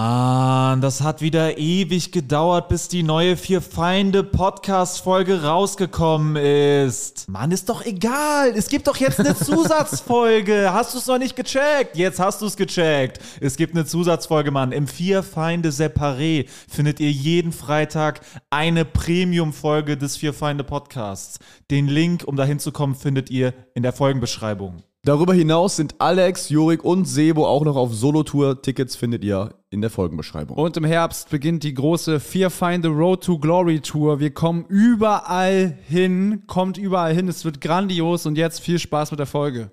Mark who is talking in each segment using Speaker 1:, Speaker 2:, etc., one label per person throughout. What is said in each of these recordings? Speaker 1: Mann, das hat wieder ewig gedauert, bis die neue Vier Feinde Podcast Folge rausgekommen ist. Mann, ist doch egal. Es gibt doch jetzt eine Zusatzfolge. Hast du es noch nicht gecheckt? Jetzt hast du es gecheckt. Es gibt eine Zusatzfolge, Mann. Im Vier Feinde Separé findet ihr jeden Freitag eine Premium Folge des Vier Feinde Podcasts. Den Link, um dahin zu kommen, findet ihr in der Folgenbeschreibung.
Speaker 2: Darüber hinaus sind Alex, Jurik und Sebo auch noch auf Solo-Tour. Tickets findet ihr in der Folgenbeschreibung.
Speaker 3: Und im Herbst beginnt die große Fear Find the Road to Glory Tour. Wir kommen überall hin, kommt überall hin. Es wird grandios und jetzt viel Spaß mit der Folge.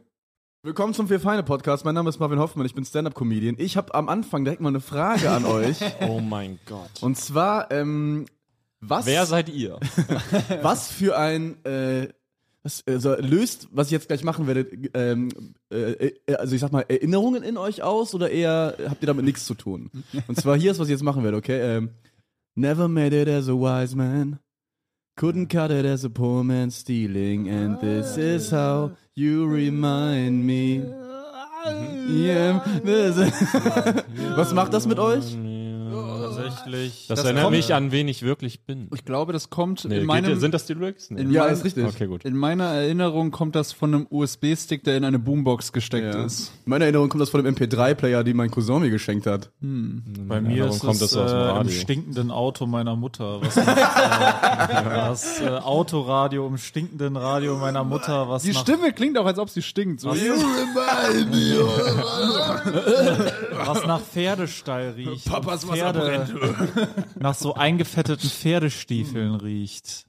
Speaker 2: Willkommen zum Vier Feine Podcast. Mein Name ist Marvin Hoffmann, ich bin Stand-Up-Comedian. Ich habe am Anfang direkt mal eine Frage an euch.
Speaker 4: Oh mein Gott.
Speaker 2: Und zwar, ähm, was,
Speaker 4: Wer seid ihr?
Speaker 2: was für ein, äh, was, also löst, was ich jetzt gleich machen werde, ähm, äh, äh, also ich sag mal, Erinnerungen in euch aus oder eher habt ihr damit nichts zu tun? Und zwar hier ist, was ich jetzt machen werde, okay? Ähm, Never made it as a wise man. Couldn't cut it as a poor man stealing, and this is how you remind me. Yeah, this Was macht das mit euch?
Speaker 4: Tatsächlich. Das,
Speaker 3: Das
Speaker 4: erinnert
Speaker 3: kommt-
Speaker 4: mich an wen ich wirklich bin.
Speaker 3: Ich glaube, das kommt
Speaker 4: Nee,
Speaker 3: in,
Speaker 4: geht-
Speaker 3: meinem,
Speaker 4: sind das die Lyrics? Nee.
Speaker 3: in
Speaker 2: Ja,
Speaker 3: mein-
Speaker 2: ist richtig.
Speaker 4: Okay, gut.
Speaker 3: in meiner Erinnerung kommt das von einem USB-Stick, der in eine Boombox gesteckt
Speaker 2: Ja. In
Speaker 3: ist.
Speaker 2: meiner Erinnerung kommt das von dem MP3-Player, den mein Cousin mir geschenkt hat.
Speaker 1: Bei mir
Speaker 4: Erinnerung
Speaker 1: ist
Speaker 4: kommt
Speaker 1: es
Speaker 4: das aus dem
Speaker 1: äh, im
Speaker 4: Radio.
Speaker 1: stinkenden Auto meiner Mutter. Was macht, äh, das äh, Autoradio im stinkenden Radio meiner Mutter. Was
Speaker 3: Die
Speaker 1: macht,
Speaker 3: Stimme klingt auch, als ob sie stinkt. So.
Speaker 1: was nach Pferdestall riecht.
Speaker 2: Papas
Speaker 1: Und
Speaker 2: Wasser
Speaker 1: nach so eingefetteten
Speaker 3: Mhm.
Speaker 1: Pferdestiefeln riecht.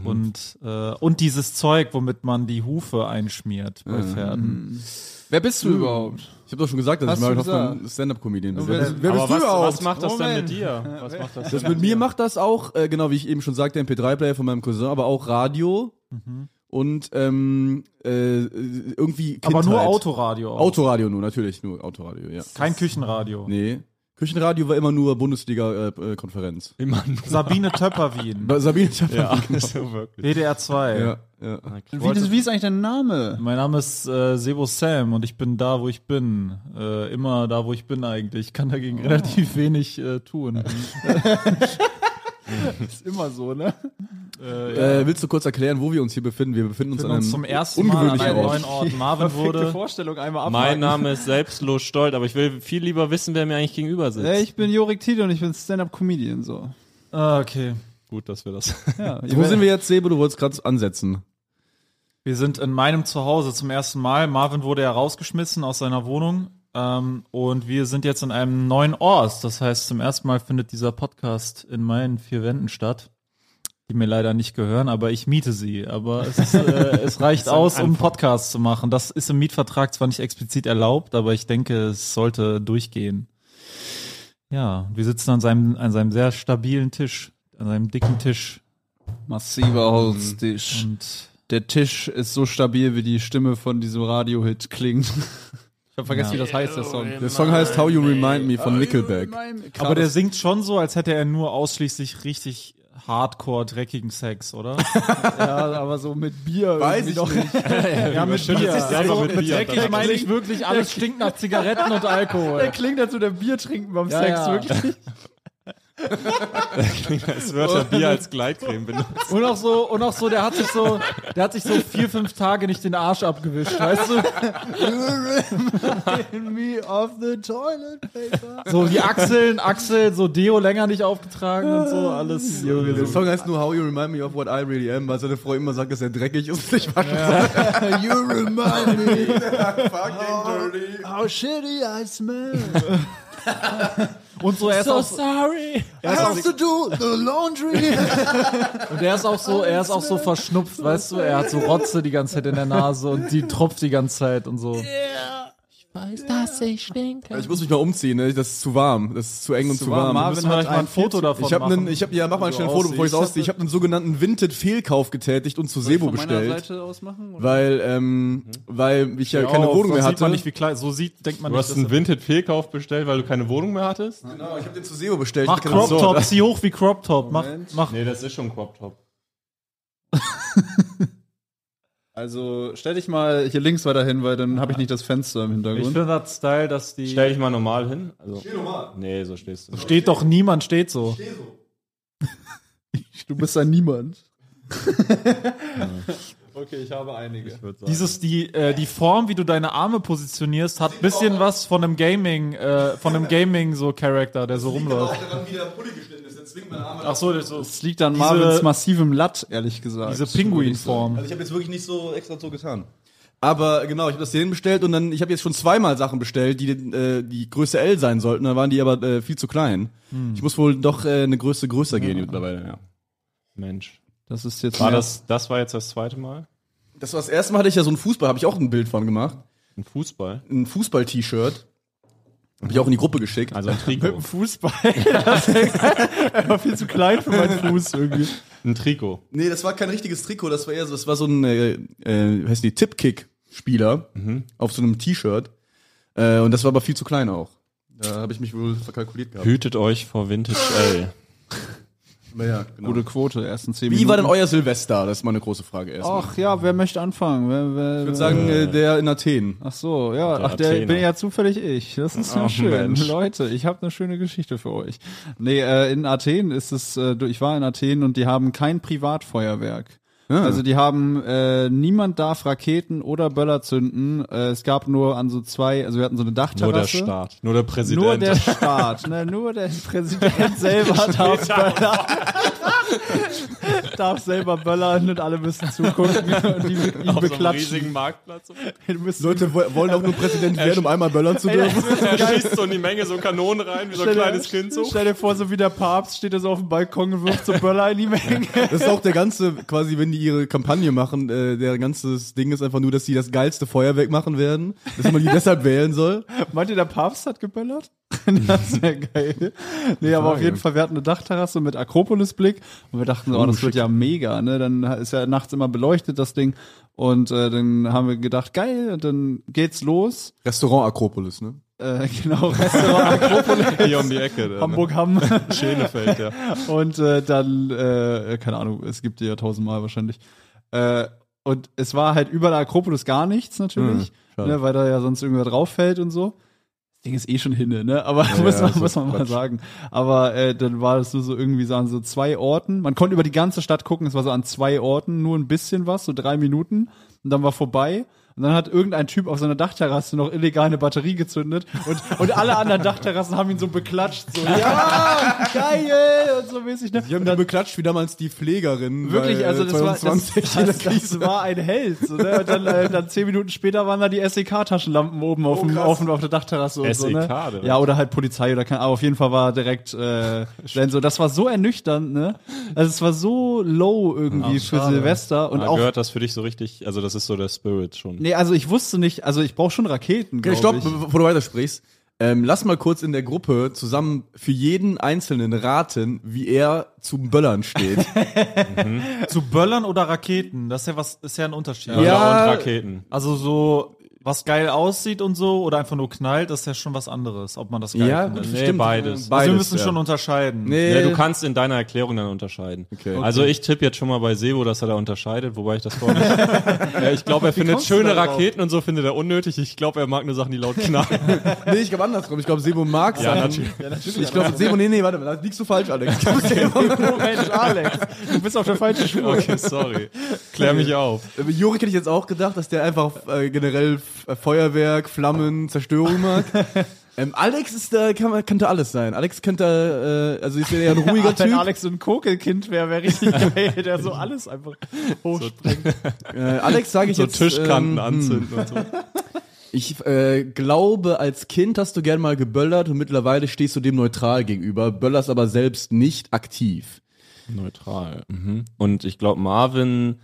Speaker 4: Mhm.
Speaker 1: Und, äh, und dieses Zeug, womit man die Hufe einschmiert bei
Speaker 4: Mhm.
Speaker 1: Pferden.
Speaker 3: Wer bist du überhaupt?
Speaker 2: Hm. Ich habe doch schon gesagt, dass
Speaker 3: Hast
Speaker 2: ich mal
Speaker 3: du
Speaker 2: noch von
Speaker 3: gesagt?
Speaker 2: Stand-Up-Comedian bin.
Speaker 3: wer
Speaker 4: Aber was, was macht das denn
Speaker 3: Moment.
Speaker 4: mit dir? Was macht das
Speaker 2: Das mit mir macht das auch, äh, genau wie ich eben schon sagte, MP3-Player von meinem Cousin, aber auch Radio und ähm, äh, irgendwie Kindheit.
Speaker 1: Aber nur Autoradio. auch.
Speaker 2: Autoradio nur, natürlich, nur Autoradio, ja.
Speaker 1: Kein Küchenradio.
Speaker 2: Nee. Küchenradio war immer nur Bundesliga-Konferenz.
Speaker 4: immer nur?
Speaker 1: Sabine Töpper-Wien.
Speaker 2: Sabine, ich hab
Speaker 4: Ja, so wirklich.
Speaker 1: WDR 2.
Speaker 2: ja, ja.
Speaker 3: Wie, ist- wie ist eigentlich dein Name?
Speaker 1: Mein Name ist äh, Sebo Sam und ich bin da, wo ich bin. Äh, immer da, wo ich bin eigentlich. Ich kann dagegen
Speaker 2: Ah.
Speaker 1: relativ wenig äh, tun.
Speaker 3: Ist immer so, ne?
Speaker 1: äh,
Speaker 2: Äh, willst du kurz erklären, wo wir uns hier befinden? Wir befinden uns
Speaker 1: wir sind
Speaker 2: an einem
Speaker 1: uns zum ersten Mal an
Speaker 2: ungewöhnlichen
Speaker 1: einem
Speaker 2: Ort.
Speaker 1: neuen Ort. Marvin
Speaker 3: Perfekte
Speaker 1: wurde.
Speaker 3: Vorstellung einmal ab.
Speaker 4: Mein Name ist selbstlos stolz, aber ich will viel lieber wissen, wer mir eigentlich gegenüber sitzt.
Speaker 3: Ich bin Jorik Tide und ich bin Stand-Up-Comedian. So.
Speaker 1: Ah, okay.
Speaker 4: Gut, dass wir das.
Speaker 3: Ja,
Speaker 2: Wo sind wir jetzt, Sebo? Du wolltest gerade ansetzen.
Speaker 1: Wir sind in meinem Zuhause zum ersten Mal. Marvin wurde ja rausgeschmissen aus seiner Wohnung. Ähm, und wir sind jetzt in einem neuen Ort. Das heißt, zum ersten Mal findet dieser Podcast in meinen vier Wänden statt, die mir leider nicht gehören, aber ich miete sie. Aber es, ist, äh, es reicht aus, um einen Podcast zu machen. Das ist im Mietvertrag zwar nicht explizit erlaubt, aber ich denke, es sollte durchgehen. Ja, wir sitzen an seinem, an seinem sehr stabilen Tisch, an seinem dicken Tisch
Speaker 3: Massiver Holztisch.
Speaker 1: und
Speaker 3: Der Tisch ist so stabil, wie die Stimme von diesem Radio-Hit klingt. Ich habe vergessen,
Speaker 1: Ja.
Speaker 3: wie das heißt, der Song.
Speaker 2: Der Song heißt How You Remind Me von Nickelback.
Speaker 1: Aber der singt schon so, als hätte er nur ausschließlich richtig hardcore dreckigen Sex, oder?
Speaker 3: ja, aber so mit Bier.
Speaker 2: Weiß
Speaker 3: irgendwie
Speaker 2: ich
Speaker 3: doch.
Speaker 1: ja, mit Bier.
Speaker 4: sich selber mit Bier.
Speaker 1: Dreckig meine ich wirklich, alles stinkt nach Zigaretten und Alkohol.
Speaker 3: Der klingt, als würde der Bier trinken beim
Speaker 1: Ja,
Speaker 3: Sex,
Speaker 1: ja.
Speaker 3: wirklich.
Speaker 4: Es wird ja Bier als Gleitcreme benutzt.
Speaker 1: Und auch so, und auch so, der hat sich so, der hat sich so vier, fünf Tage nicht den Arsch abgewischt, weißt du?
Speaker 3: me off the toilet paper.
Speaker 1: So die Achseln, Achsel, so Deo länger nicht aufgetragen und so, alles.
Speaker 2: Der Song heißt nur How You Remind Me of What I Really Am, weil seine Frau immer sagt, dass er dreckig ist. und Ich war
Speaker 3: You remind me
Speaker 2: fucking dirty.
Speaker 3: how shitty I smell.
Speaker 1: Und so, er ist auch,
Speaker 3: sorry.
Speaker 1: er ist auch
Speaker 3: to do the laundry.
Speaker 1: Und er ist auch so, er ist auch so verschnupft, weißt du, er hat so Rotze die ganze Zeit in der Nase und die tropft die ganze Zeit und so.
Speaker 2: Ich muss mich mal umziehen, ne? das ist zu warm. Das ist zu eng und zu, warm.
Speaker 3: Marvin
Speaker 1: wir
Speaker 3: hat
Speaker 1: euch mal ein
Speaker 3: einen
Speaker 1: Foto davon
Speaker 2: Ich habe
Speaker 1: machen.
Speaker 2: einen, ich habe ja, mach mal schnell ein Foto, bevor ich ausziehe. Ich habe einen sogenannten Vinted-Fehlkauf getätigt und zu Sebo
Speaker 3: Von meiner
Speaker 2: bestellt,
Speaker 3: Seite aus machen? Oder?
Speaker 2: weil ähm, weil ich ja keine
Speaker 1: Auf,
Speaker 2: Wohnung mehr
Speaker 1: sonst Sieht
Speaker 2: hatte.
Speaker 1: man nicht, wie klein, so sieht, denkt man
Speaker 4: Du
Speaker 1: nicht.
Speaker 4: hast einen Vinted-Fehlkauf bestellt, weil du keine Wohnung mehr hattest?
Speaker 2: genau, ich habe den zu Sebo bestellt.
Speaker 1: mach
Speaker 2: Ich kann das-
Speaker 1: Crop Top, zieh hoch wie Crop Top. Mach,
Speaker 3: Moment.
Speaker 1: mach.
Speaker 4: Nee, das ist schon Crop Top.
Speaker 5: Also stell dich mal hier links weiter hin, weil dann habe ich nicht das Fenster im
Speaker 1: Ich
Speaker 5: Hintergrund.
Speaker 1: finde das Style, dass die.
Speaker 4: Stell dich mal normal hin. Also, Steh normal. Nee, so stehst du.
Speaker 1: steht doch niemand, steht so.
Speaker 5: Du bist ja niemand.
Speaker 1: Dieses, die, äh, die Form, wie du deine Arme positionierst, hat ein bisschen was von einem Gaming, äh, von einem Gaming so Charakter, der so rumläuft.
Speaker 2: daran, wie der Pulli geschnitten ist. Dann zwingt meine Arme.
Speaker 1: Ach so, das ist
Speaker 5: Das liegt an
Speaker 1: Diese-
Speaker 5: Marvins massivem Latt, ehrlich gesagt.
Speaker 1: diese
Speaker 2: Also
Speaker 1: Pinguinform.
Speaker 2: ich habe jetzt wirklich nicht so extra so getan. Aber genau, ich habe das hierhin bestellt und dann, ich habe jetzt schon zweimal Sachen bestellt, die äh, die Größe L sein sollten, da waren die aber äh, viel zu klein. Ich muss wohl doch äh, eine Größe größer gehen mittlerweile, ja.
Speaker 4: Mensch.
Speaker 5: Das ist jetzt
Speaker 4: War
Speaker 5: mehr-
Speaker 4: das, das war jetzt das zweite Mal?
Speaker 2: Das war das erste Mal, hatte ich ja so einen Fußball, habe ich auch ein Bild von gemacht.
Speaker 4: Ein Fußball?
Speaker 2: Ein Fußball-T-Shirt. Habe ich auch in die Gruppe geschickt.
Speaker 4: Also ein Trikot.
Speaker 5: Fußball. er war viel zu klein für meinen Fuß irgendwie.
Speaker 4: Ein Trikot.
Speaker 2: Nee, das war kein richtiges Trikot, das war eher so, das war so ein, äh, äh, wie heißen die, Tippkick-Spieler auf so einem T-Shirt. Äh, und das war aber viel zu klein auch. Da habe ich mich wohl verkalkuliert gehabt.
Speaker 4: Hütet euch vor Vintage L.
Speaker 2: Aber ja, genau.
Speaker 5: Gute Quote, ersten zehn
Speaker 2: Wie
Speaker 5: Minuten.
Speaker 2: war denn euer Silvester? Das ist mal eine große Frage erstmal.
Speaker 5: Ach ja, wer möchte anfangen? Wer, wer,
Speaker 2: ich würde sagen, äh, der in Athen.
Speaker 5: ach so, ja,
Speaker 4: Der
Speaker 5: ach, der
Speaker 4: Athener.
Speaker 5: bin ja zufällig ich. Das ist ja
Speaker 4: Ach,
Speaker 5: schön.
Speaker 4: Mensch.
Speaker 5: Leute, ich habe eine schöne Geschichte für euch. Nee, äh, in Athen ist es, äh, du- ich war in Athen und die haben kein Privatfeuerwerk. Also die haben, äh, niemand darf Raketen oder Böller zünden. Äh, es gab nur an so zwei, also wir hatten so eine
Speaker 4: Nur
Speaker 5: Dachterrasse.
Speaker 4: der Staat. Nur der Präsident.
Speaker 5: Nur der Staat, ne? Nur der Präsident selber darf böllern. darf selber böllern und alle müssen zugucken und die mit ihm
Speaker 4: Auf so einem
Speaker 5: beklatschen.
Speaker 4: riesigen Marktplatz.
Speaker 5: Die müssen-
Speaker 2: Leute wo- wollen auch nur Präsident werden, um einmal böllern zu
Speaker 5: Ey, das ist so
Speaker 4: Er
Speaker 5: geil.
Speaker 4: schießt so in die Menge so Kanonen rein, wie so ein
Speaker 5: Stell dir-
Speaker 4: kleines Kind so.
Speaker 5: Stell dir vor, so wie der Papst steht er so auf dem Balkon und wirft so Böller in die Menge.
Speaker 2: Das ist auch der ganze, quasi, wenn die ihre Kampagne machen, äh, der ganze Ding ist einfach nur, dass sie das geilste Feuerwerk machen werden, dass man die deshalb wählen soll.
Speaker 5: Meint ihr, der Papst hat geböllert? das wäre geil. Nee, aber auf jeden Fall, wir hatten eine Dachterrasse mit Akropolisblick und wir dachten, oh, das wird ja mega, ne? Dann ist ja nachts immer beleuchtet, das Ding. Und äh, dann haben wir gedacht, geil, und dann geht's los.
Speaker 2: Restaurant Akropolis, ne?
Speaker 5: Äh, genau, Restaurant
Speaker 4: Hier um die Ecke. Der
Speaker 5: Hamburg Hamm.
Speaker 4: Schönefeld, ja.
Speaker 5: Und äh, dann, äh, keine Ahnung, es gibt die ja tausendmal wahrscheinlich. Äh, und es war halt über der Akropolis gar nichts natürlich, ne, weil da ja sonst irgendwer drauf fällt und so. Das Ding ist eh schon hinne, ne? Aber muss man, muss man mal sagen. Aber äh, dann war das nur so irgendwie so an so zwei Orten. Man konnte über die ganze Stadt gucken, es war so an zwei Orten, nur ein bisschen was, so drei Minuten. Und dann war vorbei. Und dann hat irgendein Typ auf seiner Dachterrasse noch illegal eine Batterie gezündet und, und alle anderen Dachterrassen haben ihn so beklatscht. So,
Speaker 2: Ah!
Speaker 5: ja, geil! Und so mäßig. Ne?
Speaker 2: Die haben
Speaker 5: Und
Speaker 2: da
Speaker 5: dann-
Speaker 2: beklatscht wie damals die Pflegerin.
Speaker 5: Wirklich,
Speaker 2: bei,
Speaker 5: also
Speaker 2: äh,
Speaker 5: das war,
Speaker 2: 2020
Speaker 5: das,
Speaker 2: in der
Speaker 5: das, das
Speaker 2: Krise.
Speaker 5: war ein Held. So, ne? und dann, äh, dann zehn Minuten später waren da die SEK-Taschenlampen oben auf, dem, auf, dem- auf der Dachterrasse und so. Ne?
Speaker 4: SEK E direkt.
Speaker 5: Ja, oder halt Polizei oder keine Ahnung. Auf jeden Fall war direkt äh, dann so. Das war so ernüchternd, ne? Also es war so low irgendwie für Silvester und
Speaker 4: Und
Speaker 5: auch.
Speaker 4: gehört das für dich so richtig, also das ist so der Spirit schon.
Speaker 5: Nee, also ich wusste nicht, also ich brauche schon Raketen,
Speaker 2: Okay,
Speaker 5: glaube
Speaker 2: stopp,
Speaker 5: ich.
Speaker 2: bevor du weitersprichst. Ähm, lass mal kurz in der Gruppe zusammen für jeden Einzelnen raten, wie er zum Böllern steht.
Speaker 1: Zu Böllern oder Raketen, das ist ja was, ist ja ein Unterschied.
Speaker 4: Böller
Speaker 2: Ja.
Speaker 4: und Raketen.
Speaker 1: Also so, was geil aussieht und so, oder einfach nur knallt, das ist ja schon was anderes, ob man das geil
Speaker 2: Ja,
Speaker 1: findet.
Speaker 2: gut,
Speaker 1: Also
Speaker 4: Nee,
Speaker 2: stimmt.
Speaker 4: beides.
Speaker 1: wir müssen
Speaker 2: ja.
Speaker 1: schon unterscheiden.
Speaker 2: Nee,
Speaker 4: Ja, Ne, du kannst in deiner Erklärung dann unterscheiden.
Speaker 2: Okay.
Speaker 4: Also ich tippe jetzt schon mal bei Sebo, dass er da unterscheidet, wobei ich das vorhin nicht. ja, ich glaube, er findet
Speaker 5: kommst du da
Speaker 4: schöne
Speaker 5: drauf?
Speaker 4: Raketen und so findet er unnötig. Ich glaube, er mag nur Sachen, die laut knallen.
Speaker 2: nee, ich glaube andersrum. Ich glaube, Sebo mag
Speaker 4: ja,
Speaker 2: Sachen.
Speaker 4: natürlich.
Speaker 2: Ich glaube, Sebo, nee, nee, warte mal, da liegst du falsch, Alex. Ich glaub, Sebo,
Speaker 5: Mensch, Alex, du bist auf der falschen Spur.
Speaker 4: Okay, sorry. Klär mich auf.
Speaker 2: Äh, Jurik hätte ich jetzt auch gedacht, dass der einfach äh, generell F- äh, Feuerwerk, Flammen, Zerstörung mag. ähm, Alex ist da, kann, man- könnte alles sein. Alex könnte, äh, also ist ja eher ein ruhiger
Speaker 5: Wenn
Speaker 2: Typ.
Speaker 5: Alex so ein Kokelkind wäre, wäre richtig geil, der so alles einfach hochspringt.
Speaker 2: Äh, Alex sage ich
Speaker 4: So
Speaker 2: jetzt.
Speaker 4: Tischkanten
Speaker 2: ähm,
Speaker 4: anzünden und so.
Speaker 2: Ich äh, glaube, als Kind hast du gern mal geböllert und mittlerweile stehst du dem neutral gegenüber, böllerst aber selbst nicht aktiv.
Speaker 4: Neutral. Mhm. Und ich glaube, Marvin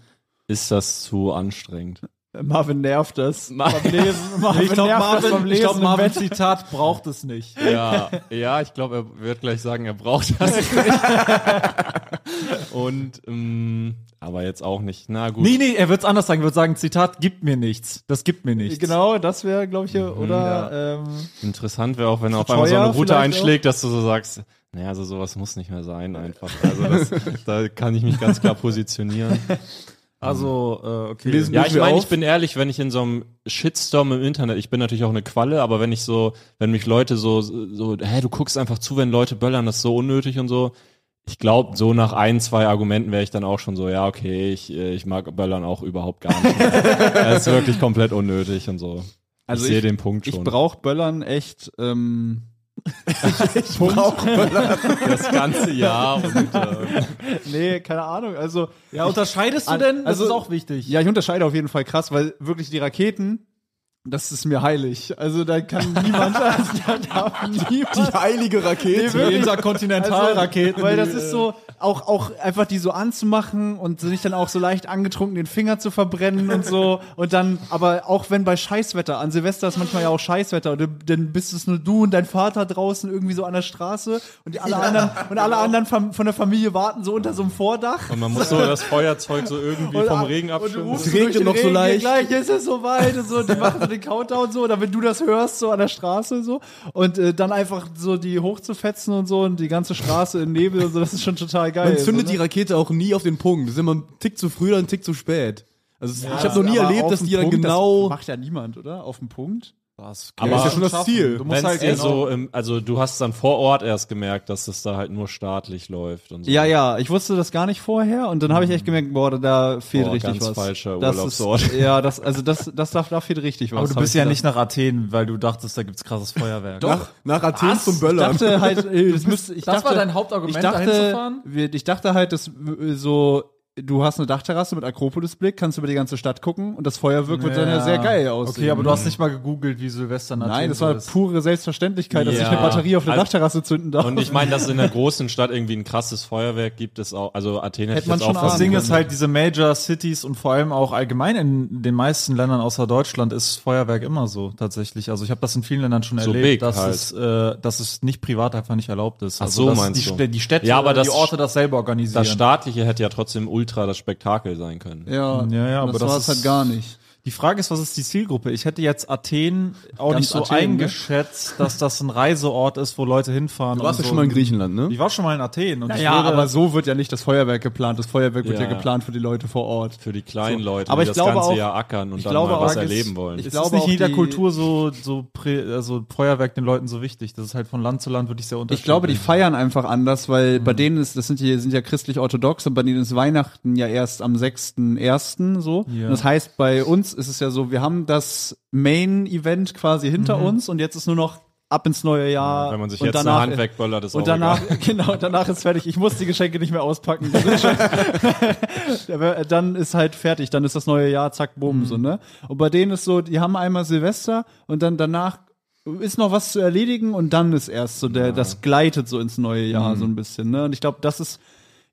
Speaker 4: ist das zu anstrengend.
Speaker 5: Marvin nervt das. beim Lesen. Marvin
Speaker 1: Ich glaube,
Speaker 5: nervt das beim
Speaker 1: Marvin, ich
Speaker 5: Lesen
Speaker 1: glaub,
Speaker 5: im
Speaker 1: Marvins
Speaker 5: Bett.
Speaker 1: Zitat braucht es nicht.
Speaker 4: Ja, ja, ich glaube, er wird gleich sagen, er braucht das nicht. Und ähm, aber jetzt auch nicht. Na gut.
Speaker 1: Nee, nee, er wird's anders sagen, wird sagen, Zitat, gibt mir nichts. Das gibt mir nichts.
Speaker 5: Genau, das wäre, glaube ich,
Speaker 1: Mhm,
Speaker 5: hier, oder? Ähm,
Speaker 4: Interessant wäre auch, wenn er auf einmal so
Speaker 5: teuer
Speaker 4: eine Route
Speaker 5: vielleicht
Speaker 4: einschlägt, dass du so sagst, naja, also sowas muss nicht mehr sein einfach. Also das, da kann ich mich ganz klar positionieren.
Speaker 1: Also, äh, okay.
Speaker 2: Lesen
Speaker 4: Ja,
Speaker 2: Rufen
Speaker 4: ich
Speaker 2: wir
Speaker 4: meine,
Speaker 2: auf?
Speaker 4: ich bin ehrlich, wenn ich in so einem Shitstorm im Internet, ich bin natürlich auch eine Qualle, aber wenn ich so, wenn mich Leute so, so, hä, du guckst einfach zu, wenn Leute böllern, das ist so unnötig und so. Ich glaube, so nach ein, zwei Argumenten wäre ich dann auch schon so, ja, okay, ich, äh, ich mag Böllern auch überhaupt gar nicht. das ist wirklich komplett unnötig und so.
Speaker 5: Also
Speaker 4: ich sehe
Speaker 5: ich-
Speaker 4: den Punkt
Speaker 5: Ich
Speaker 4: schon.
Speaker 5: brauche Böllern echt ähm,
Speaker 4: das ganze Jahr und äh,
Speaker 5: Nee, keine Ahnung. Also,
Speaker 1: ja, unterscheidest du
Speaker 5: Al-
Speaker 1: denn?
Speaker 5: also-
Speaker 1: das ist auch wichtig.
Speaker 5: ja, ich unterscheide auf jeden Fall krass, weil wirklich die Raketen, das ist mir heilig. Also, da kann niemand, also, da darf niemand.
Speaker 2: Die heilige Rakete.
Speaker 5: wirklich.
Speaker 1: Interkontinentalraketen.
Speaker 5: Also, weil das ist so, auch, auch einfach die so anzumachen und sich dann auch so leicht angetrunken den Finger zu verbrennen und so. Und dann, aber auch wenn bei Scheißwetter, an Silvester ist manchmal ja auch Scheißwetter, und dann- dann bist es nur du und dein Vater draußen irgendwie so an der Straße und die alle anderen, und alle anderen von von der Familie warten so unter so einem Vordach.
Speaker 4: und man muss so das Feuerzeug so irgendwie vom Regen abschirmen.
Speaker 2: Es regnet noch so leicht.
Speaker 5: Gleich ist es soweit und so. Die machen so den Countdown so, damit du das hörst so an der Straße so und äh, dann einfach so die hochzufetzen und so und die ganze Straße in Nebel und so. Das ist schon total geil.
Speaker 2: Man zündet
Speaker 5: so,
Speaker 2: die
Speaker 5: ne?
Speaker 2: Rakete auch nie auf den Punkt. Das ist immer ein Tick zu früh oder ein Tick zu spät. Also es- ich habe noch nie
Speaker 5: Aber auf
Speaker 2: erlebt, dass
Speaker 5: den
Speaker 2: die dann
Speaker 5: Punkt, Das
Speaker 2: genau.
Speaker 5: macht ja niemand, oder? Auf den Punkt.
Speaker 2: Aber
Speaker 4: ist ja
Speaker 2: schon das
Speaker 1: schaffen.
Speaker 2: Ziel.
Speaker 1: Du musst
Speaker 4: Wenn's
Speaker 1: halt
Speaker 4: eher
Speaker 1: genau-
Speaker 4: so im, also du hast dann vor Ort erst gemerkt, dass das da halt nur staatlich läuft und so.
Speaker 5: Ja, ja, ich wusste das gar nicht vorher und dann habe ich echt gemerkt, boah, da fehlt
Speaker 4: Boah,
Speaker 5: richtig
Speaker 4: ganz
Speaker 5: was.
Speaker 4: falscher
Speaker 5: das
Speaker 4: Urlaubsort.
Speaker 5: Ist, ja, das, also das, das darf, da fehlt richtig was.
Speaker 1: Aber du
Speaker 5: hab
Speaker 1: bist
Speaker 5: ich
Speaker 1: ja
Speaker 5: gedacht.
Speaker 1: nicht nach Athen, weil du dachtest, da gibt's krasses Feuerwerk.
Speaker 2: Nach, nach Athen
Speaker 1: Was?
Speaker 2: zum Böllern.
Speaker 5: Ich dachte halt, äh, das müsste, ich
Speaker 1: Das
Speaker 5: dachte,
Speaker 1: war dein Hauptargument,
Speaker 5: ich dachte,
Speaker 1: da hinzufahren?
Speaker 5: wir- Ich dachte halt, dass äh, so, du hast eine Dachterrasse mit Akropolisblick, kannst über die ganze Stadt gucken und das Feuerwerk wird dann ja sehr geil aussehen.
Speaker 1: Okay, aber du hast nicht mal gegoogelt, wie Silvester in Athen
Speaker 5: Nein, das
Speaker 1: so
Speaker 5: war
Speaker 1: ist.
Speaker 5: pure Selbstverständlichkeit, dass
Speaker 4: Ja.
Speaker 5: ich eine Batterie auf eine
Speaker 4: Also-
Speaker 5: Dachterrasse zünden darf.
Speaker 4: Und ich meine, dass es in einer großen Stadt irgendwie ein krasses Feuerwerk gibt, ist auch, also Athen hätte,
Speaker 5: Hätte man
Speaker 4: ich jetzt
Speaker 5: schon
Speaker 4: auch
Speaker 1: Das
Speaker 5: ahnen
Speaker 1: Ding
Speaker 5: können.
Speaker 1: ist halt, diese Major Cities und vor allem auch allgemein in den meisten Ländern außer Deutschland ist Feuerwerk immer so tatsächlich. Also ich habe das in vielen Ländern schon
Speaker 4: So big
Speaker 1: erlebt, dass,
Speaker 4: halt.
Speaker 1: es, äh, dass es nicht privat einfach nicht erlaubt ist. Also
Speaker 4: Ach so,
Speaker 1: dass
Speaker 4: meinst
Speaker 1: die,
Speaker 4: du.
Speaker 1: Stä- die Städte,
Speaker 4: Ja, aber
Speaker 1: die
Speaker 4: das-
Speaker 1: Orte das selber organisieren.
Speaker 4: Das staatliche hätte ja trotzdem ultra das Spektakel sein können.
Speaker 5: ja,
Speaker 1: Ja, ja, aber
Speaker 5: das
Speaker 1: das
Speaker 5: war
Speaker 1: ist-
Speaker 5: es halt gar nicht.
Speaker 1: die Frage ist, was ist die Zielgruppe? Ich hätte jetzt Athen auch
Speaker 5: Ganz
Speaker 1: nicht so
Speaker 5: Athen, ne?
Speaker 1: eingeschätzt, dass das ein Reiseort ist, wo Leute hinfahren.
Speaker 2: Du warst
Speaker 1: und
Speaker 2: ja
Speaker 1: so.
Speaker 2: schon mal in Griechenland, ne?
Speaker 1: Ich war schon mal in Athen. Und ich
Speaker 5: Ja,
Speaker 1: würde-
Speaker 5: aber so wird ja nicht das Feuerwerk geplant. Das Feuerwerk wird
Speaker 4: Ja,
Speaker 5: ja,
Speaker 4: ja.
Speaker 5: geplant für die Leute vor Ort.
Speaker 4: Für die kleinen
Speaker 5: So.
Speaker 4: Leute, die
Speaker 5: Aber ich
Speaker 4: das
Speaker 5: glaube
Speaker 4: ganze
Speaker 5: auch-
Speaker 4: Jahr ackern und
Speaker 5: ich
Speaker 4: dann
Speaker 5: glaube
Speaker 4: mal was
Speaker 5: auch, es-
Speaker 4: erleben wollen.
Speaker 5: ich-
Speaker 1: Es ist
Speaker 5: glaube
Speaker 1: nicht
Speaker 5: auch
Speaker 1: in jeder
Speaker 5: die-
Speaker 1: Kultur so, so prä, also Feuerwerk den Leuten so wichtig. Das ist halt von Land zu Land wirklich sehr unterschiedlich.
Speaker 5: Ich glaube, die feiern einfach anders, weil
Speaker 4: Mhm.
Speaker 5: bei denen ist, das sind, die, sind ja christlich-orthodox und bei denen ist Weihnachten ja erst am 6.1. so.
Speaker 1: Ja.
Speaker 5: Und Das heißt, bei uns ist es ja so, wir haben das Main-Event quasi hinter uns und jetzt ist nur noch ab ins neue Jahr.
Speaker 4: Mhm. Wenn man sich
Speaker 5: und
Speaker 4: jetzt
Speaker 5: danach,
Speaker 4: eine Hand wegböllert, ist auch
Speaker 5: Und danach,
Speaker 4: egal.
Speaker 5: genau, danach ist fertig. Ich muss die Geschenke nicht mehr auspacken. Die sind schon- Aber dann ist halt fertig. Dann ist das neue Jahr, zack,
Speaker 4: Mhm.
Speaker 5: bumm, so, ne? Und bei denen ist so, die haben einmal Silvester und dann danach ist noch was zu erledigen und dann ist erst so der, das gleitet so ins neue Jahr
Speaker 4: Mhm.
Speaker 5: so ein bisschen, ne? Und ich glaube, das ist,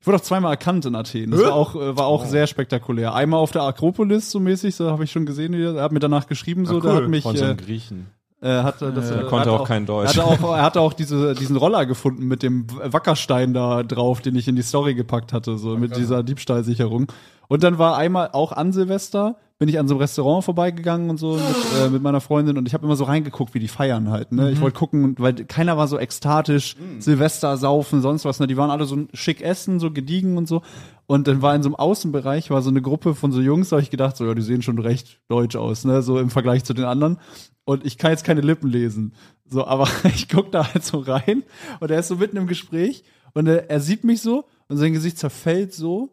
Speaker 5: ich wurde auch zweimal erkannt in Athen. Das war auch, äh, war auch
Speaker 4: Oh.
Speaker 5: sehr spektakulär. Einmal auf der Akropolis so mäßig, so habe ich schon gesehen, er hat mir danach geschrieben,
Speaker 4: Ah,
Speaker 5: so, da hat mich,
Speaker 4: Von so
Speaker 5: äh,
Speaker 4: einem Griechen.
Speaker 5: äh, hatte das,
Speaker 4: Er konnte
Speaker 5: hatte
Speaker 4: auch kein Deutsch.
Speaker 5: Er hatte auch, er hatte auch diese, diesen Roller gefunden mit dem Wackerstein da drauf, den ich in die Story gepackt hatte, so mit dieser Diebstahlsicherung. Und dann war einmal auch an Silvester, bin ich an so einem Restaurant vorbeigegangen und so mit, äh, mit meiner Freundin und ich habe immer so reingeguckt, wie die feiern halt. Ne? Ich wollte gucken, weil keiner war so ekstatisch, Silvester saufen, sonst was. Ne? Die waren alle so schick essen, so gediegen und so. Und dann war in so einem Außenbereich war so eine Gruppe von so Jungs, da habe ich gedacht, so ja, die sehen schon recht deutsch aus, ne, so im Vergleich zu den anderen. Und ich kann jetzt keine Lippen lesen, so, aber ich guck da halt so rein und er ist so mitten im Gespräch und er, er sieht mich so und sein Gesicht zerfällt so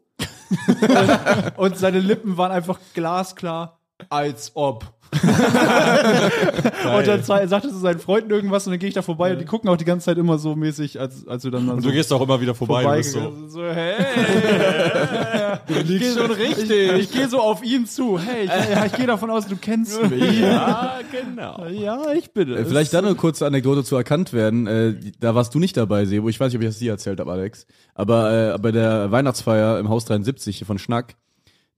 Speaker 5: und, und seine Lippen waren einfach glasklar, als ob. und dann zei- sagt er zu seinen Freunden irgendwas und dann gehe ich da vorbei und die gucken auch die ganze Zeit immer so mäßig, als, als wir dann, dann
Speaker 4: Und
Speaker 5: so
Speaker 4: du gehst auch immer wieder vorbei, du bist so.
Speaker 5: vorbeigegangen. So, hey, du liegst schon richtig. Ich, ich gehe so auf ihn zu. Hey, ich, ja, ich gehe davon aus, du kennst mich.
Speaker 4: Ja, genau.
Speaker 5: Ja, ich bin
Speaker 2: Äh,
Speaker 5: es.
Speaker 2: Vielleicht dann eine kurze Anekdote zu erkannt werden. Äh, da warst du nicht dabei, Sebo. Ich weiß nicht, ob ich das dir erzählt habe, Alex. Aber äh, bei der Weihnachtsfeier im Haus 73 hier von Schnack,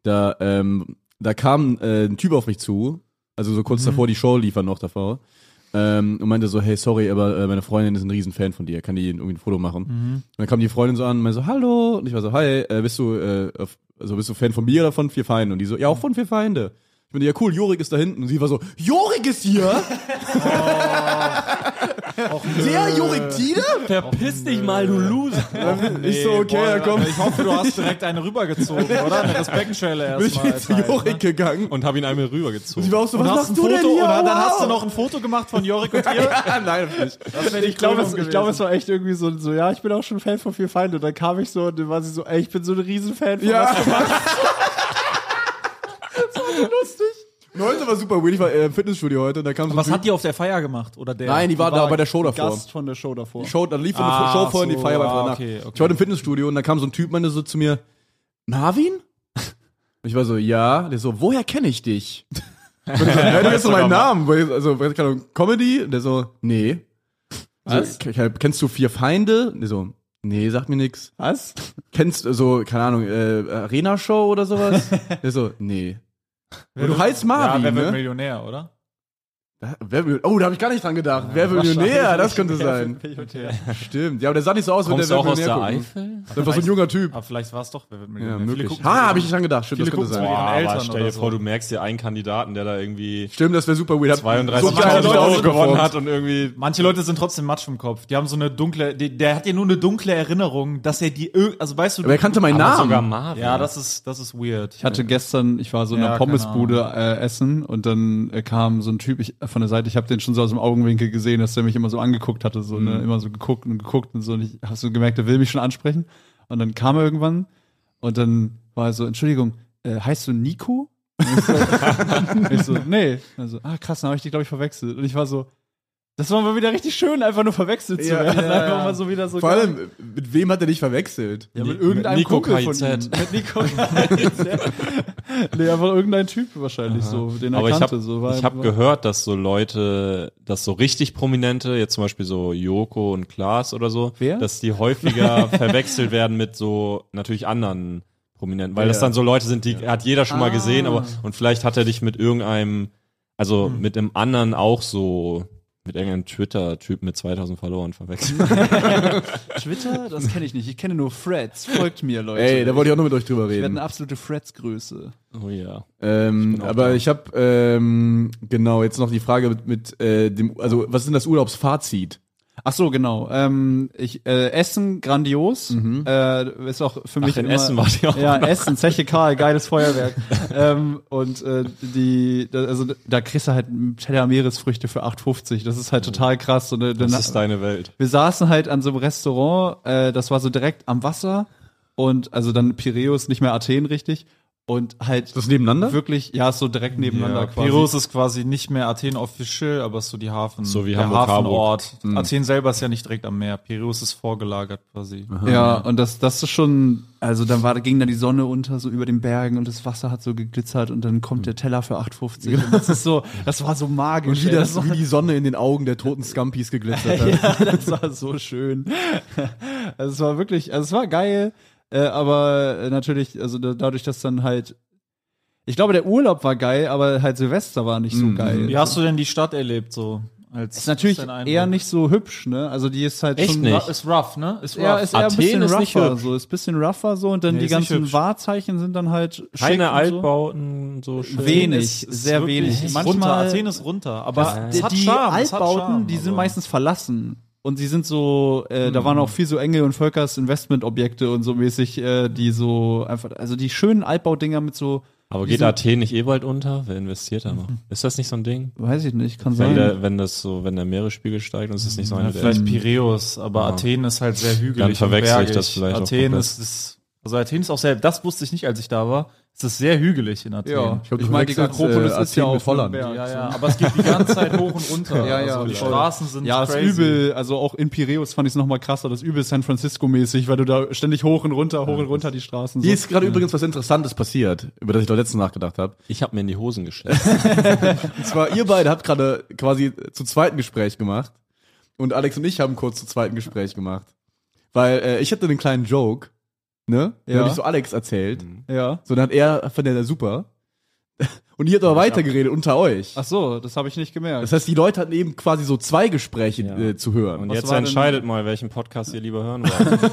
Speaker 2: da, ähm, da kam äh, ein Typ auf mich zu, also so kurz davor, die Show liefern noch davor, ähm, und meinte so, hey, sorry, aber äh, meine Freundin ist ein riesen Fan von dir, kann die irgendwie ein Foto machen? Und dann kam die Freundin so an und meinte so, hallo, und ich war so, hi, äh, bist du, äh, auf, also bist du Fan von mir oder von Vier Feinde? Und die so, ja, auch von Vier Feinde. Ich Bin ja cool, Jorik ist da hinten. Und sie war so, Jorik ist hier? Der
Speaker 1: Äh,
Speaker 2: Jorik Tiede?
Speaker 4: Verpiss dich mal, du Loser.
Speaker 2: ich so, okay, ja, komm.
Speaker 1: Ich hoffe, du hast direkt eine rübergezogen, oder? Eine Respektschelle
Speaker 2: Bin ich
Speaker 1: erstmal.
Speaker 2: mit zu Jorik gegangen.
Speaker 4: Und hab ihn einmal
Speaker 2: Und
Speaker 4: rübergezogen.
Speaker 2: sie war auch so, was
Speaker 1: hast
Speaker 2: machst
Speaker 1: ein
Speaker 2: du denn
Speaker 1: Foto,
Speaker 2: hier?
Speaker 1: oder? Dann hast du
Speaker 2: Wow.
Speaker 1: noch ein Foto gemacht von Jorik und ihr.
Speaker 2: Ja, nein, nicht.
Speaker 1: Das wäre die
Speaker 5: Ich glaube, es,
Speaker 1: Krönung
Speaker 5: ich glaube, es
Speaker 1: gewesen.
Speaker 5: war echt irgendwie so, so, ja, ich bin auch schon Fan von Vier Feinde. Und dann kam ich so und dann war sie so, ey, ich bin so ein Riesenfan von
Speaker 2: Ja. das war lustig. Und heute war super weird. Ich war äh, im Fitnessstudio heute und da kam so ein
Speaker 1: Was
Speaker 2: Typ-
Speaker 1: hat die auf der Feier gemacht? Oder der?
Speaker 2: Nein, die war da bei der Show davor.
Speaker 5: Gast von der Show davor.
Speaker 2: Die Show, da lief eine
Speaker 1: Ah,
Speaker 2: Show vorhin, die
Speaker 1: so,
Speaker 2: Feier war
Speaker 1: ah,
Speaker 2: danach.
Speaker 1: okay, okay.
Speaker 2: Ich war im Fitnessstudio und da kam so ein Typ, meinte so zu mir, Marvin? Und ich war so, ja. Der so, woher kenne ich dich? Und ich so, ja, du kennst doch meinen Namen. Weil ich- Also, weiß keine Ahnung, Comedy? Und der so, nee. Was? So, ke- kennst du Vier Feinde? Und der so, nee, sagt mir nix.
Speaker 5: Was?
Speaker 2: Kennst du so, keine Ahnung, äh, Arena-Show oder sowas? der so, nee. Und du heißt
Speaker 1: ja,
Speaker 2: Marvin,
Speaker 1: wer wird
Speaker 2: ne?
Speaker 1: Millionär, oder?
Speaker 2: Wer will, oh, da habe ich gar nicht dran gedacht. wer will Millionär? Das könnte sein. Stimmt. Ja, aber der sah nicht so aus, wenn der
Speaker 4: Kommst du
Speaker 2: wer
Speaker 4: auch
Speaker 2: will
Speaker 4: aus der
Speaker 2: Millionär gucken.
Speaker 4: Eifel?
Speaker 2: Das war so ein junger Typ.
Speaker 1: Aber vielleicht war es doch, wer wird
Speaker 2: Ja,
Speaker 1: Millionär? Viele
Speaker 2: möglich.
Speaker 1: gucken-
Speaker 2: Ha, habe ich nicht dran gedacht. Stimmt,
Speaker 1: Viele
Speaker 2: das könnte
Speaker 1: gucken
Speaker 2: sein.
Speaker 1: zu ihren
Speaker 4: Boah, aber
Speaker 1: Eltern
Speaker 4: stell dir
Speaker 1: oder so.
Speaker 4: vor, du merkst dir einen Kandidaten, der da irgendwie
Speaker 2: Stimmt, das wäre super weird. Hat so
Speaker 1: Manche
Speaker 4: 32.000
Speaker 1: Leute
Speaker 4: Euro
Speaker 1: sind
Speaker 4: gewonnen hat und irgendwie
Speaker 1: Manche Leute sind trotzdem Matsch im Kopf. Die haben so eine dunkle, die, der hat ja nur eine dunkle Erinnerung, dass er die, ir- also weißt du,
Speaker 2: Aber er kannte meinen
Speaker 4: Aber sogar
Speaker 2: Namen.
Speaker 4: Marvin.
Speaker 1: ja, das ist, das ist weird.
Speaker 5: Ich hatte gestern, ich war so in
Speaker 1: Ja,
Speaker 5: einer
Speaker 1: keine
Speaker 5: Pommesbude äh, essen und dann äh, kam so ein Typ ich, von der Seite, ich habe den schon so aus dem Augenwinkel gesehen, dass der mich immer so angeguckt hatte, so
Speaker 2: Mhm.
Speaker 5: ne, immer so geguckt und geguckt und so und ich habe so gemerkt, der will mich schon ansprechen und dann kam er irgendwann und dann war er so, Entschuldigung, äh, heißt du Nico? Und ich so, ich so nee. Also, ah krass, dann habe ich dich glaube ich verwechselt und ich war so, das war mal wieder richtig schön, einfach nur verwechselt zu
Speaker 2: Ja,
Speaker 5: werden,
Speaker 2: ja,
Speaker 5: einfach
Speaker 2: ja.
Speaker 5: mal so wieder so
Speaker 2: Vor allem, mit wem hat er dich verwechselt?
Speaker 5: ja, mit irgendeinem
Speaker 4: Nico
Speaker 5: Kumpel von
Speaker 4: KIZ.
Speaker 5: ihm. Mit Nico KIZ. nee, einfach irgendein Typ wahrscheinlich so, den er
Speaker 4: Aber ich
Speaker 5: kannte.
Speaker 4: habe
Speaker 5: so,
Speaker 4: ich hab gehört, dass so Leute, dass so richtig Prominente, jetzt zum Beispiel so Joko und Klaas oder so,
Speaker 5: Wer?
Speaker 4: dass die häufiger verwechselt werden mit so natürlich anderen Prominenten, weil das dann so Leute sind, die hat jeder schon mal
Speaker 5: Ah.
Speaker 4: gesehen, aber und vielleicht hat er dich mit irgendeinem, also
Speaker 5: Hm.
Speaker 4: mit einem anderen auch so mit irgendeinem Twitter-Typ mit 2000 Followern verwechselt.
Speaker 5: Twitter, das kenne ich nicht. Ich kenne nur Freds. Folgt mir, Leute.
Speaker 2: Ey, da wollte ich auch noch mit euch drüber
Speaker 5: Wir hatten
Speaker 2: reden.
Speaker 5: eine absolute Freds-Größe.
Speaker 4: Oh ja.
Speaker 2: ähm,
Speaker 4: auch
Speaker 2: aber
Speaker 4: da.
Speaker 2: ich habe ähm, genau jetzt noch die Frage mit, mit äh, dem, also was ist denn das Urlaubsfazit?
Speaker 5: Ach so, genau. Ähm, ich, äh, Essen, grandios. Äh, ist auch für mich
Speaker 4: Mhm. in
Speaker 5: immer,
Speaker 4: Essen war die auch
Speaker 5: Ja, Essen, Zeche Karl, geiles Feuerwerk. ähm, und äh, die, da, also da kriegst du halt Teller Meeresfrüchte für 8,50. Das ist halt total krass. Und, äh, dann-
Speaker 4: Mhm. Das ist deine Welt.
Speaker 5: wir saßen halt an so einem Restaurant, äh, das war so direkt am Wasser und also dann Piräus, nicht mehr Athen richtig und halt
Speaker 2: Ist das nebeneinander?
Speaker 5: wirklich, ja, ist so direkt nebeneinander
Speaker 1: Ja,
Speaker 5: quasi.
Speaker 1: Piros ist quasi nicht mehr Athen official, aber ist so die Hafen,
Speaker 4: So wie
Speaker 1: der
Speaker 4: Hamburg,
Speaker 1: Hafenort. Athen selber ist ja nicht direkt am Meer. Piros ist vorgelagert quasi.
Speaker 5: Ja, und das, das ist schon, also dann war, ging dann die Sonne unter, so über den Bergen und das Wasser hat so geglitzert und dann kommt der Teller für 8,50. Und das ist so, das war so magisch.
Speaker 2: Hm. Und wie,
Speaker 5: ey.
Speaker 2: das,
Speaker 5: war,
Speaker 2: wie die Sonne in den Augen der toten Scampis geglitzert hat.
Speaker 5: ja, das war so schön. Also es war wirklich, also es war geil, äh, aber äh, natürlich, also da, dadurch, dass dann halt, ich glaube, der Urlaub war geil, aber halt Silvester war nicht so
Speaker 1: Mhm.
Speaker 5: geil.
Speaker 1: Wie hast du denn die Stadt erlebt so? Als
Speaker 5: ist natürlich
Speaker 1: dein Eindruck?
Speaker 5: eher nicht so hübsch, ne? Also die ist halt
Speaker 4: Echt
Speaker 5: schon
Speaker 4: nicht?
Speaker 1: Ist rough, ne? Ist rough.
Speaker 5: Ja, ist eher ein
Speaker 4: Athen
Speaker 5: bisschen
Speaker 4: ist
Speaker 5: rougher,
Speaker 4: nicht hübsch.
Speaker 5: so ist ein bisschen rougher so und dann
Speaker 1: Nee,
Speaker 5: die
Speaker 1: ist nicht
Speaker 5: ganzen
Speaker 1: hübsch.
Speaker 5: Wahrzeichen sind dann halt schick
Speaker 4: Keine
Speaker 5: und so.
Speaker 4: Altbauten, so schön.
Speaker 5: Wenig,
Speaker 1: Ist- ist
Speaker 5: sehr
Speaker 1: wirklich-
Speaker 5: wenig.
Speaker 1: Ist runter.
Speaker 5: Manchmal-
Speaker 1: Athen ist runter, aber
Speaker 5: Die,
Speaker 1: es hat
Speaker 5: die
Speaker 1: Charme, es hat
Speaker 5: Altbauten,
Speaker 1: Charme, also.
Speaker 5: die sind
Speaker 1: aber-
Speaker 5: meistens verlassen. Und sie sind so, äh,
Speaker 4: Hm.
Speaker 5: da waren auch viel so Engel und Völkers Investmentobjekte und so mäßig, äh, die so einfach, also die schönen Altbaudinger mit so,
Speaker 4: Aber geht
Speaker 5: Wieso-
Speaker 4: Athen nicht eh bald unter? Wer investiert da noch?
Speaker 5: Mhm.
Speaker 4: Ist das nicht so ein Ding?
Speaker 5: weiß ich nicht, kann
Speaker 4: Wenn
Speaker 5: sein.
Speaker 4: der, wenn das so, wenn der Meeresspiegel steigt und es ist nicht so eine
Speaker 1: Ja,
Speaker 4: der-
Speaker 1: vielleicht Piräus, aber
Speaker 4: Ja.
Speaker 1: Athen ist halt sehr hügelig.
Speaker 4: Dann verwechsel ich
Speaker 1: und
Speaker 4: das vielleicht auch
Speaker 1: Athen
Speaker 4: komplett.
Speaker 1: ist, ist, also Athen ist auch sehr, das wusste ich nicht, als ich da war. Es ist sehr hügelig in Athen.
Speaker 2: Ich glaub, du wechselst, äh, Athen mit
Speaker 5: einem
Speaker 2: Holland.
Speaker 5: Berg,
Speaker 1: Ja,
Speaker 5: so.
Speaker 1: ja, aber es geht die ganze Zeit hoch und runter.
Speaker 5: Ja, ja,
Speaker 1: also die
Speaker 5: voll.
Speaker 1: Straßen sind
Speaker 5: Ja, ist
Speaker 1: crazy.
Speaker 5: übel, also auch in Piräus fand ich es nochmal krasser, das ist übel San Francisco-mäßig, weil du da ständig hoch und runter, hoch und runter die Straßen
Speaker 2: Hier ist gerade übrigens was Interessantes passiert, über das ich doch letztens nachgedacht habe.
Speaker 4: Ich habe mir in die Hosen gestellt.
Speaker 2: Und zwar, ihr beide habt gerade quasi zu zweiten Gespräch gemacht. Und Alex und ich haben kurz zu zweiten Gespräch gemacht. Weil äh, ich hatte einen kleinen Joke, ne? Den
Speaker 5: Ja. Mhm.
Speaker 2: hab ich so Alex erzählt.
Speaker 5: Ja.
Speaker 2: So, dann hat er, fand er super. Und ihr habt aber weitergeredet unter euch.
Speaker 5: Ach so, das habe ich nicht gemerkt.
Speaker 2: Das heißt, die Leute hatten eben quasi so zwei Gespräche
Speaker 4: Ja.
Speaker 2: äh, zu hören.
Speaker 4: Und
Speaker 2: Und
Speaker 4: jetzt
Speaker 5: war denn-
Speaker 4: entscheidet mal, welchen Podcast ihr lieber hören wollt.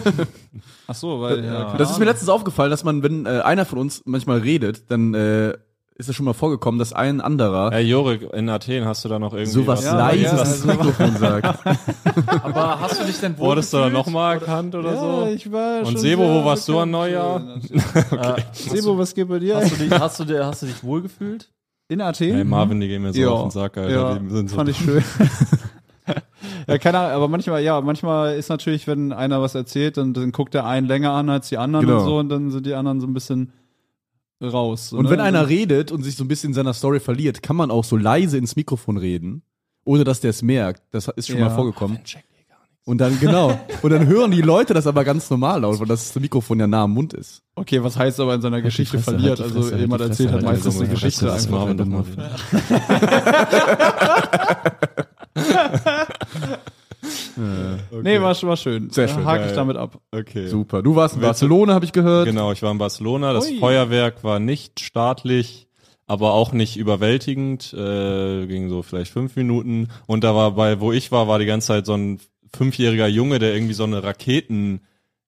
Speaker 5: Ach so, weil ja,
Speaker 2: das ist mir letztens aufgefallen, dass man, wenn äh, einer von uns manchmal redet, dann äh, ist es schon mal vorgekommen, dass ein anderer
Speaker 4: Hey, Jorik, in Athen hast du da noch irgendwie
Speaker 2: sowas
Speaker 4: was?
Speaker 5: Ja,
Speaker 2: Leises
Speaker 5: ja,
Speaker 2: ins
Speaker 5: also-
Speaker 2: Mikrofon sagt.
Speaker 1: Aber hast du dich denn wohl
Speaker 4: Wurdest du da
Speaker 1: gefühlt?
Speaker 4: nochmal erkannt oder so?
Speaker 5: ich war
Speaker 4: Und Sebo, wo warst du an Neujahr?
Speaker 1: Äh,
Speaker 5: Sebo, was geht bei dir?
Speaker 1: hast, du dich, hast, du, dir- hast du dich wohl gefühlt?
Speaker 5: In Athen?
Speaker 4: Ey, Marvin, die gehen mir so
Speaker 5: Ja.
Speaker 4: auf den Sack, Alter.
Speaker 5: Ja,
Speaker 4: die sind so
Speaker 5: fand ich schön. ja, keine Ahnung, aber manchmal, ja, manchmal ist natürlich, wenn einer was erzählt, dann, dann guckt der einen länger an als die anderen
Speaker 2: Genau.
Speaker 5: und so und dann sind die anderen so ein bisschen raus. so,
Speaker 2: Und
Speaker 5: ne?
Speaker 2: wenn einer redet und sich so ein bisschen in seiner Story verliert, kann man auch so leise ins Mikrofon reden, ohne dass der es merkt. Das ist schon
Speaker 5: Ja.
Speaker 2: mal vorgekommen. Und dann, genau. Und dann hören die Leute das aber ganz normal laut, weil das Mikrofon ja nah am Mund ist.
Speaker 5: Okay, was heißt aber in seiner Geschichte
Speaker 2: Fresse,
Speaker 5: verliert?
Speaker 2: halt die
Speaker 5: also
Speaker 2: Fresse, halt
Speaker 5: jemand
Speaker 2: die
Speaker 5: erzählt
Speaker 2: Fresse,
Speaker 5: hat
Speaker 2: halt die
Speaker 5: meistens eine
Speaker 2: Fresse,
Speaker 5: Geschichte
Speaker 4: Das ist
Speaker 5: einfach.
Speaker 4: Marvin doch mal wieder.
Speaker 5: Nee, war, schon- war schön.
Speaker 2: Sehr schön,
Speaker 5: Hake ich
Speaker 4: ja,
Speaker 5: damit ab.
Speaker 4: Okay.
Speaker 2: Super. Du warst in Barcelona, habe ich gehört.
Speaker 4: Genau, ich war in Barcelona. Das
Speaker 5: Ui.
Speaker 4: Feuerwerk war nicht staatlich, aber auch nicht überwältigend. Äh, ging so vielleicht fünf Minuten. Und da war bei, wo ich war, war die ganze Zeit so ein fünfjähriger Junge, der irgendwie so eine Raketen.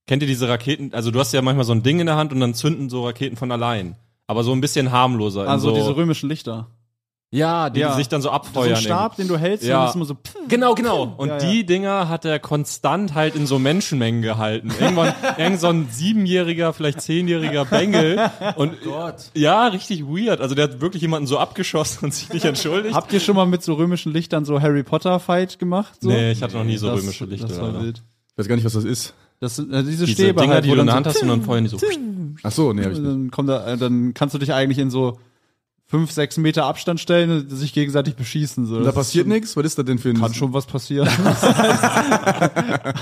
Speaker 4: Kennt ihr diese Raketen? Also du hast ja manchmal so ein Ding in der Hand und dann zünden so Raketen von allein. Aber so ein bisschen harmloser. in
Speaker 5: Also
Speaker 4: so,
Speaker 5: diese römischen Lichter.
Speaker 4: ja, die,
Speaker 5: ja.
Speaker 4: die sich dann so
Speaker 5: So
Speaker 4: abfeuern.
Speaker 5: ein Stab, den du hältst,
Speaker 4: Ja.
Speaker 5: und das ist immer so pff,
Speaker 4: Genau, genau. Und
Speaker 5: Ja, ja.
Speaker 4: die Dinger hat er konstant halt in so Menschenmengen gehalten. Irgendwann, irgend so ein siebenjähriger, vielleicht zehnjähriger Bengel.
Speaker 5: Oh
Speaker 4: Und ja, richtig weird. Also der hat wirklich jemanden so abgeschossen und sich nicht entschuldigt.
Speaker 5: Habt ihr schon mal mit so römischen Lichtern so Harry Potter Fight gemacht? So?
Speaker 4: nee, ich hatte noch nie so
Speaker 5: Das-
Speaker 4: römische Lichter.
Speaker 5: Das war
Speaker 4: leider.
Speaker 5: wild.
Speaker 2: Ich weiß gar nicht, was das ist.
Speaker 5: Das sind äh,
Speaker 4: Diese
Speaker 5: diese, Stäbe,
Speaker 4: Dinger,
Speaker 5: halt,
Speaker 4: die
Speaker 5: wo
Speaker 4: du in der
Speaker 5: dann
Speaker 4: Hand
Speaker 5: so
Speaker 4: hast und dann feuern die so.
Speaker 2: Ach so, nee, habe ich
Speaker 5: Und
Speaker 2: nicht.
Speaker 5: dann kommt da, äh, dann kannst du dich eigentlich in so fünf, sechs Meter Abstand stellen und sich gegenseitig beschießen. So.
Speaker 2: Und da
Speaker 5: Das
Speaker 2: passiert nichts? Was ist das denn für ein...
Speaker 5: kann schon was passieren.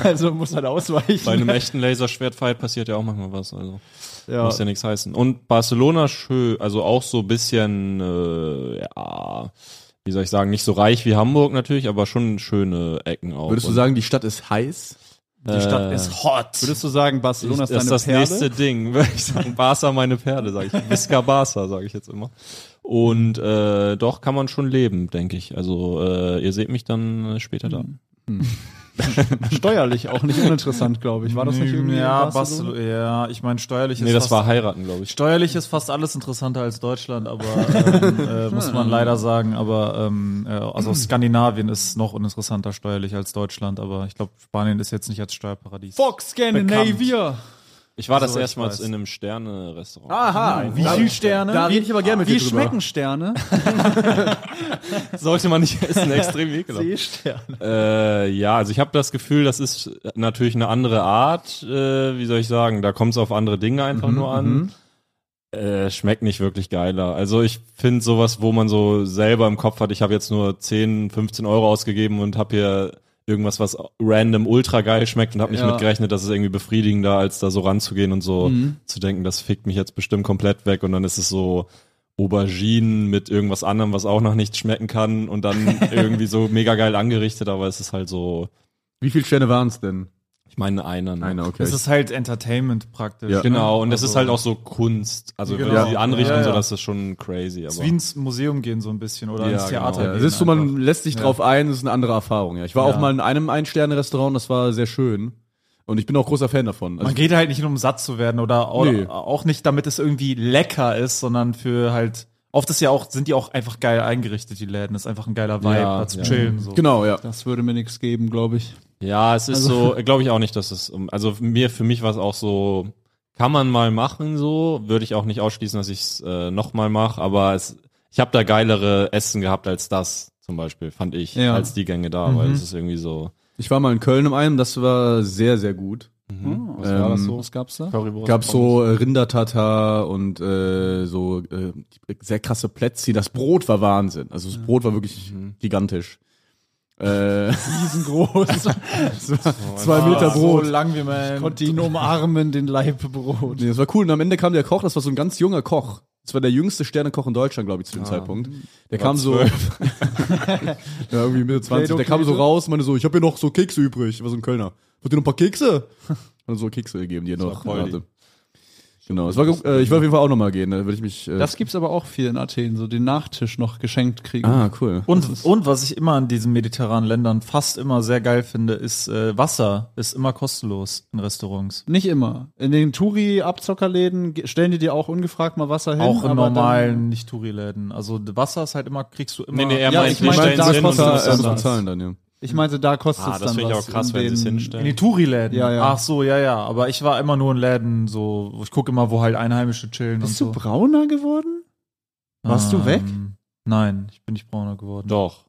Speaker 5: also muss halt ausweichen.
Speaker 4: Bei einem echten Laserschwertfight passiert ja auch manchmal was. Also
Speaker 5: ja.
Speaker 4: muss ja nichts heißen. Und Barcelona schön, also auch so ein bisschen, äh, ja, wie soll ich sagen, nicht so reich wie Hamburg natürlich, aber schon schöne Ecken auch.
Speaker 2: Würdest du
Speaker 4: Und- äh,
Speaker 2: sagen, die Stadt ist heiß?
Speaker 4: Die Stadt ist
Speaker 1: hot.
Speaker 5: Würdest du sagen, Barcelona
Speaker 4: das
Speaker 5: ist, deine
Speaker 4: ist das
Speaker 5: Perle?
Speaker 4: nächste Ding, würde ich sagen. Barca meine Perle, sage ich. Visca Barca, sage ich jetzt immer. Und äh, doch kann man schon leben, denke ich. Also äh, ihr seht mich dann äh, später da.
Speaker 1: Hm.
Speaker 5: Steuerlich auch nicht uninteressant, glaube ich. War das nicht irgendwie
Speaker 1: ja,
Speaker 5: in Barcelona?
Speaker 1: Barcelona? ja, ich meine, steuerlich
Speaker 4: Nee, das
Speaker 1: fast-
Speaker 4: war heiraten, glaube ich.
Speaker 1: Steuerlich ist fast alles interessanter als Deutschland, aber ähm, äh, muss man leider sagen. Aber ähm, äh, also Skandinavien ist noch uninteressanter steuerlich als Deutschland, aber ich glaube, Spanien ist jetzt nicht als Steuerparadies.
Speaker 5: Fox Scandinavia.
Speaker 4: Ich war das
Speaker 1: Also, ich
Speaker 4: erstmals
Speaker 1: weiß. Ah,
Speaker 4: in einem Sterne-Restaurant.
Speaker 2: Aha.
Speaker 1: Wie viele Sterne?
Speaker 2: Da rede ich aber gerne mit
Speaker 5: ne? Wie
Speaker 2: dir drüber.
Speaker 5: schmecken Sterne?
Speaker 4: Sollte man nicht essen, extrem ekelhaft.
Speaker 5: Seesterne.
Speaker 4: Äh, ja, also ich habe das Gefühl, das ist natürlich eine andere Art, äh, wie soll ich sagen, da kommt es auf andere Dinge einfach
Speaker 5: Mhm,
Speaker 4: nur an. Äh, schmeckt nicht wirklich geiler. Also ich finde sowas, wo man so selber im Kopf hat, ich habe jetzt nur 10, 15 Euro ausgegeben und habe hier irgendwas, was random ultra geil schmeckt und habe nicht
Speaker 5: Ja. Mhm.
Speaker 4: mitgerechnet, dass es irgendwie befriedigender, als da so ranzugehen und
Speaker 2: Oh.
Speaker 4: so
Speaker 5: Hm.
Speaker 4: zu denken, das fickt mich jetzt bestimmt komplett weg und dann ist es so, Auberginen mit irgendwas anderem, was auch noch nicht schmecken kann und dann irgendwie so mega geil angerichtet, aber es ist halt so,
Speaker 2: Wie viele Sterne waren es denn?
Speaker 4: ich meine einer. Ne?
Speaker 2: Einer, okay.
Speaker 1: Es ist halt Entertainment praktisch.
Speaker 2: Ja.
Speaker 4: Genau, und das
Speaker 1: Also-
Speaker 4: ist halt auch so Kunst. Also wenn
Speaker 1: Genau.
Speaker 4: sie anrichten,
Speaker 1: Ja, ja.
Speaker 4: so das ist schon crazy.
Speaker 1: Es
Speaker 4: Aber
Speaker 1: ist wie ins Museum gehen so ein bisschen oder
Speaker 4: Ja,
Speaker 1: ins Theater
Speaker 4: genau.
Speaker 1: gehen.
Speaker 2: ja, es ist so, man
Speaker 1: einfach.
Speaker 2: lässt sich drauf ein, es ist eine andere Erfahrung. Ja. Ich war
Speaker 1: Ja.
Speaker 2: auch mal in einem Ein-Sterne-Restaurant, das war sehr schön. Und ich bin auch großer Fan davon. Also
Speaker 1: man geht halt nicht hin, um satt zu werden oder au-
Speaker 2: Nee.
Speaker 1: auch nicht, damit es irgendwie lecker ist, sondern für halt oft ist ja auch sind die auch einfach geil eingerichtet die Läden. ist einfach ein geiler Vibe,
Speaker 4: Ja,
Speaker 1: da zu
Speaker 4: ja.
Speaker 1: chillen so.
Speaker 2: genau, ja.
Speaker 5: Das würde mir nichts geben, glaube ich.
Speaker 4: ja, es ist
Speaker 1: Also
Speaker 4: so, glaube ich auch nicht, dass es, um- also mir, für mich war es auch so, kann man mal machen so, würde ich auch nicht ausschließen, dass ich es äh, nochmal mache, aber es, ich habe da geilere Essen gehabt als das zum Beispiel, fand ich,
Speaker 5: Ja.
Speaker 4: als die Gänge da,
Speaker 1: Mhm.
Speaker 4: weil es ist irgendwie so.
Speaker 2: Ich war mal in Köln in einem, das war sehr, sehr gut.
Speaker 5: Oh, Was
Speaker 2: war das
Speaker 5: so? Was gab's da?
Speaker 2: Gab so äh, Rindertata und äh, so äh, sehr krasse Plätzchen. Das Brot war Wahnsinn. Also das Brot war wirklich gigantisch. Äh,
Speaker 5: Riesengroß.
Speaker 2: zwei Meter Brot.
Speaker 1: So lang wie man.
Speaker 5: Konnte ihn umarmen, den Leibbrot.
Speaker 2: Nee, das war cool. Und am Ende kam der Koch, das war so ein ganz junger Koch. Das war der jüngste Sternekoch in Deutschland, glaube ich, zu dem Zeitpunkt. Der kam so. ja, irgendwie Mitte 20. Der kam so
Speaker 5: Play-Doh-Kekse?
Speaker 2: raus, meinte so, ich habe hier noch so Kekse übrig. War so ein Kölner. Wollt ihr noch ein paar Kekse? Hat er so Kekse gegeben, die er noch
Speaker 4: war Poldi.
Speaker 2: hatte. Genau, es war, äh, ich will auf jeden Fall auch nochmal gehen, da würde ich mich. Äh,
Speaker 5: Das gibt's aber auch viel in Athen, so den Nachtisch noch geschenkt kriegen.
Speaker 2: ah, cool.
Speaker 1: Und, und was ich immer an diesen mediterranen Ländern fast immer sehr geil finde, ist äh, Wasser ist immer kostenlos in Restaurants.
Speaker 5: Nicht immer. In den Touri-Abzockerläden ge- stellen die dir auch ungefragt mal Wasser hin.
Speaker 1: Auch in
Speaker 5: aber dann-
Speaker 1: normalen Nicht-Touri-Läden. Also Wasser ist halt immer, kriegst du immer.
Speaker 4: Nee, nee, er
Speaker 5: Ja,
Speaker 4: meint,
Speaker 5: ich
Speaker 4: wir
Speaker 5: meine,
Speaker 4: stellen
Speaker 5: da
Speaker 4: es
Speaker 5: ist
Speaker 4: hin und
Speaker 5: Wasser,
Speaker 4: du bist
Speaker 5: äh,
Speaker 4: dann
Speaker 5: so
Speaker 4: da.
Speaker 5: ein
Speaker 2: Bezahlen dann, ja.
Speaker 5: Ich meinte, da kostet
Speaker 4: Ah,
Speaker 5: es
Speaker 4: das
Speaker 5: dann
Speaker 4: finde ich
Speaker 5: was
Speaker 4: auch krass,
Speaker 5: in
Speaker 4: wenn sie es
Speaker 5: den-
Speaker 1: in
Speaker 4: hinstellen.
Speaker 1: die Touri-Läden.
Speaker 5: Ja, ja.
Speaker 1: Ach so, ja, ja. Aber ich war immer nur in Läden, so ich gucke immer, wo halt Einheimische chillen
Speaker 5: Bist
Speaker 1: und
Speaker 5: du
Speaker 1: so. Ähm,
Speaker 5: brauner geworden? warst du weg?
Speaker 1: Nein, ich bin nicht brauner geworden.
Speaker 4: Doch.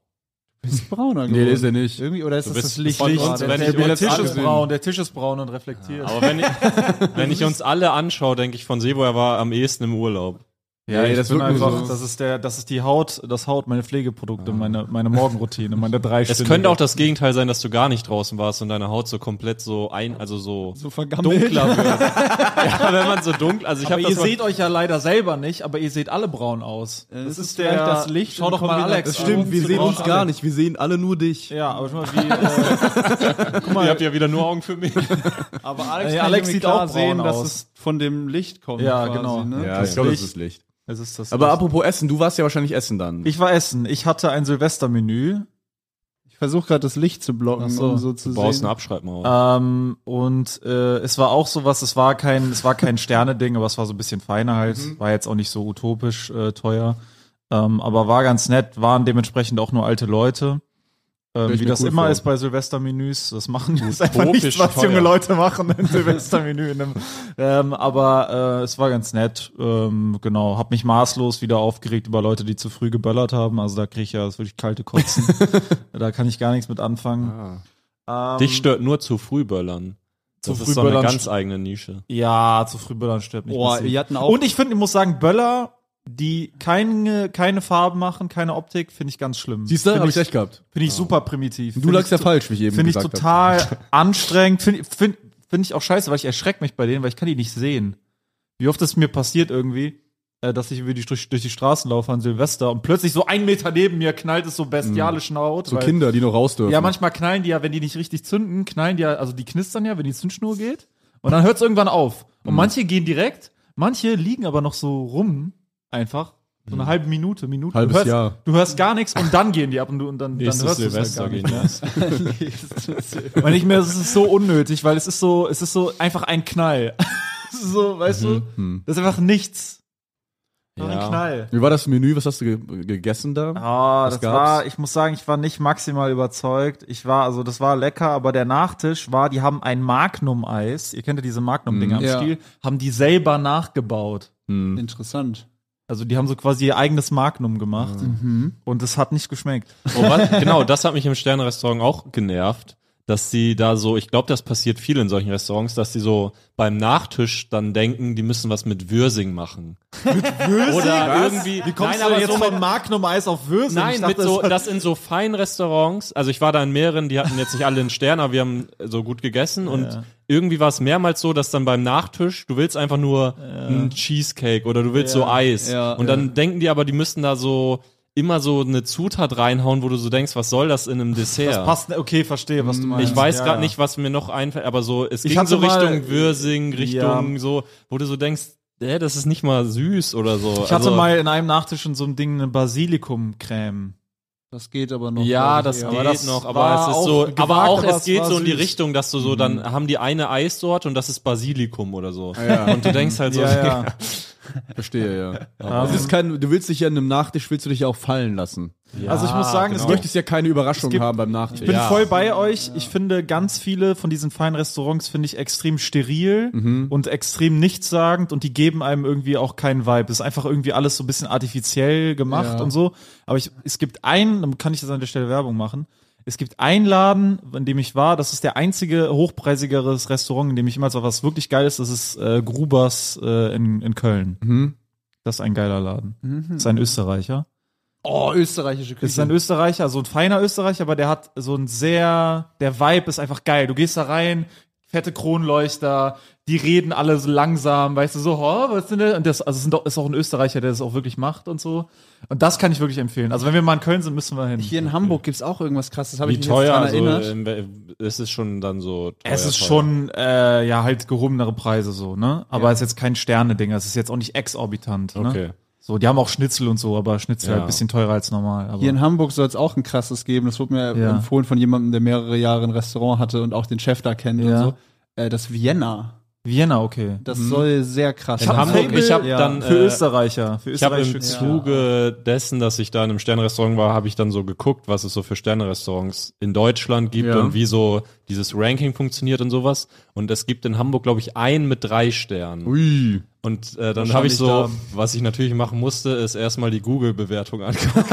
Speaker 5: Bist du brauner geworden?
Speaker 2: Nee, ist er nicht.
Speaker 5: Irgendwie, oder ist das
Speaker 4: bist-
Speaker 5: das Licht?
Speaker 4: von
Speaker 5: Licht-
Speaker 4: uns, wenn
Speaker 5: der-
Speaker 4: ich
Speaker 5: der-
Speaker 1: der
Speaker 4: uns
Speaker 1: Tisch
Speaker 4: alle-
Speaker 1: ist braun, der Tisch ist braun und reflektiert.
Speaker 4: Aber wenn ich, wenn ich uns alle anschaue, denke ich von Sebo, er war am ehesten im Urlaub.
Speaker 1: Ja, ich
Speaker 2: Ey, das
Speaker 1: das bin
Speaker 2: wirkt nur
Speaker 1: einfach,
Speaker 2: so. Ah.
Speaker 1: das ist der, das ist die Haut, das Haut, meine Pflegeprodukte, meine, meine Morgenroutine, meine drei
Speaker 4: Es könnte auch das Gegenteil sein, dass du gar nicht draußen warst und deine Haut so komplett so ein, also so,
Speaker 5: so vergammelt.
Speaker 4: dunkler wird. ja, wenn man so dunkel, also ich habe
Speaker 1: aber ihr
Speaker 4: das mal-
Speaker 1: seht euch ja leider selber nicht, aber ihr seht alle braun aus.
Speaker 5: Das ist vielleicht das Licht
Speaker 1: Schau
Speaker 5: in
Speaker 1: doch mal
Speaker 5: Kombination.
Speaker 1: Alex.
Speaker 5: Das
Speaker 1: an.
Speaker 2: Stimmt, wir
Speaker 1: Du
Speaker 2: sehen
Speaker 1: brauchst
Speaker 2: uns gar
Speaker 1: Alex.
Speaker 2: nicht, wir sehen alle nur dich.
Speaker 1: Ja, aber schon mal wie. Äh, guck
Speaker 4: ihr
Speaker 1: mal,
Speaker 4: habt ja wieder nur Augen für mich.
Speaker 5: Aber Alex,
Speaker 2: Äh,
Speaker 1: Ey,
Speaker 5: kann
Speaker 1: Alex
Speaker 5: irgendwie
Speaker 1: sieht
Speaker 5: klar
Speaker 1: auch braun
Speaker 5: sehen, dass
Speaker 1: aus.
Speaker 5: es von dem Licht kommt.
Speaker 1: Ja,
Speaker 5: quasi,
Speaker 1: genau.
Speaker 5: Ne?
Speaker 2: Ja, ich glaube, das ist Licht.
Speaker 1: es ist das.
Speaker 2: Aber
Speaker 1: das-
Speaker 2: apropos Essen, du warst ja wahrscheinlich Essen dann.
Speaker 1: ich war essen. Ich hatte ein Silvestermenü
Speaker 5: Ich versuche gerade das Licht zu blocken,
Speaker 1: Ach so.
Speaker 5: um so zu
Speaker 4: Du brauchst
Speaker 5: sehen.
Speaker 4: eine Abschreibmaus.
Speaker 1: Ähm, und äh, es war auch sowas, es war kein, es war kein Sterne-Ding, aber es war so ein bisschen feiner halt. War jetzt auch nicht so utopisch äh, teuer. Ähm, aber war ganz nett, waren dementsprechend auch nur alte Leute.
Speaker 2: Stell
Speaker 1: Ähm,
Speaker 2: ich
Speaker 1: wie
Speaker 2: mir
Speaker 1: das
Speaker 2: cool
Speaker 1: immer
Speaker 2: vor.
Speaker 1: ist bei Silvestermenüs, das machen ist einfach nicht,
Speaker 4: Utopisch
Speaker 1: was
Speaker 4: teuer.
Speaker 1: junge Leute machen im Silvestermenü. In einem, ähm, aber äh, es war ganz nett, ähm, genau. Hab mich maßlos wieder aufgeregt über Leute, die zu früh geböllert haben. Also da kriege ich ja das wirklich kalte Kotzen. da kann ich gar nichts mit anfangen.
Speaker 2: Ah.
Speaker 1: Ähm,
Speaker 4: Dich stört nur zu früh böllern. Das
Speaker 1: Zu
Speaker 4: ist so eine
Speaker 1: frühböllern
Speaker 4: ganz eigene Nische.
Speaker 1: Ja, zu früh Böllern stirbt nicht.
Speaker 5: Oh,
Speaker 1: massiv.
Speaker 5: die hatten auch.
Speaker 1: und ich finde, ich muss sagen, Böller, die keine, keine Farben machen, keine Optik, finde ich ganz schlimm.
Speaker 2: Siehst du,
Speaker 1: Finde
Speaker 2: hab ich
Speaker 1: ich,
Speaker 2: recht gehabt.
Speaker 1: find ich super primitiv.
Speaker 2: Du
Speaker 1: Find
Speaker 2: lagst
Speaker 1: ich
Speaker 2: ja falsch, wie ich eben
Speaker 1: Finde ich
Speaker 2: gesagt habe.
Speaker 1: total anstrengend. Finde find, find ich auch scheiße, weil ich erschrecke mich bei denen, weil ich kann die nicht sehen. Wie oft es mir passiert irgendwie, äh, dass ich über die, durch, durch die Straßen laufe an Silvester und plötzlich so ein Meter neben mir knallt es so bestialisch laut.
Speaker 2: Mhm. So
Speaker 1: weil-
Speaker 2: Kinder, die noch raus dürfen.
Speaker 1: ja, manchmal knallen die ja, wenn die nicht richtig zünden, knallen die ja, also die knistern ja, wenn die Zündschnur geht. Und dann hört es irgendwann auf. Und
Speaker 4: Mhm.
Speaker 1: manche gehen direkt, manche liegen aber noch so rum, einfach. So
Speaker 4: Mhm.
Speaker 1: eine halbe Minute, Minute.
Speaker 2: Halbes
Speaker 1: du hörst,
Speaker 2: Jahr.
Speaker 1: Du hörst gar nichts und dann gehen die ab und, du, und dann, dann
Speaker 4: Nächstes
Speaker 1: hörst du es halt
Speaker 4: Silvester
Speaker 1: gar nicht
Speaker 4: gehen
Speaker 1: mehr.
Speaker 4: das.
Speaker 1: Weil ich mir, es ist so unnötig, weil es ist so, es ist so einfach ein Knall. Es ist so, weißt du, das ist einfach nichts. Nur
Speaker 4: Mhm. Ja.
Speaker 1: Ein Knall.
Speaker 2: Hm. Wie war das Menü? Was hast du ge gegessen da?
Speaker 1: Ah,
Speaker 2: Was
Speaker 1: das
Speaker 2: gab's?
Speaker 1: war, ich muss sagen, ich war nicht maximal überzeugt. Ich war, also das war lecker, aber der Nachtisch war, die haben ein Magnum-Eis, ihr kennt ja diese Magnum-Dinger
Speaker 2: Mm,
Speaker 4: Mhm.
Speaker 1: am
Speaker 5: ja.
Speaker 1: Stiel, haben die selber nachgebaut.
Speaker 2: Hm.
Speaker 5: Interessant.
Speaker 1: Also die haben so quasi ihr eigenes Magnum gemacht
Speaker 4: Mhm.
Speaker 1: und es hat nicht geschmeckt.
Speaker 4: Oh, was, genau, das hat mich im Sternenrestaurant auch genervt, dass sie da so, ich glaube, das passiert viel in solchen Restaurants, dass sie so beim Nachtisch dann denken, die müssen was mit Würsing machen. Mit Würsing? Oder irgendwie, nein, aber so mit,
Speaker 1: Magnum-Eis auf Würsing?
Speaker 4: Nein, mit so, das in so feinen Restaurants, also ich war da in mehreren, die hatten jetzt nicht alle einen Stern, aber wir haben so gut gegessen und irgendwie war es mehrmals so, dass dann beim Nachtisch, du willst einfach nur einen Cheesecake oder du willst so Eis
Speaker 5: Ja,
Speaker 4: und dann denken die aber, die müssten da so immer so eine Zutat reinhauen, wo du so denkst, was soll das in einem Dessert?
Speaker 1: das passt, okay, verstehe, was du meinst.
Speaker 4: Mhm. Ich weiß
Speaker 1: Ja,
Speaker 4: grad gerade
Speaker 1: ja.
Speaker 4: nicht, was mir noch einfällt, aber so, es ging
Speaker 1: hatte
Speaker 4: so
Speaker 1: mal-
Speaker 4: Richtung Würsing, Richtung so, wo du so denkst, äh, das ist nicht mal süß oder so.
Speaker 1: Ich hatte
Speaker 4: also,
Speaker 1: mal in einem Nachtisch in so einem Ding eine Basilikum-Creme.
Speaker 5: Das geht aber noch.
Speaker 4: Ja,
Speaker 5: glaub
Speaker 4: das
Speaker 5: ich, eher.
Speaker 4: geht
Speaker 1: Aber das
Speaker 4: noch, aber
Speaker 1: war
Speaker 4: es ist
Speaker 1: auch
Speaker 4: so,
Speaker 1: gewagt,
Speaker 4: aber auch
Speaker 1: aber
Speaker 4: es
Speaker 1: es
Speaker 4: geht
Speaker 1: war
Speaker 4: so in die
Speaker 1: süß.
Speaker 4: Richtung, dass du so, dann haben die eine Eissorte und das ist Basilikum oder so.
Speaker 2: Ah, ja.
Speaker 4: Und du denkst halt so,
Speaker 2: Verstehe, ja.
Speaker 1: Ah.
Speaker 2: Das ist kein, du willst dich ja in einem Nachtisch, willst du dich ja auch fallen lassen.
Speaker 1: Also ich muss sagen,
Speaker 2: Du
Speaker 1: es
Speaker 4: genau.
Speaker 1: gibt
Speaker 2: möchtest ja keine Überraschung
Speaker 1: gibt-
Speaker 2: haben beim Nachtisch.
Speaker 1: Ich bin
Speaker 4: Ja.
Speaker 1: voll bei euch. Ich finde ganz viele von diesen feinen Restaurants finde ich extrem steril und extrem nichtssagend und die geben einem irgendwie auch keinen Vibe. Es ist einfach irgendwie alles so ein bisschen artifiziell gemacht
Speaker 5: Ja.
Speaker 1: und so. Aber ich, es gibt einen, dann kann ich jetzt an der Stelle Werbung machen. Es gibt einen Laden, in dem ich war. Das ist der einzige hochpreisigeres Restaurant, in dem ich jemals war, was wirklich geil ist. Das ist äh, Grubers äh, in, in Köln.
Speaker 2: Mhm.
Speaker 1: Das ist ein geiler Laden. Das ist ein Österreicher.
Speaker 5: Mhm. Oh, österreichische Küche.
Speaker 1: Ist ein Österreicher, so ein feiner Österreicher, aber der hat so ein sehr, der Vibe ist einfach geil. Du gehst da rein, fette Kronleuchter, die reden alle so langsam, weißt du, so, oh, was denn das? Und das also es sind doch, ist auch ein Österreicher, der das auch wirklich macht und so. Und das kann ich wirklich empfehlen. Also wenn wir mal in Köln sind, müssen wir hin.
Speaker 5: Hier in Hamburg gibt's auch irgendwas krasses, habe
Speaker 4: Wie
Speaker 5: ich mich jetzt
Speaker 4: teuer,
Speaker 5: dran
Speaker 4: also,
Speaker 5: erinnert.
Speaker 4: in wel- ist es schon dann so teuer,
Speaker 1: es ist
Speaker 4: teuer.
Speaker 1: schon, äh, ja, halt gehobenere Preise so, ne? Aber es ist jetzt kein Sterne-Ding, es ist jetzt auch nicht exorbitant, ne?
Speaker 4: Okay.
Speaker 1: So, die haben auch Schnitzel und so, aber Schnitzel
Speaker 4: Ja.
Speaker 1: halt ein bisschen teurer als normal. Aber
Speaker 5: Hier in Hamburg soll es auch ein krasses geben. Das wurde mir
Speaker 1: Ja.
Speaker 5: empfohlen von jemandem, der mehrere Jahre ein Restaurant hatte und auch den Chef da kennt
Speaker 1: Ja.
Speaker 5: und so. Äh, das Vienna.
Speaker 1: Vienna, okay.
Speaker 5: Das soll sehr krass
Speaker 4: In Hamburg, ich habe
Speaker 5: Ja.
Speaker 4: dann
Speaker 1: für
Speaker 4: äh,
Speaker 1: Österreicher. Für
Speaker 4: Ich habe im
Speaker 1: Österreich-
Speaker 4: Zuge dessen, dass ich da in einem Sternrestaurant war, habe ich dann so geguckt, was es so für Sternrestaurants in Deutschland gibt
Speaker 2: Ja.
Speaker 4: und wie so dieses Ranking funktioniert und sowas. Und es gibt in Hamburg, glaube ich, einen mit drei Sternen.
Speaker 2: Ui.
Speaker 4: Und äh, dann
Speaker 1: Wahrscheinlich
Speaker 4: habe ich so,
Speaker 1: da.
Speaker 4: was ich natürlich machen musste, ist erstmal die Google-Bewertung angucken.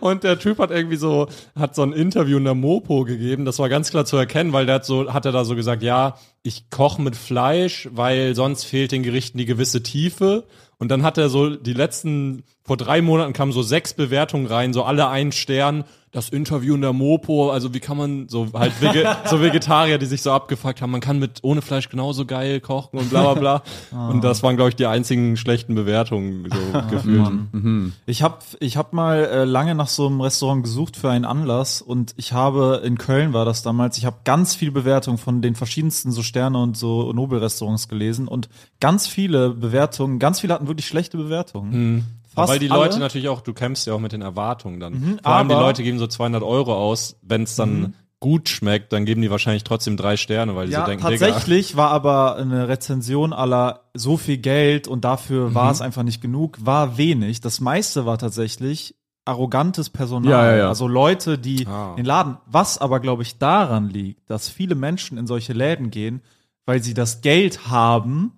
Speaker 4: Und der Typ hat irgendwie so, hat so ein Interview in der Mopo gegeben. Das war ganz klar zu erkennen, weil der hat so, hat er da so gesagt, ja, ich koche mit Fleisch, weil sonst fehlt den Gerichten die gewisse Tiefe. Und dann hat er so die letzten, vor drei Monaten kamen so sechs Bewertungen rein, so alle einen Stern. Das Interview in der Mopo, also wie kann man so halt Vege so Vegetarier, die sich so abgefuckt haben, man kann mit ohne Fleisch genauso geil kochen und bla bla bla. Und das waren glaube ich die einzigen schlechten Bewertungen so gefühlt. Mhm.
Speaker 1: Ich habe ich hab mal äh, lange nach so einem Restaurant gesucht für einen Anlass und ich habe, in Köln war das damals, ich habe ganz viele Bewertungen von den verschiedensten so Sterne und so Nobelrestaurants gelesen und ganz viele Bewertungen, ganz viele hatten wirklich schlechte Bewertungen. Fast
Speaker 4: Mhm. Weil die
Speaker 1: alle- Mhm,
Speaker 4: Leute natürlich auch, du kämpfst ja auch mit den Erwartungen dann. Vor allem die
Speaker 1: aber- Mhm.
Speaker 4: Leute geben so 200 Euro aus, wenn es dann gut schmeckt, dann geben die wahrscheinlich trotzdem drei Sterne, weil die
Speaker 1: Ja,
Speaker 4: so denken, Digga.
Speaker 1: tatsächlich war aber eine Rezension aller so viel Geld und dafür
Speaker 4: Mhm.
Speaker 1: war es einfach nicht genug, war wenig. Das meiste war tatsächlich arrogantes Personal,
Speaker 2: Ja, ja, ja.
Speaker 1: also Leute, die
Speaker 4: Ah.
Speaker 1: den Laden, was aber glaube ich daran liegt, dass viele Menschen in solche Läden gehen, weil sie das Geld haben,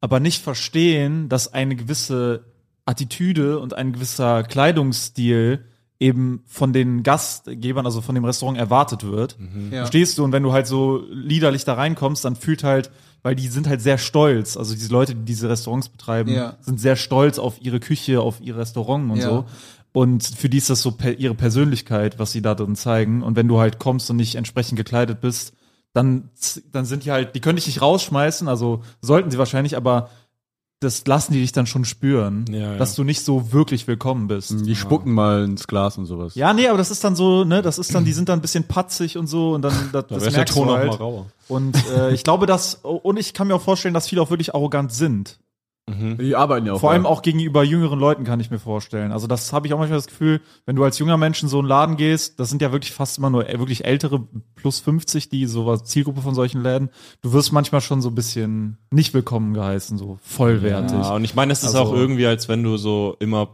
Speaker 1: aber nicht verstehen, dass eine gewisse Attitüde und ein gewisser Kleidungsstil eben von den Gastgebern, also von dem Restaurant erwartet
Speaker 4: Mhm.
Speaker 1: wird.
Speaker 5: Ja.
Speaker 1: Verstehst du? Und wenn du halt so liederlich da reinkommst, dann fühlt halt, weil die sind halt sehr stolz. Also diese Leute, die diese Restaurants betreiben,
Speaker 5: Ja.
Speaker 1: sind sehr stolz auf ihre Küche, auf ihr Restaurant und
Speaker 5: Ja.
Speaker 1: so. Und für die ist das so pe ihre Persönlichkeit, was sie da drin zeigen. Und wenn du halt kommst und nicht entsprechend gekleidet bist, dann, z- dann sind die halt, die können dich nicht rausschmeißen, also sollten sie wahrscheinlich, aber das lassen die dich dann schon spüren,
Speaker 4: Ja, Mhm. ja.
Speaker 1: dass du nicht so wirklich willkommen bist.
Speaker 2: Die spucken mal ins Glas und sowas.
Speaker 1: Ja, nee, aber das ist dann so, ne, das ist dann, die sind dann ein bisschen patzig und so und dann, das, das
Speaker 4: wär's
Speaker 1: merkst du
Speaker 4: auch
Speaker 1: halt.
Speaker 4: rauer.
Speaker 1: Und äh, ich glaube, dass, und ich kann mir auch vorstellen, dass viele auch wirklich arrogant sind. Mhm.
Speaker 2: Die arbeiten ja auch.
Speaker 1: Vor allem
Speaker 2: mal.
Speaker 1: auch gegenüber jüngeren Leuten kann ich mir vorstellen. Also das habe ich auch manchmal das Gefühl, wenn du als junger Mensch in so einen Laden gehst, das sind ja wirklich fast immer nur äh, wirklich ältere plus 50, die so was Zielgruppe von solchen Läden, du wirst manchmal schon so ein bisschen nicht willkommen geheißen, so vollwertig.
Speaker 4: Ja, und ich meine, es ist
Speaker 1: Also-
Speaker 4: auch irgendwie, als wenn du so immer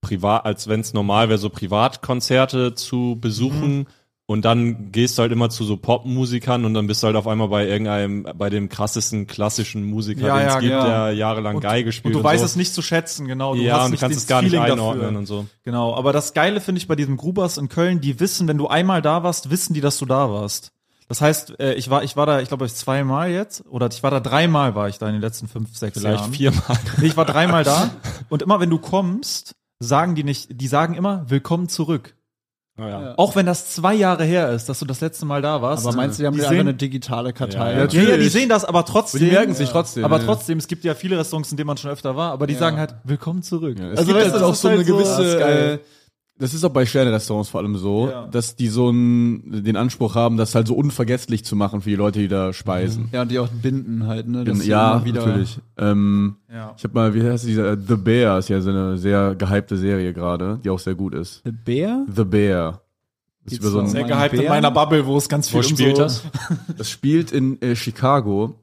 Speaker 4: privat, als wenn es normal wäre, so Privatkonzerte zu besuchen.
Speaker 1: Mhm.
Speaker 4: Und dann gehst du halt immer zu so Popmusikern und dann bist du halt auf einmal bei irgendeinem, bei dem krassesten klassischen Musiker,
Speaker 1: Ja,
Speaker 4: den es
Speaker 1: ja,
Speaker 4: gibt,
Speaker 1: genau.
Speaker 4: der jahrelang Geige
Speaker 1: und
Speaker 4: spielt.
Speaker 1: du weißt
Speaker 4: so.
Speaker 1: es nicht zu schätzen, genau. Du
Speaker 4: Ja, und du
Speaker 1: nicht
Speaker 4: kannst
Speaker 1: dieses
Speaker 4: es gar nicht
Speaker 1: Feeling dafür.
Speaker 4: einordnen und so.
Speaker 1: Genau, aber das Geile finde ich bei diesem Grubers in Köln, die wissen, wenn du einmal da warst, wissen die, dass du da warst. Das heißt, äh, ich war, ich war da, ich glaube, ich zweimal jetzt oder ich war da dreimal, war ich da in den letzten fünf, sechs
Speaker 4: Vielleicht
Speaker 1: Jahren.
Speaker 4: viermal.
Speaker 1: Nee, ich war dreimal da und immer, wenn du kommst, sagen die nicht, die sagen immer, willkommen zurück.
Speaker 4: Oh, ja.
Speaker 1: Auch wenn das zwei Jahre her ist, dass du das letzte Mal da warst.
Speaker 5: Aber meinst du, die haben
Speaker 1: die
Speaker 5: einfach
Speaker 1: sehen,
Speaker 5: eine digitale Kartei?
Speaker 4: Ja,
Speaker 1: ja, ja, die sehen das, aber trotzdem.
Speaker 2: Die merken sich trotzdem.
Speaker 1: Aber
Speaker 2: ja.
Speaker 1: trotzdem, es gibt ja viele Restaurants, in denen man schon öfter war, aber die sagen halt, willkommen zurück.
Speaker 2: Ja,
Speaker 1: Ja,
Speaker 2: es also gibt
Speaker 1: weißt
Speaker 2: jetzt
Speaker 1: du, das
Speaker 2: auch
Speaker 1: ist
Speaker 2: so eine
Speaker 1: halt so-
Speaker 2: gewisse.
Speaker 1: Das ist geil.
Speaker 2: äh, das ist auch bei Sterne-Restaurants vor allem so,
Speaker 1: Ja.
Speaker 2: dass die so einen, den Anspruch haben, das halt so unvergesslich zu machen für die Leute, die da speisen.
Speaker 5: Ja, und die auch binden halt, ne? dass sie
Speaker 2: Ja,
Speaker 5: immer wieder-
Speaker 2: natürlich. Ähm,
Speaker 1: ja.
Speaker 2: ich habe mal, wie heißt dieser? äh, The Bear ist ja so eine sehr gehypte Serie gerade, die auch sehr gut ist.
Speaker 5: The Bear?
Speaker 2: The Bear. Das, ist über so
Speaker 5: Geht's
Speaker 2: ein,
Speaker 5: da
Speaker 1: Sehr
Speaker 5: Mein
Speaker 1: gehypt in
Speaker 5: Bären?
Speaker 1: meiner Bubble, wo es ganz viel
Speaker 4: Wo
Speaker 1: um
Speaker 4: spielt
Speaker 1: so
Speaker 4: das?
Speaker 2: das spielt in äh, Chicago.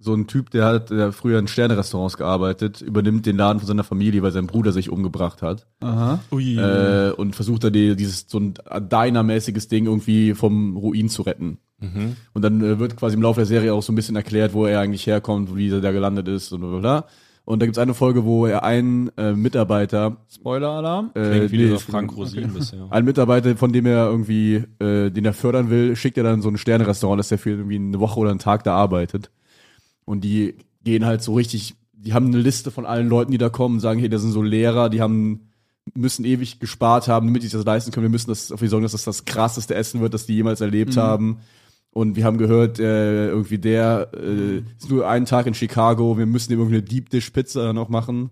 Speaker 2: So ein Typ, der hat der hat früher in Sterne-Restaurants gearbeitet, übernimmt den Laden von seiner Familie, weil sein Bruder sich umgebracht hat.
Speaker 5: Aha.
Speaker 4: Ui.
Speaker 2: äh,
Speaker 4: Mhm.
Speaker 2: und versucht da die, dieses so ein Diner-mäßiges Ding irgendwie vom Ruin zu retten.
Speaker 4: Mhm.
Speaker 2: Und dann äh, wird quasi im Laufe der Serie auch so ein bisschen erklärt, wo er eigentlich herkommt, wie er da gelandet ist und bla bla. bla. Und da gibt's eine Folge, wo er einen äh, Mitarbeiter,
Speaker 5: Spoiler-Alarm.
Speaker 2: äh,
Speaker 4: Klingt wie dieser
Speaker 2: ich-
Speaker 4: Frank Rosin bisher.
Speaker 2: einen Mitarbeiter, von dem er irgendwie, äh, den er fördern will, schickt er dann in so ein Sternenrestaurant, dass er für irgendwie eine Woche oder einen Tag da arbeitet. Und die gehen halt so richtig, die haben eine Liste von allen Leuten, die da kommen, und sagen, hey, das sind so Lehrer, die haben, müssen ewig gespart haben, damit die sich das leisten können. Wir müssen das dafür sorgen, dass das das krasseste Essen wird, das die jemals erlebt haben. Und wir haben gehört, äh, irgendwie der äh, ist nur einen Tag in Chicago, wir müssen ihm irgendeine Deep Dish Pizza noch machen,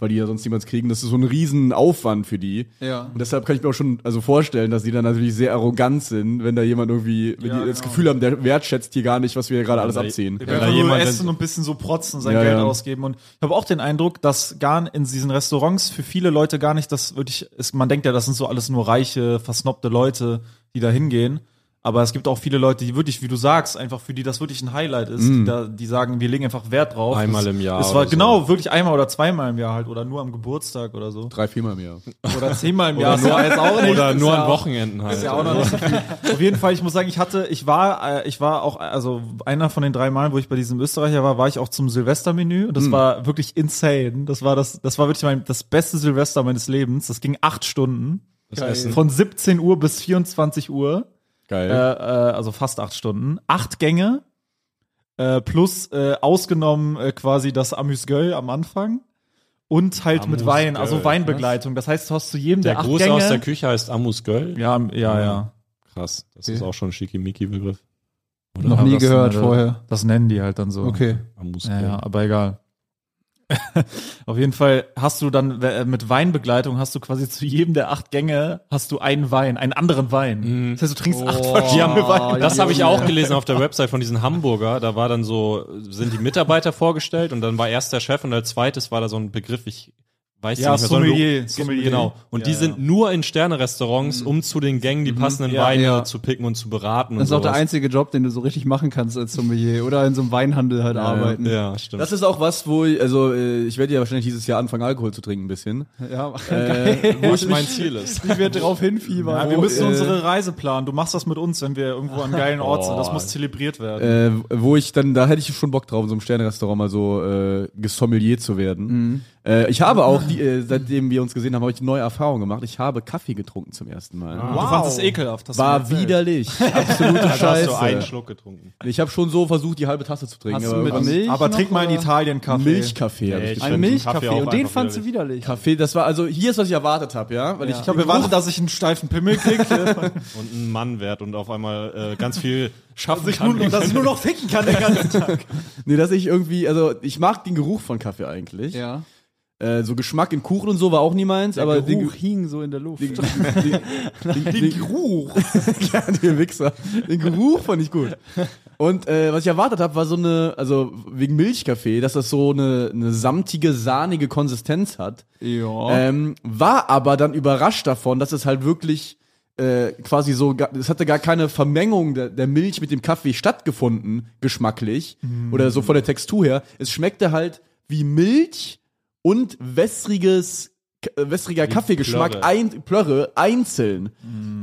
Speaker 2: weil die ja sonst niemals kriegen. Das ist so ein riesen Aufwand für die.
Speaker 5: Ja.
Speaker 2: Und deshalb kann ich mir auch schon also vorstellen, dass die dann natürlich sehr arrogant sind, wenn da jemand irgendwie, wenn die das Gefühl haben, der wertschätzt hier gar nicht, was wir hier gerade alles abziehen.
Speaker 1: Der
Speaker 4: Ja,
Speaker 1: will
Speaker 4: da
Speaker 1: einfach nur
Speaker 4: jemand,
Speaker 1: essen und ein bisschen so protzen, sein
Speaker 2: Ja,
Speaker 1: Geld
Speaker 2: ja.
Speaker 1: ausgeben. Und ich habe auch den Eindruck, dass gar in diesen Restaurants für viele Leute gar nicht das wirklich ist. Man denkt ja, das sind so alles nur reiche, versnobte Leute, die da hingehen. Aber es gibt auch viele Leute, die wirklich, wie du sagst, einfach für die das wirklich ein Highlight ist, die, da, die sagen, wir legen einfach Wert drauf.
Speaker 4: Mm. Einmal
Speaker 1: Es-
Speaker 4: im Jahr
Speaker 1: Es war
Speaker 4: oder so.
Speaker 1: genau wirklich einmal oder zweimal im Jahr halt oder nur am Geburtstag oder so.
Speaker 2: Drei, viermal im Jahr.
Speaker 1: Oder zehnmal im Jahr. Das war jetzt auch nicht.
Speaker 4: Oder
Speaker 1: Ist
Speaker 4: nur
Speaker 1: ja
Speaker 4: an
Speaker 1: auch-
Speaker 4: Wochenenden halt.
Speaker 1: ist ja auch noch nicht so viel. Auf jeden Fall, ich muss sagen, ich hatte, ich war, äh, ich war auch, äh, also einer von den drei Malen, wo ich bei diesem Österreicher war, war ich auch zum Silvestermenü und das war wirklich insane. Das war das, das war wirklich mein, das beste Silvester meines Lebens. Das ging acht Stunden.
Speaker 4: Das Essen.
Speaker 1: Von 17 Uhr bis 24 Uhr.
Speaker 2: Geil.
Speaker 1: Äh, äh, also fast acht Stunden. Acht Gänge. Äh, plus äh, ausgenommen äh, quasi das Amüsgöl am Anfang. Und halt mit Wein, also
Speaker 4: Amüsgöl,
Speaker 1: Weinbegleitung. Das heißt, du hast zu jedem der,
Speaker 4: Der
Speaker 1: acht
Speaker 4: Gruß
Speaker 1: Gänge.
Speaker 4: aus der Küche heißt Amus Göll.
Speaker 1: ja, ja, ja.
Speaker 4: Krass. Das ist auch schon ein Schickimicki-Begriff.
Speaker 5: Noch nie
Speaker 1: das
Speaker 5: gehört
Speaker 1: sind alle-
Speaker 5: vorher.
Speaker 1: Das nennen die halt dann so.
Speaker 5: Okay.
Speaker 4: Amus
Speaker 1: Ja,
Speaker 4: Göll.
Speaker 1: ja, aber egal. Auf jeden Fall hast du dann äh, mit Weinbegleitung hast du quasi zu jedem der acht Gänge hast du einen Wein, einen anderen Wein. Das heißt, du trinkst acht
Speaker 4: Die
Speaker 1: verschiedene
Speaker 4: haben,
Speaker 1: Weine.
Speaker 4: das habe ich auch gelesen auf der Website von diesen Hamburger. Da war dann so, sind die Mitarbeiter vorgestellt und dann war erst der Chef und als zweites war da so ein Begriff, ich weiß
Speaker 1: Ja,
Speaker 4: nicht mehr. so ein
Speaker 1: Sommelier,
Speaker 4: Lo-
Speaker 1: Sommelier.
Speaker 4: Genau. Und
Speaker 1: Ja,
Speaker 4: die
Speaker 1: ja.
Speaker 4: sind nur in Sternerestaurants,
Speaker 1: Mhm.
Speaker 4: um zu den Gängen die passenden
Speaker 1: Ja,
Speaker 4: Weine
Speaker 5: ja.
Speaker 4: zu picken und zu beraten.
Speaker 5: Das ist
Speaker 4: und
Speaker 5: auch der
Speaker 4: sowas.
Speaker 5: einzige Job, den du so richtig machen kannst als Sommelier oder in so einem Weinhandel halt arbeiten.
Speaker 4: Ja, stimmt.
Speaker 2: Das ist auch was, wo ich, also äh, ich werde ja wahrscheinlich dieses Jahr anfangen, Alkohol zu trinken ein bisschen.
Speaker 5: Ja,
Speaker 2: Äh, wo ich
Speaker 4: mein
Speaker 2: mich,
Speaker 4: Ziel ist.
Speaker 5: ich werde drauf hinfiebern.
Speaker 1: Ja, wir
Speaker 5: Wo,
Speaker 1: müssen
Speaker 5: äh,
Speaker 1: unsere Reise planen. Du machst das mit uns, wenn wir irgendwo an geilen Ort sind. Das muss zelebriert werden.
Speaker 2: äh, wo ich dann, da hätte ich schon Bock drauf, in so einem Sternenrestaurant mal so äh, gesommelier zu werden. Äh, ich habe auch, die, äh, seitdem wir uns gesehen haben, habe ich neue Erfahrungen gemacht. Ich habe Kaffee getrunken zum ersten Mal.
Speaker 1: Du fandest es ekelhaft. hast du mir
Speaker 2: Äh, War
Speaker 1: erzählt.
Speaker 2: widerlich. Absolute
Speaker 4: Ah. Da hast du einen
Speaker 2: Scheiße.
Speaker 4: Schluck getrunken.
Speaker 2: Ich habe schon so versucht, die halbe Tasse zu trinken.
Speaker 5: Hast du mit
Speaker 2: irgendwann-
Speaker 5: Milch?
Speaker 1: Aber
Speaker 5: noch,
Speaker 1: trink mal einen
Speaker 5: oder?
Speaker 1: Italien-Kaffee.
Speaker 2: Milchkaffee habe ich
Speaker 4: ich
Speaker 2: getrunken.
Speaker 5: Ein
Speaker 4: find
Speaker 5: Milchkaffee.
Speaker 4: Kaffee auch
Speaker 5: Und den
Speaker 4: einfach
Speaker 5: fandst du widerlich.
Speaker 2: Kaffee, das war, also hier ist, was ich erwartet habe, ja? Weil
Speaker 5: Ja.
Speaker 2: ich,
Speaker 1: Ich habe erwartet, dass ich einen steifen Pimmel kriege
Speaker 4: Und ein Mann werd und auf einmal äh, ganz viel schaffen kann.
Speaker 1: und dass ich nur noch ficken kann den ganzen Tag.
Speaker 2: nee, dass ich irgendwie, also ich mag den Geruch von Kaffee eigentlich.
Speaker 5: Ja.
Speaker 2: Äh, so Geschmack im Kuchen und so war auch nie meins, aber
Speaker 5: Der Geruch
Speaker 2: den,
Speaker 5: hing so in der Luft.
Speaker 2: den, den, den, den Geruch. ja, der Wichser. Den Geruch fand ich gut. Und äh, was ich erwartet habe, war so eine, also wegen Milchkaffee, dass das so eine, eine samtige, sahnige Konsistenz hat.
Speaker 5: Ja.
Speaker 2: Ähm, war aber dann überrascht davon, dass es halt wirklich äh, quasi so, ga- es hatte gar keine Vermengung der, der Milch mit dem Kaffee stattgefunden, geschmacklich oder so von der Textur her. Es schmeckte halt wie Milch und wässriges k- äh, wässriger Kaffeegeschmack,
Speaker 4: Plörre.
Speaker 2: ein, Plörre einzeln.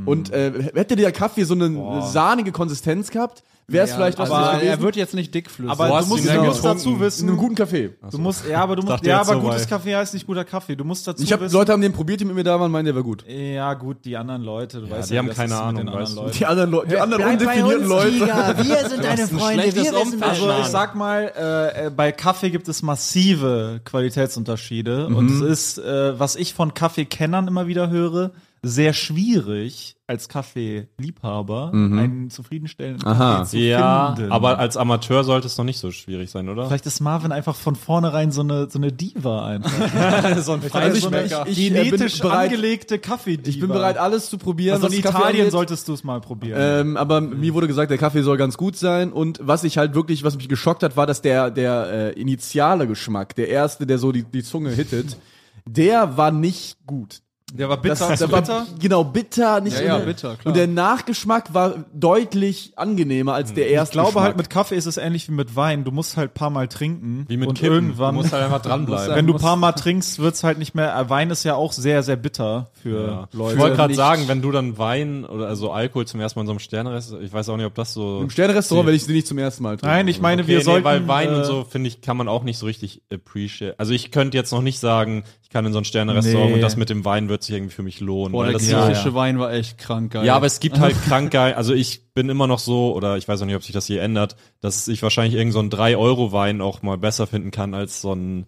Speaker 2: Und äh, hätte der Kaffee so eine sahnige Konsistenz gehabt, wäre es vielleicht was
Speaker 5: aber
Speaker 2: für mich
Speaker 5: er
Speaker 2: gewesen.
Speaker 5: wird jetzt nicht dickflüssig.
Speaker 1: Aber
Speaker 4: hast
Speaker 1: du
Speaker 4: ihn
Speaker 1: musst,
Speaker 4: denn
Speaker 1: du musst
Speaker 4: getrunken?
Speaker 1: dazu
Speaker 2: in einem
Speaker 1: wissen,
Speaker 2: guten Kaffee.
Speaker 1: du musst, ja, aber du musst,
Speaker 4: dachte
Speaker 1: ja,
Speaker 4: jetzt
Speaker 1: aber
Speaker 4: so,
Speaker 1: gutes
Speaker 4: weil-
Speaker 1: Kaffee heißt nicht guter Kaffee. Du musst dazu
Speaker 2: Ich hab,
Speaker 1: wissen.
Speaker 2: Leute haben den probiert, die mit mir da waren, meinen, der war gut.
Speaker 1: ja, gut, die anderen Leute, du weißt
Speaker 4: die
Speaker 1: ja,
Speaker 4: haben
Speaker 1: wie das ist
Speaker 4: keine
Speaker 1: mit
Speaker 4: Ahnung,
Speaker 1: den anderen
Speaker 4: weißt du.
Speaker 1: Leuten.
Speaker 2: Die anderen, Leu die anderen undefinierten Leute.
Speaker 6: Wir sind deine Freunde, wir
Speaker 4: schlechtes
Speaker 6: wissen
Speaker 4: Umfeld.
Speaker 6: Bescheid.
Speaker 1: Also ich
Speaker 4: Ahnung.
Speaker 1: sag mal, äh, äh, bei Kaffee gibt es massive Qualitätsunterschiede
Speaker 2: Mhm.
Speaker 1: und es ist, äh, was ich von Kaffeekennern immer wieder höre, sehr schwierig als Kaffeeliebhaber einen zufriedenstellenden
Speaker 2: Mhm. Aha.
Speaker 1: Kaffee zu
Speaker 4: Ja,
Speaker 1: finden.
Speaker 4: aber als Amateur sollte es noch nicht so schwierig sein, oder?
Speaker 1: Vielleicht ist Marvin einfach von vornherein so eine, so eine Diva einfach. so ein
Speaker 2: Also ich-
Speaker 1: so eine
Speaker 2: ich- ich, äh, bin
Speaker 1: genetisch
Speaker 2: bereit-
Speaker 1: angelegte Kaffee-Diva.
Speaker 2: Ich bin bereit, alles zu probieren.
Speaker 1: Also in
Speaker 2: was Kaffee
Speaker 1: Italien
Speaker 2: angeht.
Speaker 1: solltest du es mal probieren.
Speaker 2: Ähm, aber mir wurde gesagt, der Kaffee soll ganz gut sein. Und was ich halt wirklich, was mich geschockt hat, war, dass der, der äh, initiale Geschmack, der erste, der so die, die Zunge hittet, der war nicht gut.
Speaker 1: der war
Speaker 2: Das,
Speaker 1: bitter.
Speaker 2: der War, genau, bitter, nicht
Speaker 5: Ja, ja,
Speaker 2: ohne-
Speaker 5: bitter, klar.
Speaker 2: Und der Nachgeschmack war deutlich angenehmer als der erste.
Speaker 1: Ich glaube
Speaker 2: Geschmack.
Speaker 1: halt, mit Kaffee ist es ähnlich wie mit Wein. Du musst halt paar Mal trinken.
Speaker 4: Wie mit
Speaker 1: und
Speaker 4: Kippen.
Speaker 1: irgendwann.
Speaker 4: Du musst halt einfach dranbleiben.
Speaker 1: wenn du
Speaker 5: musst-
Speaker 1: paar Mal trinkst, wird's halt nicht mehr. äh, Wein ist ja auch sehr, sehr bitter für
Speaker 4: Ja.
Speaker 1: Leute.
Speaker 4: Ich wollte gerade
Speaker 2: nicht-
Speaker 4: sagen, wenn du dann Wein oder also Alkohol zum ersten Mal in so einem Sternrest, ich weiß auch nicht, ob das so.
Speaker 2: Im Sternrestaurant werde ich sie nicht zum ersten Mal trinken.
Speaker 1: Nein, ich meine, wir
Speaker 4: nee,
Speaker 1: sollten.
Speaker 4: weil Wein
Speaker 1: äh,
Speaker 4: und so, finde ich, kann man auch nicht so richtig appreciate. Also ich könnte jetzt noch nicht sagen, ich kann in so ein Sternrestaurant
Speaker 1: Nee.
Speaker 4: und das mit dem Wein wird sich irgendwie für mich lohnen.
Speaker 5: Boah,
Speaker 4: weil
Speaker 5: der
Speaker 4: das
Speaker 1: ja,
Speaker 5: griechische
Speaker 1: ja.
Speaker 5: Wein war echt krank, geil.
Speaker 4: Ja, aber es gibt halt krank geil. Also ich bin immer noch so, oder ich weiß auch nicht, ob sich das je ändert, dass ich wahrscheinlich irgend so einen 3-Euro-Wein auch mal besser finden kann als so einen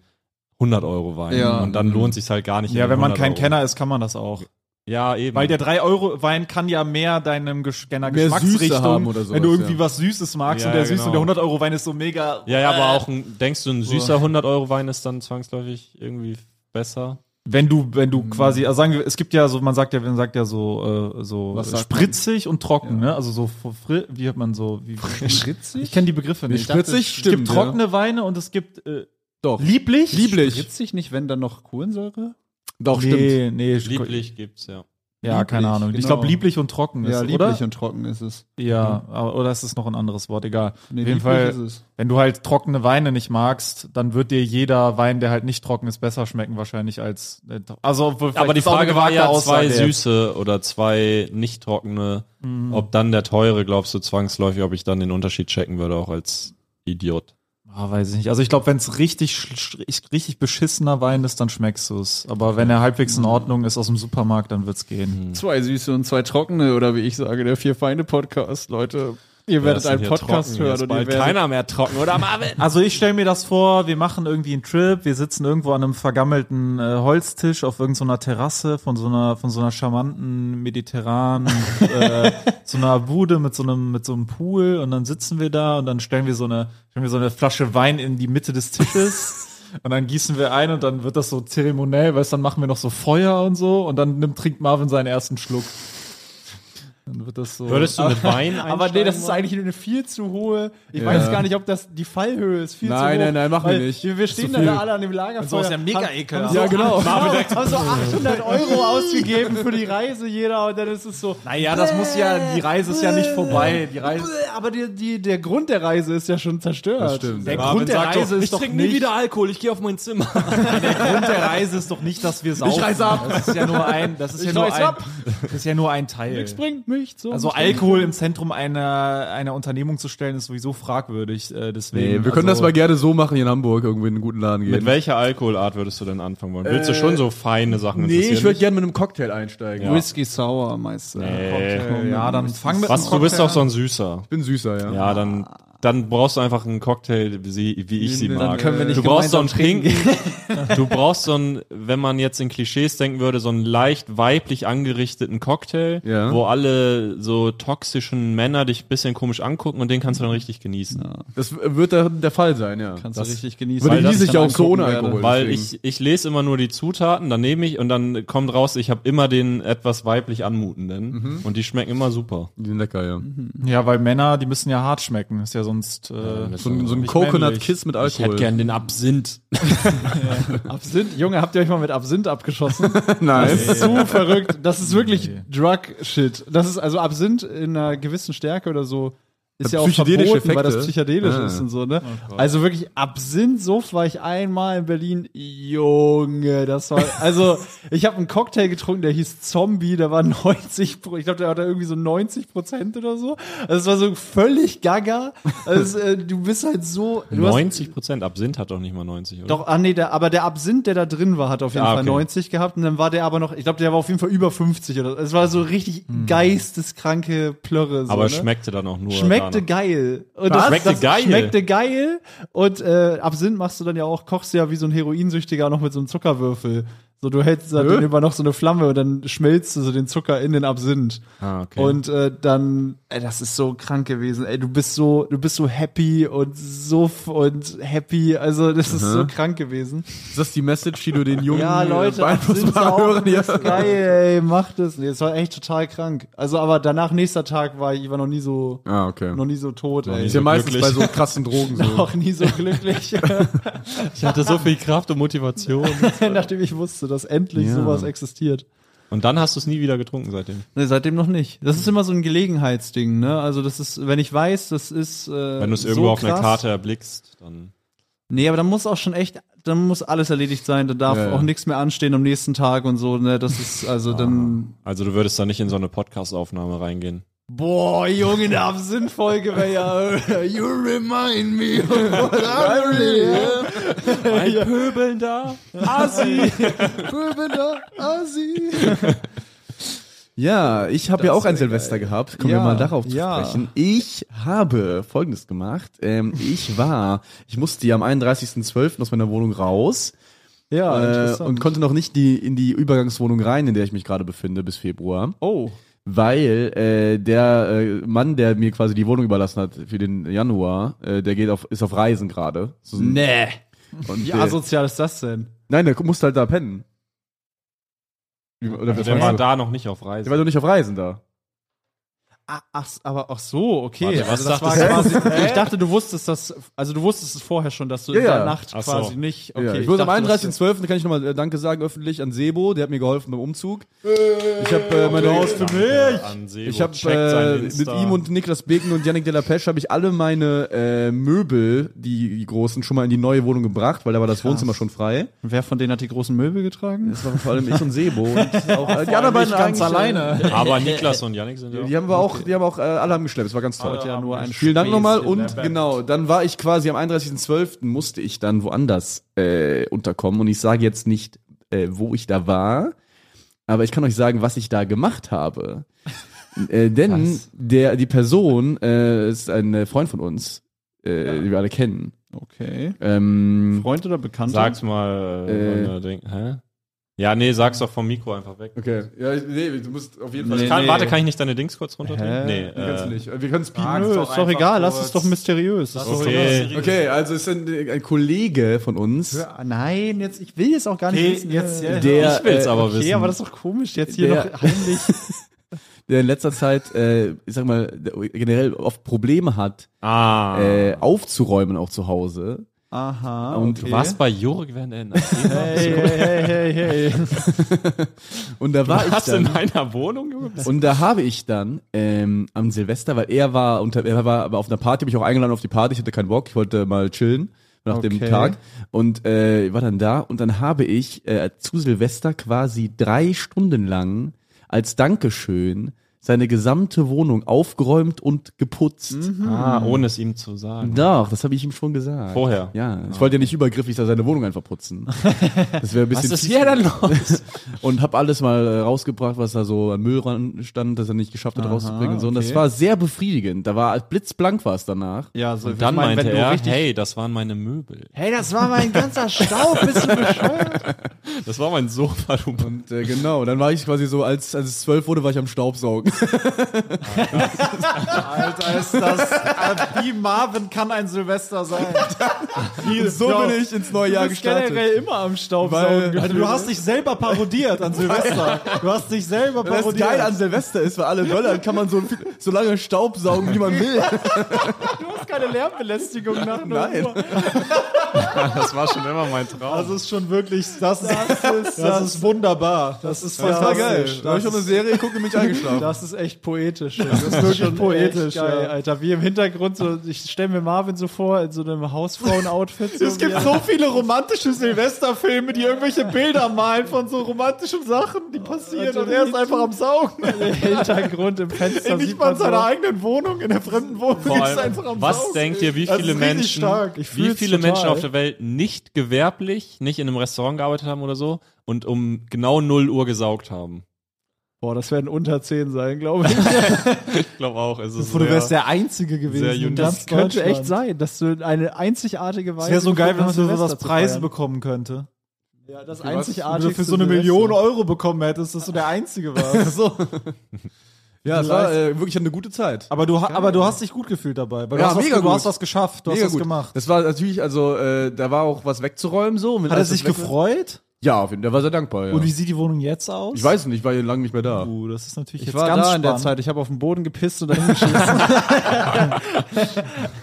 Speaker 4: 100-Euro-Wein.
Speaker 5: Ja.
Speaker 4: Und dann lohnt sich halt gar nicht.
Speaker 1: Ja, wenn man kein
Speaker 4: Kenner
Speaker 1: Kenner ist, kann man das auch.
Speaker 4: Ja, eben.
Speaker 1: Weil der 3-Euro-Wein kann ja mehr deinem Gesch deiner
Speaker 2: Mehr Süße
Speaker 1: Geschmacksrichtung,
Speaker 2: haben oder sowas,
Speaker 1: wenn du irgendwie
Speaker 2: ja.
Speaker 1: was Süßes magst
Speaker 4: Ja,
Speaker 1: und der
Speaker 4: ja,
Speaker 1: Süße und der
Speaker 4: genau.
Speaker 1: 100-Euro-Wein ist so mega. äh,
Speaker 4: ja, ja, aber auch ein, denkst du, ein süßer 100-Euro-Wein ist dann zwangsläufig irgendwie besser?
Speaker 1: Wenn du, wenn du quasi, also sagen wir, es gibt ja so, man sagt ja, man sagt ja so, äh, so
Speaker 2: Was sagt
Speaker 1: spritzig und trocken, ne? Also so, fri- wie hat man so, wie,
Speaker 5: Spritzig?
Speaker 1: ich kenne die Begriffe nicht.
Speaker 2: Spritzig
Speaker 1: Es gibt
Speaker 2: stimmt.
Speaker 1: trockene Weine und es gibt äh,
Speaker 2: Doch.
Speaker 1: lieblich.
Speaker 2: Lieblich.
Speaker 5: Spritzig nicht, wenn dann noch Kohlensäure?
Speaker 2: Doch, stimmt.
Speaker 1: Nee, nee,
Speaker 4: Lieblich gibt's, ja.
Speaker 1: Ja, keine
Speaker 5: Lieblich,
Speaker 1: Ahnung. Ich
Speaker 5: genau.
Speaker 1: glaube, lieblich und trocken ist,
Speaker 5: Ja, lieblich
Speaker 1: oder?
Speaker 5: und trocken ist es.
Speaker 1: Ja, aber- oder ist es noch ein anderes Wort? Egal.
Speaker 5: Nee,
Speaker 1: Auf jeden
Speaker 5: lieblich ist
Speaker 1: Fall,
Speaker 5: es.
Speaker 1: wenn du halt trockene Weine nicht magst, dann wird dir jeder Wein, der halt nicht trocken ist, besser schmecken wahrscheinlich als. äh, tro- Also, obwohl vielleicht
Speaker 4: Aber die
Speaker 1: ist auch eine
Speaker 4: Frage war
Speaker 1: gewagte
Speaker 4: ja zwei
Speaker 1: Aussage jetzt. Mhm.
Speaker 4: süße oder zwei nicht trockene. Ob dann der teure, glaubst du, zwangsläufig, ob ich dann den Unterschied checken würde, auch als Idiot.
Speaker 1: Ah, weiß ich nicht. Also ich glaube, wenn es richtig, sch- sch- richtig beschissener Wein ist, dann schmeckst du es. Aber wenn er halbwegs in Ordnung ist aus dem Supermarkt, dann wird's gehen.
Speaker 5: Hm. Zwei süße und zwei trockene, oder wie ich sage, der vier Feinde Podcast, Leute. Ihr werdet
Speaker 4: Wer ist denn
Speaker 5: einen
Speaker 4: hier
Speaker 5: Podcast
Speaker 4: trocken?
Speaker 5: hören
Speaker 4: Jetzt
Speaker 5: und ihr
Speaker 4: bald
Speaker 5: werdet
Speaker 4: keiner mehr trocken, oder Marvin?
Speaker 1: Also ich stelle mir das vor, wir machen irgendwie einen Trip, wir sitzen irgendwo an einem vergammelten äh, Holztisch auf irgendeiner Terrasse von so einer von so einer charmanten mediterranen äh, so einer Bude mit so einem mit so einem Pool und dann sitzen wir da und dann stellen wir so eine stellen wir so eine Flasche Wein in die Mitte des Tisches. Und dann gießen wir ein und dann wird das so zeremoniell, weißt, dann machen wir noch so Feuer und so und dann nimmt, trinkt Marvin seinen ersten Schluck. Dann wird das so.
Speaker 4: Würdest du mit Wein
Speaker 5: Aber nee, das ist
Speaker 4: einsteigen
Speaker 5: eigentlich nur eine viel zu hohe. Ich weiß gar nicht, ob das die Fallhöhe ist. Viel zu
Speaker 2: Nein,
Speaker 5: hoch,
Speaker 2: nein, nein, machen wir
Speaker 5: weil
Speaker 2: nicht.
Speaker 5: Wir, wir stehen dann da alle an dem Lagerfeuer.
Speaker 1: so ist ja mega ekelhaft.
Speaker 5: Ja,
Speaker 2: Ja, genau.
Speaker 5: Haben so 800 Euro ausgegeben für die Reise jeder und dann ist es so.
Speaker 1: naja, das muss ja, die Reise ist ja nicht vorbei. Die Reise.
Speaker 5: Aber die, die, der Grund der Reise ist ja schon zerstört.
Speaker 2: Das stimmt.
Speaker 1: Der
Speaker 2: Ja.
Speaker 1: Grund der Reise ist
Speaker 4: ich
Speaker 1: doch
Speaker 4: trinke
Speaker 1: nicht.
Speaker 4: nie wieder Alkohol, ich gehe auf mein Zimmer.
Speaker 1: Der Grund der Reise ist doch nicht, dass wir saufen. Ich
Speaker 2: reiße
Speaker 1: ab. Das ist ja nur ein. Das ist ja nur
Speaker 5: reiß
Speaker 1: ein.
Speaker 5: ab.
Speaker 1: Das ist ja nur ein Teil.
Speaker 5: Nix bringt mich zu.
Speaker 1: Also Alkohol im Zentrum einer einer Unternehmung zu stellen ist sowieso fragwürdig. Äh, deswegen.
Speaker 2: Nee, wir können das
Speaker 1: also,
Speaker 2: mal gerne so machen hier in Hamburg, irgendwie in einen guten Laden
Speaker 4: Mit
Speaker 2: gehen.
Speaker 4: welcher Alkoholart würdest du denn anfangen wollen? Willst du schon so feine Sachen
Speaker 2: Nee, ich würde
Speaker 4: interessieren?
Speaker 2: gerne mit einem Cocktail einsteigen.
Speaker 4: Ja.
Speaker 5: Whisky Sour meist.
Speaker 4: Nee.
Speaker 1: Ja, dann fang mit.
Speaker 4: Was,
Speaker 1: einem
Speaker 4: du bist
Speaker 1: Cocktail
Speaker 4: doch so ein Süßer.
Speaker 2: Ich bin süßer, ja.
Speaker 4: Ja, dann, dann brauchst du einfach einen Cocktail, wie, sie, wie ich sie
Speaker 5: Dann
Speaker 4: mag.
Speaker 5: können wir nicht
Speaker 4: du brauchst so einen
Speaker 5: gemeinsam
Speaker 4: Trinken. du brauchst so einen, wenn man jetzt in Klischees denken würde, so einen leicht weiblich angerichteten Cocktail,
Speaker 2: Ja.
Speaker 4: wo alle so toxischen Männer dich ein bisschen komisch angucken und den kannst du dann richtig genießen.
Speaker 2: Das wird dann der Fall sein, ja.
Speaker 5: Kannst du richtig genießen.
Speaker 2: Würde
Speaker 4: weil das
Speaker 2: die sich
Speaker 4: ich
Speaker 2: ja
Speaker 5: dann
Speaker 2: auch so
Speaker 5: angucken
Speaker 2: ohne
Speaker 5: werde.
Speaker 2: Alkohol.
Speaker 4: Weil
Speaker 2: deswegen.
Speaker 4: ich, ich lese immer nur die Zutaten, dann nehme ich und dann kommt raus, ich habe immer den etwas weiblich anmutenden und die schmecken immer super.
Speaker 2: Die sind lecker, ja.
Speaker 1: Ja, weil Männer, die müssen ja hart schmecken. Ist ja sonst. Äh,
Speaker 2: So ein, so ein
Speaker 1: Nicht
Speaker 2: Coconut
Speaker 1: männlich.
Speaker 2: Kiss mit Alkohol.
Speaker 4: den Absinth.
Speaker 5: Absinth, Junge, habt ihr euch mal mit Absinth abgeschossen?
Speaker 2: Nein.
Speaker 5: Das ist so verrückt. Das ist wirklich Drug-Shit. Das ist also Absinth in einer gewissen Stärke oder so. Ist
Speaker 2: Hat
Speaker 5: ja auch verboten,
Speaker 2: psychedelische
Speaker 5: weil das
Speaker 2: Effekte.
Speaker 5: psychedelisch
Speaker 2: Ah.
Speaker 5: ist und so, ne? also wirklich Absinth-Suff war ich einmal in Berlin. Junge, das war, also ich habe einen Cocktail getrunken, der hieß Zombie, der war 90, Pro- ich glaube, der hatte irgendwie so 90 Prozent oder so. Also es war so völlig gaga. Also, es, äh, du bist halt so, du hast
Speaker 4: 90 Prozent Absinth hat doch nicht mal 90, oder?
Speaker 5: doch, ah nee, der, aber der Absinth, der da drin war, hat auf jeden
Speaker 4: Ah,
Speaker 5: Fall
Speaker 4: okay.
Speaker 5: 90 gehabt und dann war der aber noch, ich glaube, der war auf jeden Fall über 50 oder so. Es war so richtig geisteskranke Plörre.
Speaker 4: Hm.
Speaker 5: So,
Speaker 4: Aber
Speaker 5: ne?
Speaker 4: schmeckte dann auch nur.
Speaker 5: Schmeckte
Speaker 4: danach.
Speaker 5: geil. Und
Speaker 4: Was? Schmeckte geil?
Speaker 5: Schmeckte geil. Und äh, Absinth machst du dann ja auch, kochst du ja wie so ein Heroinsüchtiger noch mit so einem Zuckerwürfel. So, du hältst dann
Speaker 2: Hä?
Speaker 5: immer noch so eine Flamme und dann schmelzt du so den Zucker in den Absinth.
Speaker 4: Ah, okay.
Speaker 5: Und äh, dann, ey, das ist so krank gewesen. Ey, du bist so, du bist so happy und suff und happy. Also, das ist so krank gewesen.
Speaker 2: Ist das die Message, die du den jungen
Speaker 5: Ja,
Speaker 4: äh,
Speaker 5: Leute,
Speaker 2: beeinflussbaren Hörern
Speaker 5: das
Speaker 2: hier...
Speaker 5: ist geil, ey, macht das. Nee, es war echt total krank. Also, aber danach, nächster Tag war ich, ich war noch nie so,
Speaker 2: Ah, okay.
Speaker 5: noch nie so tot, ey.
Speaker 2: Ist ja meistens
Speaker 4: glücklich.
Speaker 2: bei so krassen Drogen so.
Speaker 5: Noch nie so glücklich,
Speaker 4: ich hatte so viel Kraft und Motivation.
Speaker 5: nachdem ich wusste, dass endlich
Speaker 2: Ja.
Speaker 5: sowas existiert.
Speaker 4: Und dann hast du es nie wieder getrunken seitdem.
Speaker 5: Nee, seitdem noch nicht. Das ist immer so ein Gelegenheitsding, ne? Also das ist, wenn ich weiß, das ist. Äh,
Speaker 4: Wenn du es irgendwo auf einer Karte erblickst, dann.
Speaker 5: Nee, aber dann muss auch schon echt, dann muss alles erledigt sein, dann darf
Speaker 2: Ja, ja.
Speaker 5: auch nichts mehr anstehen am nächsten Tag und so, ne? Das ist also dann.
Speaker 4: Also du würdest da nicht in so eine Podcast-Aufnahme reingehen.
Speaker 5: Boah, Junge, eine Absinnfolge wäre ja. you remind me of what I really
Speaker 4: Ein pöbelnder Asi.
Speaker 5: Asi.
Speaker 2: Ja, ich habe ja auch ein Silvester gehabt. Kommen
Speaker 5: Ja,
Speaker 2: wir mal darauf zu
Speaker 5: ja.
Speaker 2: sprechen. Ich habe Folgendes gemacht. Ähm, ich war, ich musste ja am 31.12. aus meiner Wohnung raus.
Speaker 5: Ja,
Speaker 2: äh,
Speaker 5: Ah, interessant.
Speaker 2: und konnte noch nicht die, in die Übergangswohnung rein, in der ich mich gerade befinde, bis Februar.
Speaker 5: Oh.
Speaker 2: Weil äh, der äh, Mann, der mir quasi die Wohnung überlassen hat für den Januar, äh, der geht auf, ist auf Reisen gerade. So ein-
Speaker 5: Nee.
Speaker 2: Und
Speaker 5: Ne, Wie
Speaker 2: der,
Speaker 5: asozial ist das denn?
Speaker 2: nein, der musste halt da pennen. Wie- Oder was
Speaker 4: Also Der
Speaker 2: meinst
Speaker 4: war
Speaker 2: du?
Speaker 4: da noch nicht auf
Speaker 2: der
Speaker 4: Reise.
Speaker 2: war doch nicht auf Reisen da.
Speaker 5: Ah, ach, aber ach so, okay. Also
Speaker 4: Warte, was
Speaker 5: das war
Speaker 4: dachtest
Speaker 5: quasi, ich dachte, du wusstest das, also du wusstest es vorher schon, dass du in
Speaker 2: Ja,
Speaker 5: der
Speaker 2: ja.
Speaker 5: Nacht
Speaker 4: Ach so.
Speaker 5: quasi nicht. Okay,
Speaker 2: ja, ich wurde am
Speaker 5: dachte, dass du-
Speaker 2: 31.12. kann ich nochmal äh, Danke sagen öffentlich an Sebo, der hat mir geholfen beim Umzug. Ich habe äh, meine Haus für mich. Ich habe äh, mit ihm und Niklas Beken und Yannick Delapesch habe ich alle meine äh, Möbel, die, die großen, schon mal in die neue Wohnung gebracht, weil da war das Wohnzimmer schon frei.
Speaker 5: Und Wer von denen hat die großen Möbel getragen?
Speaker 2: Das waren vor allem ich und Sebo und auch äh, die anderen
Speaker 1: allem ich
Speaker 2: beiden
Speaker 1: ganz
Speaker 2: eigentlich,
Speaker 1: alleine.
Speaker 4: Aber Niklas und Yannick sind
Speaker 2: Äh,
Speaker 4: ja auch.
Speaker 2: die haben wir auch, die haben auch äh, alle haben geschleppt. Es war ganz toll.
Speaker 5: Ja, nur ein
Speaker 2: Vielen Dank nochmal
Speaker 5: Spesen.
Speaker 2: und genau, dann war ich quasi am 31.12. musste ich dann woanders äh, unterkommen und ich sage jetzt nicht, äh, wo ich da war, aber ich kann euch sagen, was ich da gemacht habe. äh, denn der, die Person äh, ist ein äh, Freund von uns, äh, die wir alle kennen.
Speaker 5: Okay.
Speaker 2: Ähm,
Speaker 5: Freund oder Bekannter?
Speaker 4: Sag's mal.
Speaker 2: Äh.
Speaker 4: Äh, äh, Ding. Hä? Ja, nee, sag's doch vom Mikro einfach weg.
Speaker 2: okay, ja, nee, du musst auf jeden
Speaker 5: Fall-
Speaker 4: Kann,
Speaker 5: Nee.
Speaker 4: Warte, kann ich nicht deine Dings kurz
Speaker 5: Hä?
Speaker 4: runterdrehen? Nee, äh,
Speaker 2: nicht. Wir können es
Speaker 5: Nö, ist doch egal, lass es doch mysteriös. Ist doch
Speaker 4: okay.
Speaker 2: Okay, also ist ein, ein Kollege von uns.
Speaker 5: egal. Nein, jetzt, ich will jetzt auch gar nicht wissen. Äh,
Speaker 2: Der,
Speaker 4: Ich will's
Speaker 2: äh,
Speaker 4: aber
Speaker 5: okay,
Speaker 4: wissen.
Speaker 5: aber das ist doch komisch, jetzt hier
Speaker 2: Der-
Speaker 5: noch heimlich.
Speaker 2: der in letzter Zeit, äh, ich sag mal, der generell oft Probleme hat,
Speaker 4: ah.
Speaker 2: äh, aufzuräumen auch zu Hause.
Speaker 5: Aha.
Speaker 2: Und
Speaker 5: okay.
Speaker 4: Was bei Jurik während er
Speaker 5: Hey, hey, hey, hey, hey.
Speaker 2: Und da war ich
Speaker 4: Was in
Speaker 2: dann,
Speaker 4: meiner Wohnung, Junge?
Speaker 2: und da habe ich dann ähm, am Silvester, weil er war unter, er war aber auf einer Party, habe ich auch eingeladen auf die Party, ich hatte keinen Bock, ich wollte mal chillen nach dem
Speaker 5: Okay.
Speaker 2: Tag und äh, war dann da und dann habe ich äh, zu Silvester quasi drei Stunden lang als Dankeschön seine gesamte Wohnung aufgeräumt und geputzt.
Speaker 4: Ah, ohne es ihm zu sagen.
Speaker 2: Doch, das habe ich ihm schon gesagt.
Speaker 4: Vorher?
Speaker 2: Ja,
Speaker 5: Ah.
Speaker 2: ich wollte ja nicht übergriffig da seine Wohnung einfach putzen. Das wäre ein bisschen fies.
Speaker 4: denn los?
Speaker 2: und habe alles mal äh, rausgebracht, was da so an Müll ran stand, das er nicht geschafft hat rauszubringen und so. Und das
Speaker 5: okay.
Speaker 2: war sehr befriedigend. Da war blitzblank war es danach.
Speaker 5: Ja, so, ich
Speaker 4: Dann
Speaker 5: mein,
Speaker 4: meinte
Speaker 5: wenn du
Speaker 4: er,
Speaker 5: richtig-
Speaker 4: hey, das waren meine Möbel.
Speaker 6: Hey, das war mein ganzer Staub. Bist du bescheuert?
Speaker 4: Das war mein Sofa, du
Speaker 2: Und äh, genau, dann war ich quasi so, als, als es zwölf wurde, war ich am Staubsaugen.
Speaker 1: Alter, ist das. äh, Wie Marvin kann ein Silvester sein?
Speaker 2: so
Speaker 1: Ja.
Speaker 2: bin ich ins neue Jahr gestartet.
Speaker 5: Genau. generell immer am Staubsaugen.
Speaker 2: Weil-
Speaker 5: Weil,
Speaker 1: Also, du hast dich selber parodiert an Silvester. Du hast dich selber
Speaker 2: Das
Speaker 1: parodiert.
Speaker 2: geil an Silvester ist, weil alle Böllern kann man so, so lange Staubsaugen, wie man will.
Speaker 5: keine Lärmbelästigung nach
Speaker 2: Nein.
Speaker 4: Das war schon immer mein Traum.
Speaker 1: Das ist schon wirklich, das ist, das ist, das ist wunderbar. Das ist
Speaker 5: war
Speaker 1: fantastisch.
Speaker 2: Da hab ich auch eine Serie, gucke mich eingeschlafen.
Speaker 5: Das ist echt poetisch. Das ist wirklich
Speaker 1: poetisch,
Speaker 5: Geil,
Speaker 1: ja.
Speaker 5: Alter, wie im Hintergrund so, ich stelle mir Marvin so vor in so einem Hausfrauen-Outfit. So
Speaker 1: Es gibt so viele romantische Silvesterfilme, die irgendwelche Bilder malen von so romantischen Sachen, die passieren. Und er ist einfach am Saugen.
Speaker 5: einen Also Hintergrund im Fenster.
Speaker 1: Nicht
Speaker 5: sieht
Speaker 1: mal
Speaker 5: man
Speaker 1: in seiner
Speaker 5: so.
Speaker 1: eigenen Wohnung, in der fremden Wohnung.
Speaker 4: Vor
Speaker 1: ist
Speaker 4: allem,
Speaker 1: einfach am
Speaker 4: was
Speaker 1: Saugen.
Speaker 4: denkt ihr, wie
Speaker 1: Das
Speaker 4: viele
Speaker 1: ist richtig
Speaker 4: Menschen,
Speaker 1: stark.
Speaker 5: Ich
Speaker 4: wie
Speaker 5: fühl's
Speaker 4: viele
Speaker 5: total.
Speaker 4: Menschen auf der Welt nicht gewerblich, nicht in einem Restaurant gearbeitet haben oder so und um genau 0 Uhr gesaugt haben?
Speaker 5: Boah, das werden unter 10 sein, glaube ich.
Speaker 4: Ich glaube auch. Es ist
Speaker 1: Du
Speaker 4: sehr-
Speaker 1: wärst der Einzige
Speaker 4: sehr
Speaker 1: gewesen.
Speaker 4: unique.
Speaker 1: in
Speaker 5: Das
Speaker 1: ganz
Speaker 5: könnte
Speaker 1: Deutschland.
Speaker 5: echt sein, dass du eine einzigartige Weise.
Speaker 1: Es wäre so geil, wenn man für sowas Preise bekommen
Speaker 5: bekommst.
Speaker 1: könnte.
Speaker 5: Ja, das
Speaker 1: Wenn du
Speaker 5: einzigartige.
Speaker 1: für so eine Million Euro bekommen hättest, dass du der Einzige warst.
Speaker 2: so. Ja, es war äh, wirklich eine gute Zeit.
Speaker 1: Aber du, ha- aber du hast dich gut gefühlt dabei. Weil du
Speaker 2: Ja,
Speaker 1: hast was,
Speaker 2: mega
Speaker 1: du
Speaker 2: gut.
Speaker 1: hast was geschafft, du hast was gemacht.
Speaker 2: Das war natürlich, also äh, da war auch was wegzuräumen so. Mit
Speaker 1: Hat er
Speaker 2: alles
Speaker 1: sich
Speaker 2: weg-
Speaker 1: gefreut?
Speaker 2: Ja, auf jeden Fall. Der war sehr dankbar. Ja.
Speaker 1: Und wie sieht die Wohnung jetzt aus?
Speaker 2: ich weiß nicht, ich war hier lange nicht mehr da.
Speaker 1: Uh, das ist natürlich jetzt
Speaker 5: Ich war da
Speaker 1: ganz
Speaker 5: in der
Speaker 1: spannend.
Speaker 5: Zeit. Ich habe auf den Boden gepisst und dann geschissen.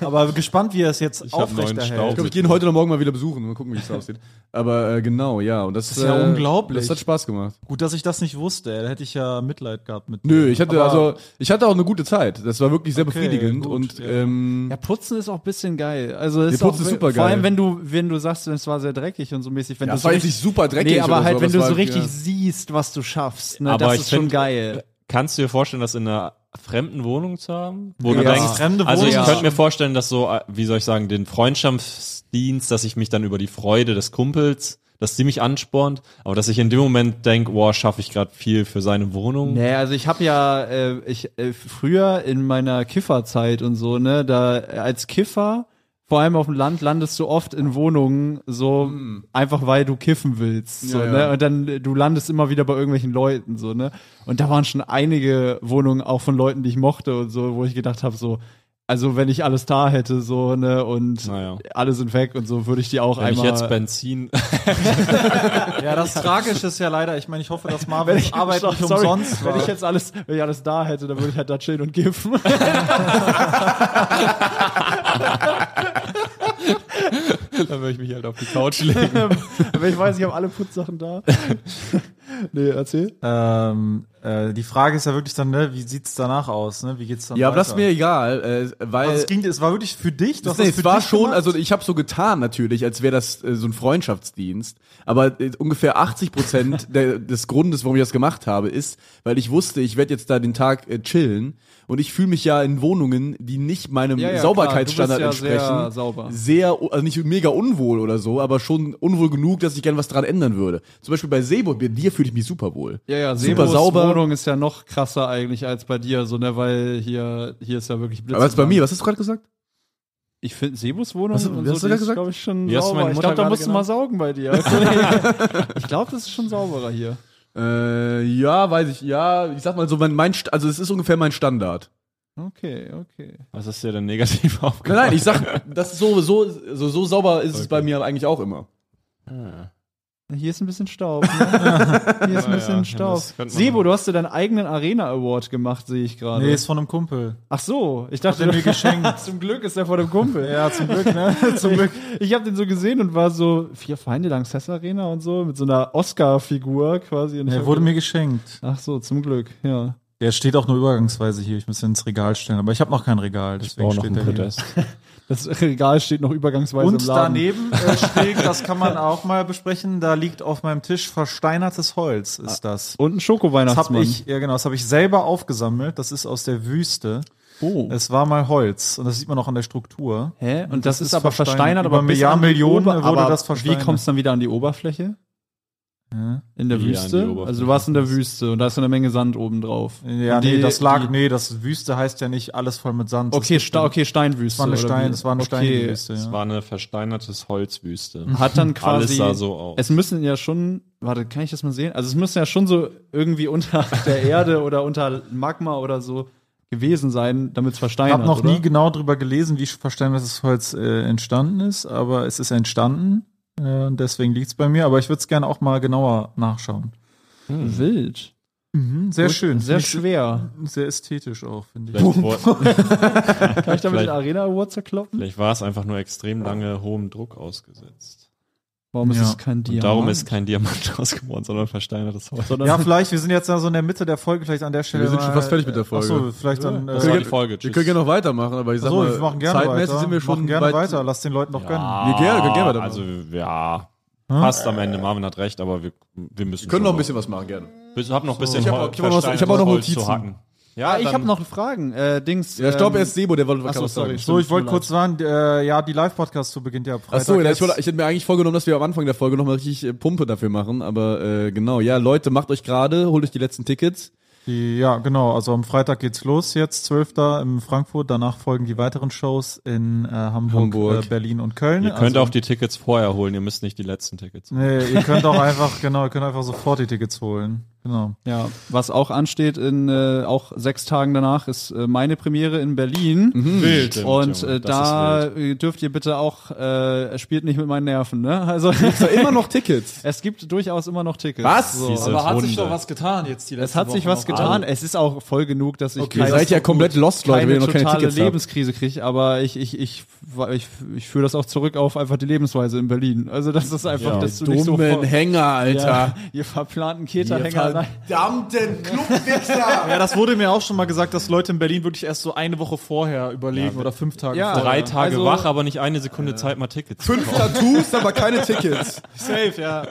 Speaker 1: Aber gespannt, wie er es jetzt
Speaker 4: hab neuen
Speaker 1: aufrechterhält.
Speaker 4: Staub.
Speaker 2: Ich glaube, ich gehe ihn heute oder morgen mal wieder besuchen. Mal gucken, wie es da aussieht. Aber äh, genau, ja. Und das,
Speaker 1: ist ja
Speaker 2: äh,
Speaker 1: unglaublich.
Speaker 2: Das hat Spaß gemacht.
Speaker 1: Gut, dass ich das nicht wusste. ey. Da hätte ich ja Mitleid gehabt mit
Speaker 2: Nö,
Speaker 1: dir.
Speaker 2: ich hatte
Speaker 1: Aber
Speaker 2: also, ich hatte auch eine gute Zeit. Das war wirklich sehr befriedigend
Speaker 1: gut,
Speaker 2: und
Speaker 1: ja.
Speaker 2: ähm,
Speaker 5: Ja, putzen ist auch ein bisschen geil. Also ist
Speaker 2: Nee, Putzen
Speaker 5: auch,
Speaker 2: ist supergeil.
Speaker 5: Vor allem, wenn du, wenn du sagst, es war sehr dreckig und so mäßig. Wenn
Speaker 2: ja,
Speaker 5: du
Speaker 2: das
Speaker 5: so
Speaker 2: war jetzt nicht
Speaker 5: richtig-
Speaker 2: super dreckig.
Speaker 5: Nee, aber
Speaker 2: oder
Speaker 5: halt,
Speaker 2: so,
Speaker 5: wenn
Speaker 2: es
Speaker 5: du
Speaker 2: war,
Speaker 5: so richtig
Speaker 2: Ja.
Speaker 5: siehst, was du schaffst, ne,
Speaker 4: Aber
Speaker 5: das
Speaker 4: ich
Speaker 5: ist schon
Speaker 4: find,
Speaker 5: geil.
Speaker 4: Kannst du dir vorstellen, das in einer fremden Wohnung zu haben? Wo du
Speaker 5: Ja.
Speaker 4: denkst,
Speaker 1: Fremde
Speaker 4: also ich
Speaker 1: Wohnung.
Speaker 4: könnte mir vorstellen, dass so, äh, wie soll ich sagen, den Freundschaftsdienst, dass ich mich dann über die Freude des Kumpels, dass die mich anspornt, aber dass ich in dem Moment denke, boah, schaffe ich gerade viel für seine Wohnung.
Speaker 5: Nee, also ich habe ja, äh, ich äh, früher in meiner Kifferzeit und so, ne, da äh, als Kiffer vor allem auf dem Land landest du oft in Wohnungen, so
Speaker 4: Hm.
Speaker 5: einfach weil du kiffen willst. So,
Speaker 2: Ja, ja.
Speaker 5: Ne? Und dann äh, du landest immer wieder bei irgendwelchen Leuten. so ne. Und da waren schon einige Wohnungen auch von Leuten, die ich mochte und so, wo ich gedacht habe, so, also wenn ich alles da hätte, so, ne, und
Speaker 4: Naja.
Speaker 5: alle sind weg und so, würde ich die auch
Speaker 4: Wenn ich
Speaker 5: einmal.
Speaker 4: jetzt Benzin.
Speaker 1: Ja, das Tragische ist ja leider, ich meine, ich hoffe, dass Marvins Arbeit nicht
Speaker 5: Sorry,
Speaker 1: umsonst war.
Speaker 5: wenn ich jetzt alles, wenn ich alles da hätte, dann würde ich halt da chillen und kiffen.
Speaker 4: dann würde ich mich halt auf die Couch legen.
Speaker 5: Aber ich weiß, ich habe alle Putzsachen da. nee, erzähl.
Speaker 1: ähm, äh, die Frage ist ja wirklich dann, ne, wie sieht's danach aus, ne? Wie geht's dann
Speaker 2: Ja, aber
Speaker 1: weiter?
Speaker 2: das ist mir egal, äh, weil.
Speaker 1: Also es ging, es war wirklich für dich, du hast
Speaker 2: nee,
Speaker 1: das für
Speaker 2: es war
Speaker 1: dich
Speaker 2: schon,
Speaker 1: gemacht?
Speaker 2: also ich habe so getan natürlich, als wäre das äh, so ein Freundschaftsdienst. Aber äh, ungefähr 80 Prozent des Grundes, warum ich das gemacht habe, ist, weil ich wusste, ich werde jetzt da den Tag äh, chillen und ich fühle mich ja in Wohnungen, die nicht meinem
Speaker 5: Ja, ja,
Speaker 2: Sauberkeitsstandard
Speaker 5: klar, du bist ja
Speaker 2: entsprechen,
Speaker 5: sehr sauber.
Speaker 2: sehr, also nicht mega unwohl oder so, aber schon unwohl genug, dass ich gern was dran ändern würde. Zum Beispiel bei Sebo, bei dir fühle ich mich super wohl.
Speaker 5: Ja, ja,
Speaker 2: Super
Speaker 5: super
Speaker 2: sauber.
Speaker 5: sauber. Wohnung ist ja noch krasser eigentlich als bei dir, so, ne, weil hier, hier ist ja wirklich Blitz.
Speaker 2: Aber was bei mir, was hast du gerade gesagt?
Speaker 5: Ich finde Sebus Wohnung
Speaker 2: Was-
Speaker 5: und
Speaker 2: was hast du
Speaker 5: so,
Speaker 2: da
Speaker 5: die ist,
Speaker 2: gesagt?
Speaker 5: glaube ich, schon
Speaker 4: Wie hast du
Speaker 5: sauber.
Speaker 4: meine
Speaker 5: Ich
Speaker 4: Mutter
Speaker 5: glaube, da
Speaker 4: gerade
Speaker 5: musst du mal
Speaker 4: genannt?
Speaker 5: saugen bei dir. ich glaube, das ist schon sauberer hier.
Speaker 2: Äh, ja, weiß ich, ja, ich sag mal so, mein, mein St- also es ist ungefähr mein Standard.
Speaker 5: Okay, okay.
Speaker 4: Was ist dir denn negativ
Speaker 2: Nein,
Speaker 4: aufgefallen?
Speaker 2: nein, ich sag, das ist so, so, so, so sauber ist es bei mir eigentlich auch immer.
Speaker 5: Hier ist ein bisschen Staub. Ne? Hier ist ein bisschen
Speaker 4: ja,
Speaker 5: Staub.
Speaker 4: das könnte man
Speaker 5: Sebo,
Speaker 4: machen.
Speaker 5: du hast dir deinen eigenen Arena Award gemacht, sehe ich gerade.
Speaker 1: Nee, ist von einem Kumpel.
Speaker 5: Ach so, ich dachte,
Speaker 1: Hat er mir geschenkt.
Speaker 5: zum Glück ist er vor dem Kumpel.
Speaker 1: Ja, zum Glück, ne? zum Glück.
Speaker 5: Ich habe den so gesehen und war so vier Feinde lang Sess Arena und so mit so einer Oscar-Figur quasi. Und ich
Speaker 1: Der
Speaker 5: hab
Speaker 1: wurde
Speaker 5: gedacht,
Speaker 1: mir geschenkt.
Speaker 5: Ach so, zum Glück, ja.
Speaker 1: Der steht auch nur übergangsweise hier. Ich muss ihn ins Regal stellen, aber ich habe noch kein Regal, deswegen
Speaker 4: Auch noch
Speaker 1: steht
Speaker 4: ein
Speaker 1: der hier.
Speaker 4: Protest.
Speaker 5: Das Regal steht noch übergangsweise im
Speaker 1: Und
Speaker 5: Laden.
Speaker 1: daneben äh, steht, das kann man auch mal besprechen, da liegt auf meinem Tisch versteinertes Holz, ist das.
Speaker 5: Und ein
Speaker 1: Das habe
Speaker 5: Schoko-Weihnachtsmann.
Speaker 1: ich, ja genau, das habe ich selber aufgesammelt. Das ist aus der Wüste.
Speaker 5: Oh.
Speaker 1: Es war mal Holz und das sieht man auch an der Struktur.
Speaker 5: Hä? Und das,
Speaker 1: das ist
Speaker 5: ist aber
Speaker 1: versteinert.
Speaker 5: versteinert,
Speaker 1: Über
Speaker 5: aber bis
Speaker 1: Milliarden
Speaker 5: an die
Speaker 1: Millionen
Speaker 5: Ober-
Speaker 1: wurde
Speaker 5: aber
Speaker 1: das versteinert.
Speaker 5: Wie kommst du dann wieder an die Oberfläche?
Speaker 1: Ja,
Speaker 5: In der
Speaker 4: Wie an die
Speaker 5: Wüste?
Speaker 4: Oberfläche?
Speaker 5: Also du warst in der Wüste und da ist so eine Menge Sand oben drauf.
Speaker 1: ja
Speaker 5: Und die-
Speaker 1: nee, das lag,
Speaker 5: die-
Speaker 1: nee, das Wüste heißt ja nicht alles voll mit Sand.
Speaker 5: Okay,
Speaker 1: das,
Speaker 5: Sta okay, Steinwüste.
Speaker 1: das war eine
Speaker 5: oder
Speaker 1: Stein,
Speaker 5: wie?
Speaker 1: das war eine
Speaker 5: okay.
Speaker 1: Steinwüste.
Speaker 4: Es
Speaker 1: Ja.
Speaker 4: war eine versteinertes Holzwüste.
Speaker 5: Hat dann Mhm. quasi.
Speaker 4: Alles sah so aus.
Speaker 5: Es müssen ja schon, warte, kann ich das mal sehen? Also es müssen ja schon so irgendwie unter der Erde oder unter Magma oder so gewesen sein, damit es
Speaker 1: Ich
Speaker 5: versteinert.
Speaker 1: habe noch
Speaker 5: oder?
Speaker 1: nie genau drüber gelesen, wie versteinertes Holz äh, entstanden ist, aber es ist entstanden. Äh, und deswegen liegt es bei mir, aber ich würde es gerne auch mal genauer nachschauen.
Speaker 5: wild.
Speaker 1: Mhm, sehr schön.
Speaker 5: Hm. Sehr
Speaker 1: Finde
Speaker 5: schwer.
Speaker 1: ich sehr ästhetisch auch, finde ich.
Speaker 4: Vielleicht, wo-
Speaker 5: Kann ich damit
Speaker 4: Vielleicht-
Speaker 5: den Arena Award zerkloppen?
Speaker 4: vielleicht war es einfach nur extrem lange hohem Druck ausgesetzt.
Speaker 5: Warum ist
Speaker 1: Ja.
Speaker 5: es kein
Speaker 4: Und
Speaker 5: Diamant?
Speaker 4: darum ist kein Diamant ausgeworden, sondern versteinertes Holz.
Speaker 5: sondern
Speaker 1: Ja, vielleicht, wir sind jetzt da so in der Mitte der Folge, vielleicht an der Stelle.
Speaker 2: Wir sind
Speaker 1: mal,
Speaker 2: schon fast fertig mit der Folge.
Speaker 1: Achso, vielleicht dann.
Speaker 4: Das war
Speaker 1: Äh,
Speaker 4: die Folge.
Speaker 2: Wir
Speaker 4: Tschüss.
Speaker 2: können gerne noch weitermachen, aber ich sag
Speaker 1: achso,
Speaker 2: mal,
Speaker 1: wir machen gerne
Speaker 2: zeitmäßig
Speaker 1: weiter.
Speaker 2: sind wir
Speaker 1: machen
Speaker 2: schon
Speaker 1: gerne
Speaker 2: weit-
Speaker 1: weiter, lass den Leuten noch gönnen.
Speaker 2: Wir gerne- können gerne weitermachen.
Speaker 4: Also, ja. Passt am Ende. Marvin hat recht, aber wir, wir müssen.
Speaker 2: Wir können noch
Speaker 4: schon
Speaker 2: ein bisschen was machen, gerne.
Speaker 4: Ich hab noch ein bisschen
Speaker 2: Ich hab
Speaker 4: Hol-
Speaker 2: auch- ich hab auch noch- ich hab auch noch
Speaker 4: versteinertes Holz zu
Speaker 2: Notizen.
Speaker 4: hacken.
Speaker 5: Ah,
Speaker 4: Ja,
Speaker 5: ich habe noch Fragen. Äh, Dings.
Speaker 2: Ja, stopp,
Speaker 5: ähm,
Speaker 2: erst Sebo, der wollte
Speaker 5: achso,
Speaker 2: was
Speaker 5: sorry.
Speaker 2: sagen.
Speaker 1: So, ich wollte kurz sagen, äh, ja, die Live-Podcast zu beginnt ja ab Freitag.
Speaker 2: Achso, ja, ich,
Speaker 1: jetzt.
Speaker 2: wollte- ich hätte mir eigentlich vorgenommen, dass wir am Anfang der Folge nochmal richtig äh, Pumpe dafür machen, aber äh, genau, ja, Leute, macht euch gerade, holt euch die letzten Tickets.
Speaker 1: Die, ja, genau. Also am Freitag geht's los jetzt, 12. in Frankfurt. Danach folgen die weiteren Shows in äh, Hamburg,
Speaker 2: Hamburg.
Speaker 1: Äh, Berlin und Köln.
Speaker 4: Ihr könnt
Speaker 1: also,
Speaker 4: auch die Tickets vorher holen, ihr müsst nicht die letzten Tickets.
Speaker 1: Nee, ihr könnt auch einfach, genau, ihr könnt einfach sofort die Tickets holen. Genau.
Speaker 5: Ja, was auch ansteht in äh, auch sechs Tagen danach ist äh, meine Premiere in Berlin.
Speaker 2: Mhm.
Speaker 4: Wild. Stimmt,
Speaker 5: Und
Speaker 4: Junge,
Speaker 5: äh,
Speaker 4: das
Speaker 5: da
Speaker 4: ist wild.
Speaker 5: äh, dürft ihr bitte auch, äh, spielt nicht mit meinen Nerven, ne? Also
Speaker 2: Da immer noch Tickets.
Speaker 5: es gibt durchaus immer noch Tickets.
Speaker 2: Was?
Speaker 5: So.
Speaker 4: Diese Hunde.
Speaker 1: getan jetzt die
Speaker 5: Es hat sich was getan. Es ist auch voll genug, dass ich
Speaker 2: Ihr seid ja komplett lost, Leute, wenn
Speaker 5: keine
Speaker 2: ihr noch keine
Speaker 5: totale
Speaker 2: Tickets habt.
Speaker 5: Lebenskrise kriege, aber ich, ich, ich, ich, ich führe das auch zurück auf einfach die Lebensweise in Berlin. Also das ist einfach, dass du nicht so voll-
Speaker 2: Hänger, Alter.
Speaker 5: ja, ihr verplanten Keterhänger. nein.
Speaker 2: Verdammten Clubwichser.
Speaker 1: Ja, das wurde mir auch schon mal gesagt, dass Leute in Berlin wirklich erst so eine Woche vorher überlegen oder fünf Tage
Speaker 5: Ja.
Speaker 1: vorher.
Speaker 4: Drei Tage
Speaker 5: also-
Speaker 4: wach, aber nicht eine Sekunde Zeit, mal Tickets zu
Speaker 2: Fünf Tattoos, aber keine Tickets.
Speaker 5: Safe, ja.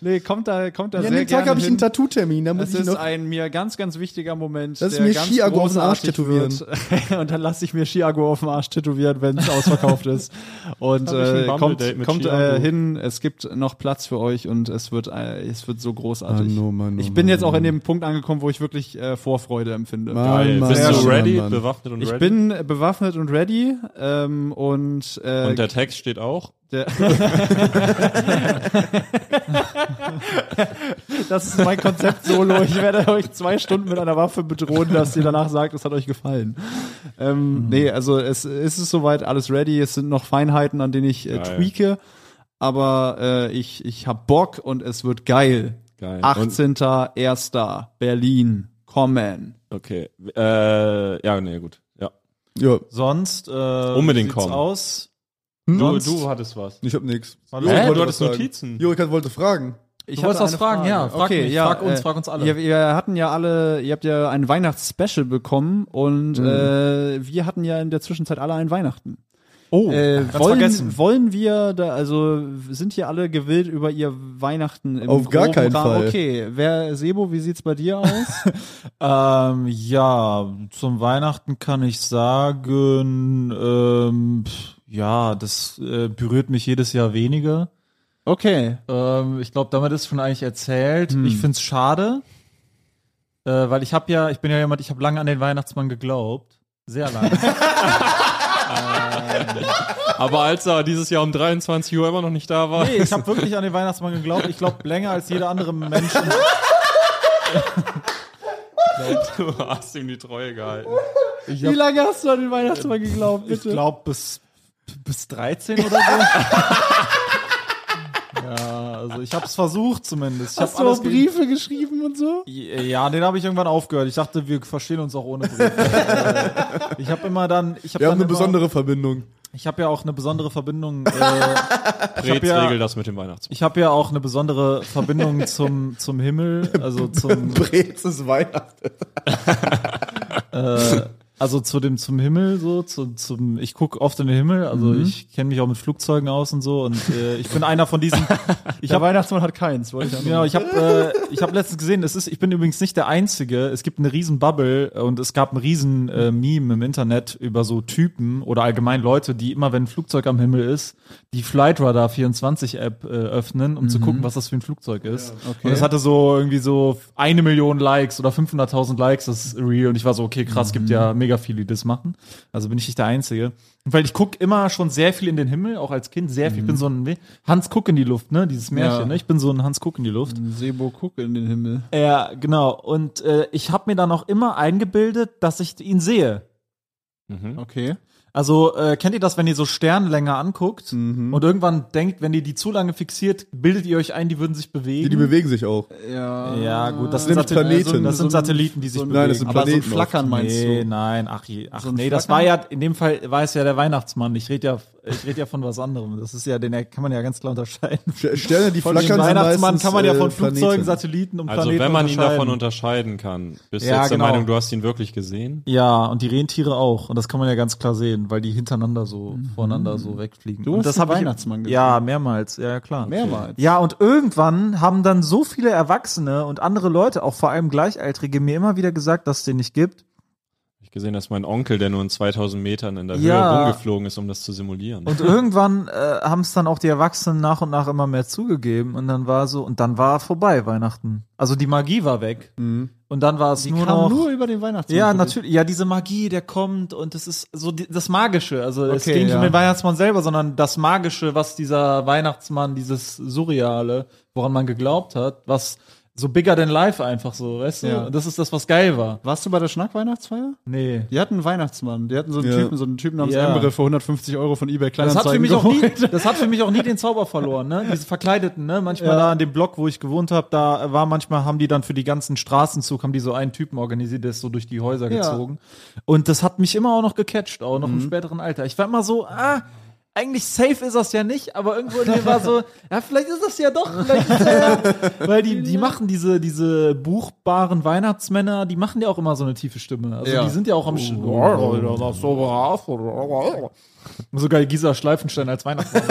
Speaker 5: Nee, kommt da, kommt da
Speaker 7: Ja, an
Speaker 5: sehr
Speaker 7: dem Tag
Speaker 5: gerne
Speaker 7: habe ich
Speaker 5: hin.
Speaker 7: einen Tattoo-Termin. Da muss
Speaker 5: Das
Speaker 7: ich
Speaker 5: ist
Speaker 7: noch.
Speaker 5: ein mir ganz, ganz wichtiger Moment.
Speaker 7: Lass
Speaker 5: der
Speaker 7: mir
Speaker 5: ganz
Speaker 7: Chiago auf den Arsch
Speaker 5: großartig wird. Und dann lasse ich mir Chiago auf den Arsch tätowieren, wenn es ausverkauft ist. Und
Speaker 4: Hab ich ein
Speaker 5: äh, kommt,
Speaker 4: Bumble-Date mit
Speaker 5: kommt
Speaker 4: Chiago.
Speaker 5: äh, hin, es gibt noch Platz für euch und es wird, äh, es wird so großartig.
Speaker 2: Ah, no, man, no,
Speaker 5: ich bin bin jetzt auch in dem Punkt angekommen, wo ich wirklich äh, Vorfreude empfinde.
Speaker 1: Oh
Speaker 2: Mann, Mann,
Speaker 4: Bist
Speaker 5: Sehr
Speaker 4: du
Speaker 5: schön,
Speaker 4: ready,
Speaker 2: Mann.
Speaker 4: bewaffnet und
Speaker 5: Ich
Speaker 4: ready?
Speaker 5: bin äh, bewaffnet und ready ähm, und, äh,
Speaker 4: und der Text steht auch.
Speaker 5: der das ist mein Konzept Solo. Ich werde euch zwei Stunden mit einer Waffe bedrohen, dass ihr danach sagt, es hat euch gefallen. Ähm, Nee, also es, es ist soweit alles ready. Es sind noch Feinheiten, an denen ich äh,
Speaker 4: Geil.
Speaker 5: tweake. Aber äh, ich, ich hab Bock und es wird geil.
Speaker 4: Geil.
Speaker 5: 18.01. Berlin. Kommen.
Speaker 4: Okay. Äh, ja, nee, gut. Ja.
Speaker 2: Ja,
Speaker 1: Sonst äh,
Speaker 4: Unbedingt
Speaker 1: sieht's
Speaker 4: kommen.
Speaker 1: aus.
Speaker 4: Du,
Speaker 1: Sonst-
Speaker 4: du hattest was.
Speaker 2: ich hab nix.
Speaker 1: Hallo?
Speaker 4: Hä?
Speaker 2: wollte
Speaker 4: Du
Speaker 2: was
Speaker 4: hattest
Speaker 2: sagen.
Speaker 4: Notizen?
Speaker 2: Jurikan wollte fragen.
Speaker 5: Ich
Speaker 1: Du
Speaker 5: hatte
Speaker 1: wolltest was
Speaker 5: eine
Speaker 1: fragen, ja. Frag
Speaker 5: okay,
Speaker 1: mich,
Speaker 5: ja.
Speaker 1: frag uns,
Speaker 5: äh,
Speaker 1: frag uns alle.
Speaker 5: Wir, wir hatten ja alle, ihr habt ja ein Weihnachtsspecial bekommen und äh, wir hatten ja in der Zwischenzeit alle ein Weihnachten.
Speaker 1: Oh,
Speaker 5: Äh,
Speaker 1: ganz
Speaker 5: wollen,
Speaker 1: vergessen.
Speaker 5: wollen wir da, also sind hier alle gewillt über ihr Weihnachten im
Speaker 2: Auf gar
Speaker 5: groben
Speaker 2: keinen
Speaker 5: Rahmen?
Speaker 2: Fall.
Speaker 5: Okay, wer, Sebo, wie sieht's bei dir aus?
Speaker 1: Ähm, ja, zum Weihnachten kann ich sagen, ähm, pf, ja, das äh, berührt mich jedes Jahr weniger.
Speaker 5: okay.
Speaker 1: Ähm, ich glaube, damit ist schon eigentlich erzählt.
Speaker 5: Hm.
Speaker 1: Ich find's schade, äh, weil ich habe ja, ich bin ja jemand, ich habe lange an den Weihnachtsmann geglaubt. Sehr lange.
Speaker 4: Aber als er dieses Jahr um 23 Uhr immer noch nicht da war.
Speaker 1: Nee, ich habe wirklich an den Weihnachtsmann geglaubt. Ich glaube länger als jeder andere Mensch.
Speaker 4: Du hast ihm die Treue gehalten.
Speaker 5: Wie lange hast du an den Weihnachtsmann geglaubt,
Speaker 1: Ich
Speaker 5: bitte?
Speaker 1: glaube bis bis 13 oder so. ja, also ich habe es versucht zumindest. Ich
Speaker 5: hast
Speaker 1: hab
Speaker 5: du
Speaker 1: alles
Speaker 5: auch
Speaker 1: geg-
Speaker 5: Briefe geschrieben und so?
Speaker 1: Ja, den habe ich irgendwann aufgehört. Ich dachte, wir verstehen uns auch ohne Briefe. Äh, ich habe immer dann, ich habe
Speaker 2: Wir haben
Speaker 1: dann
Speaker 2: eine
Speaker 1: immer,
Speaker 2: besondere Verbindung.
Speaker 1: ich habe ja auch eine besondere Verbindung. Äh, ich
Speaker 4: Brez
Speaker 1: habe ja,
Speaker 4: regelt das mit dem Weihnachtsmann.
Speaker 1: ich hab ja auch eine besondere Verbindung zum zum Himmel, also zum
Speaker 2: Brez ist Weihnachten.
Speaker 1: äh, also zu dem zum Himmel so, zu, zum ich guck oft in den Himmel. Also ich kenne mich auch mit Flugzeugen aus und so und äh, ich bin einer von diesen. Ich
Speaker 5: Der
Speaker 1: habe
Speaker 5: Weihnachtsmann hat keins, wollte ich ja nur
Speaker 1: Genau, ich habe äh, ich hab letztens gesehen, es ist, ich bin übrigens nicht der Einzige. Es gibt eine riesen Bubble äh, und es gab ein riesen äh, Meme im Internet über so Typen oder allgemein Leute, die immer, wenn ein Flugzeug am Himmel ist, die Flightradar 24 App äh, öffnen, um zu gucken, was das für ein Flugzeug ist. Und es hatte so irgendwie so eine Million Likes oder 500.000 Likes, das ist real. Und ich war so, okay, krass, gibt ja mega viele, die das machen. Also bin ich nicht der Einzige. Und weil ich guck immer schon sehr viel in den Himmel, auch als Kind sehr viel. Ich bin so ein Hans Kuck in die Luft, ne? Dieses Märchen,
Speaker 5: Ja.
Speaker 1: ne? Ich bin so ein Hans Kuck in die Luft.
Speaker 5: Sebo guck in den Himmel.
Speaker 1: Ja, genau. Und äh, ich habe mir dann auch immer eingebildet, dass ich ihn sehe.
Speaker 5: Okay.
Speaker 1: Also äh, kennt ihr das, wenn ihr so Sternlänger anguckt und irgendwann denkt, wenn ihr die zu lange fixiert, bildet ihr euch ein, die würden sich bewegen?
Speaker 2: Die, die bewegen sich auch.
Speaker 5: Ja.
Speaker 1: ja, gut, das sind,
Speaker 2: Nämlich
Speaker 1: Satelliten.
Speaker 2: Planeten.
Speaker 1: das sind
Speaker 5: So ein-
Speaker 1: Satelliten, die sich bewegen.
Speaker 2: Nein, das sind
Speaker 1: Aber
Speaker 2: Planeten.
Speaker 5: so ein Flackern meinst
Speaker 1: nee,
Speaker 5: du?
Speaker 1: nein, ach je, ach
Speaker 5: So ein
Speaker 1: nee, das war
Speaker 5: Flackern?
Speaker 1: ja in dem Fall war es ja der Weihnachtsmann. Ich rede ja, ich rede ja von was anderem. Das ist ja, den er- kann man ja ganz klar unterscheiden.
Speaker 2: St- Sterne, die
Speaker 1: Von dem
Speaker 2: flackern, sind
Speaker 1: Weihnachtsmann
Speaker 2: meistens,
Speaker 1: kann man ja von
Speaker 2: äh,
Speaker 1: Flugzeugen,
Speaker 2: Planeten.
Speaker 1: Satelliten und
Speaker 4: Also
Speaker 1: Planeten
Speaker 4: wenn man ihn
Speaker 1: unterscheiden.
Speaker 4: davon unterscheiden kann, bist du
Speaker 1: Ja,
Speaker 4: jetzt
Speaker 1: genau.
Speaker 4: der Meinung, du hast ihn wirklich gesehen?
Speaker 1: Ja, und die Rentiere auch. Und das kann man ja ganz klar sehen, weil die hintereinander so voreinander so wegfliegen.
Speaker 5: Mhm. Du
Speaker 1: und
Speaker 5: hast
Speaker 1: das
Speaker 5: den
Speaker 1: hab ich-
Speaker 5: Weihnachtsmann gesehen.
Speaker 1: Ja, mehrmals, ja, ja, klar.
Speaker 5: Mehrmals.
Speaker 1: Ja, und irgendwann haben dann so viele Erwachsene und andere Leute, auch vor allem Gleichaltrige, mir immer wieder gesagt, dass es den nicht gibt.
Speaker 4: Hab Ich gesehen, dass mein Onkel, der nur in 2000 Metern in der
Speaker 1: Ja.
Speaker 4: Höhe rumgeflogen ist, um das zu simulieren.
Speaker 1: Und irgendwann äh, haben es dann auch die Erwachsenen nach und nach immer mehr zugegeben. Und dann war so, und dann war vorbei Weihnachten. Also die Magie war weg. Und dann war es
Speaker 5: Mhm. Die
Speaker 1: nur
Speaker 5: kam
Speaker 1: noch.
Speaker 5: nur über den Weihnachtsmann.
Speaker 1: Ja,
Speaker 5: vorbei.
Speaker 1: natürlich. Ja, diese Magie, der kommt und das ist so die, das Magische. Also es
Speaker 5: Okay,
Speaker 1: ging nicht
Speaker 5: ja.
Speaker 1: um den Weihnachtsmann selber, sondern das Magische, was dieser Weihnachtsmann, dieses Surreale, woran man geglaubt hat, was so bigger than life einfach so, weißt du?
Speaker 5: Ja.
Speaker 1: Und das ist das, was geil war.
Speaker 5: Warst du bei der Schnack-Weihnachtsfeier?
Speaker 1: Nee.
Speaker 5: Die hatten einen Weihnachtsmann. Die hatten so einen
Speaker 2: Ja.
Speaker 5: Typen, so einen Typen namens
Speaker 1: Ja.
Speaker 5: Emre für 150 Euro von eBay
Speaker 1: Das hat, für
Speaker 5: Kleinanzeigen.
Speaker 1: mich auch nie,
Speaker 5: geholt.
Speaker 1: das hat für mich auch nie den Zauber verloren, ne? Diese Verkleideten, ne? Manchmal da an dem Block, wo ich gewohnt habe, da war manchmal, haben die dann für die ganzen Straßenzug, haben die so einen Typen organisiert, der ist so durch die Häuser
Speaker 5: Ja. Mhm.
Speaker 1: gezogen. Und das hat mich immer auch noch gecatcht, auch noch im späteren Alter. Ich war immer so, ah, eigentlich safe ist das ja nicht, aber irgendwo in mir war so, ja, vielleicht ist das ja doch, vielleicht ist das ja, weil die, die machen diese, diese buchbaren Weihnachtsmänner, die machen ja auch immer so eine tiefe Stimme. Also
Speaker 5: Ja. Oh.
Speaker 1: die sind ja auch am, Sch- Sogar Gisa Schleifenstein als Weihnachtsmann.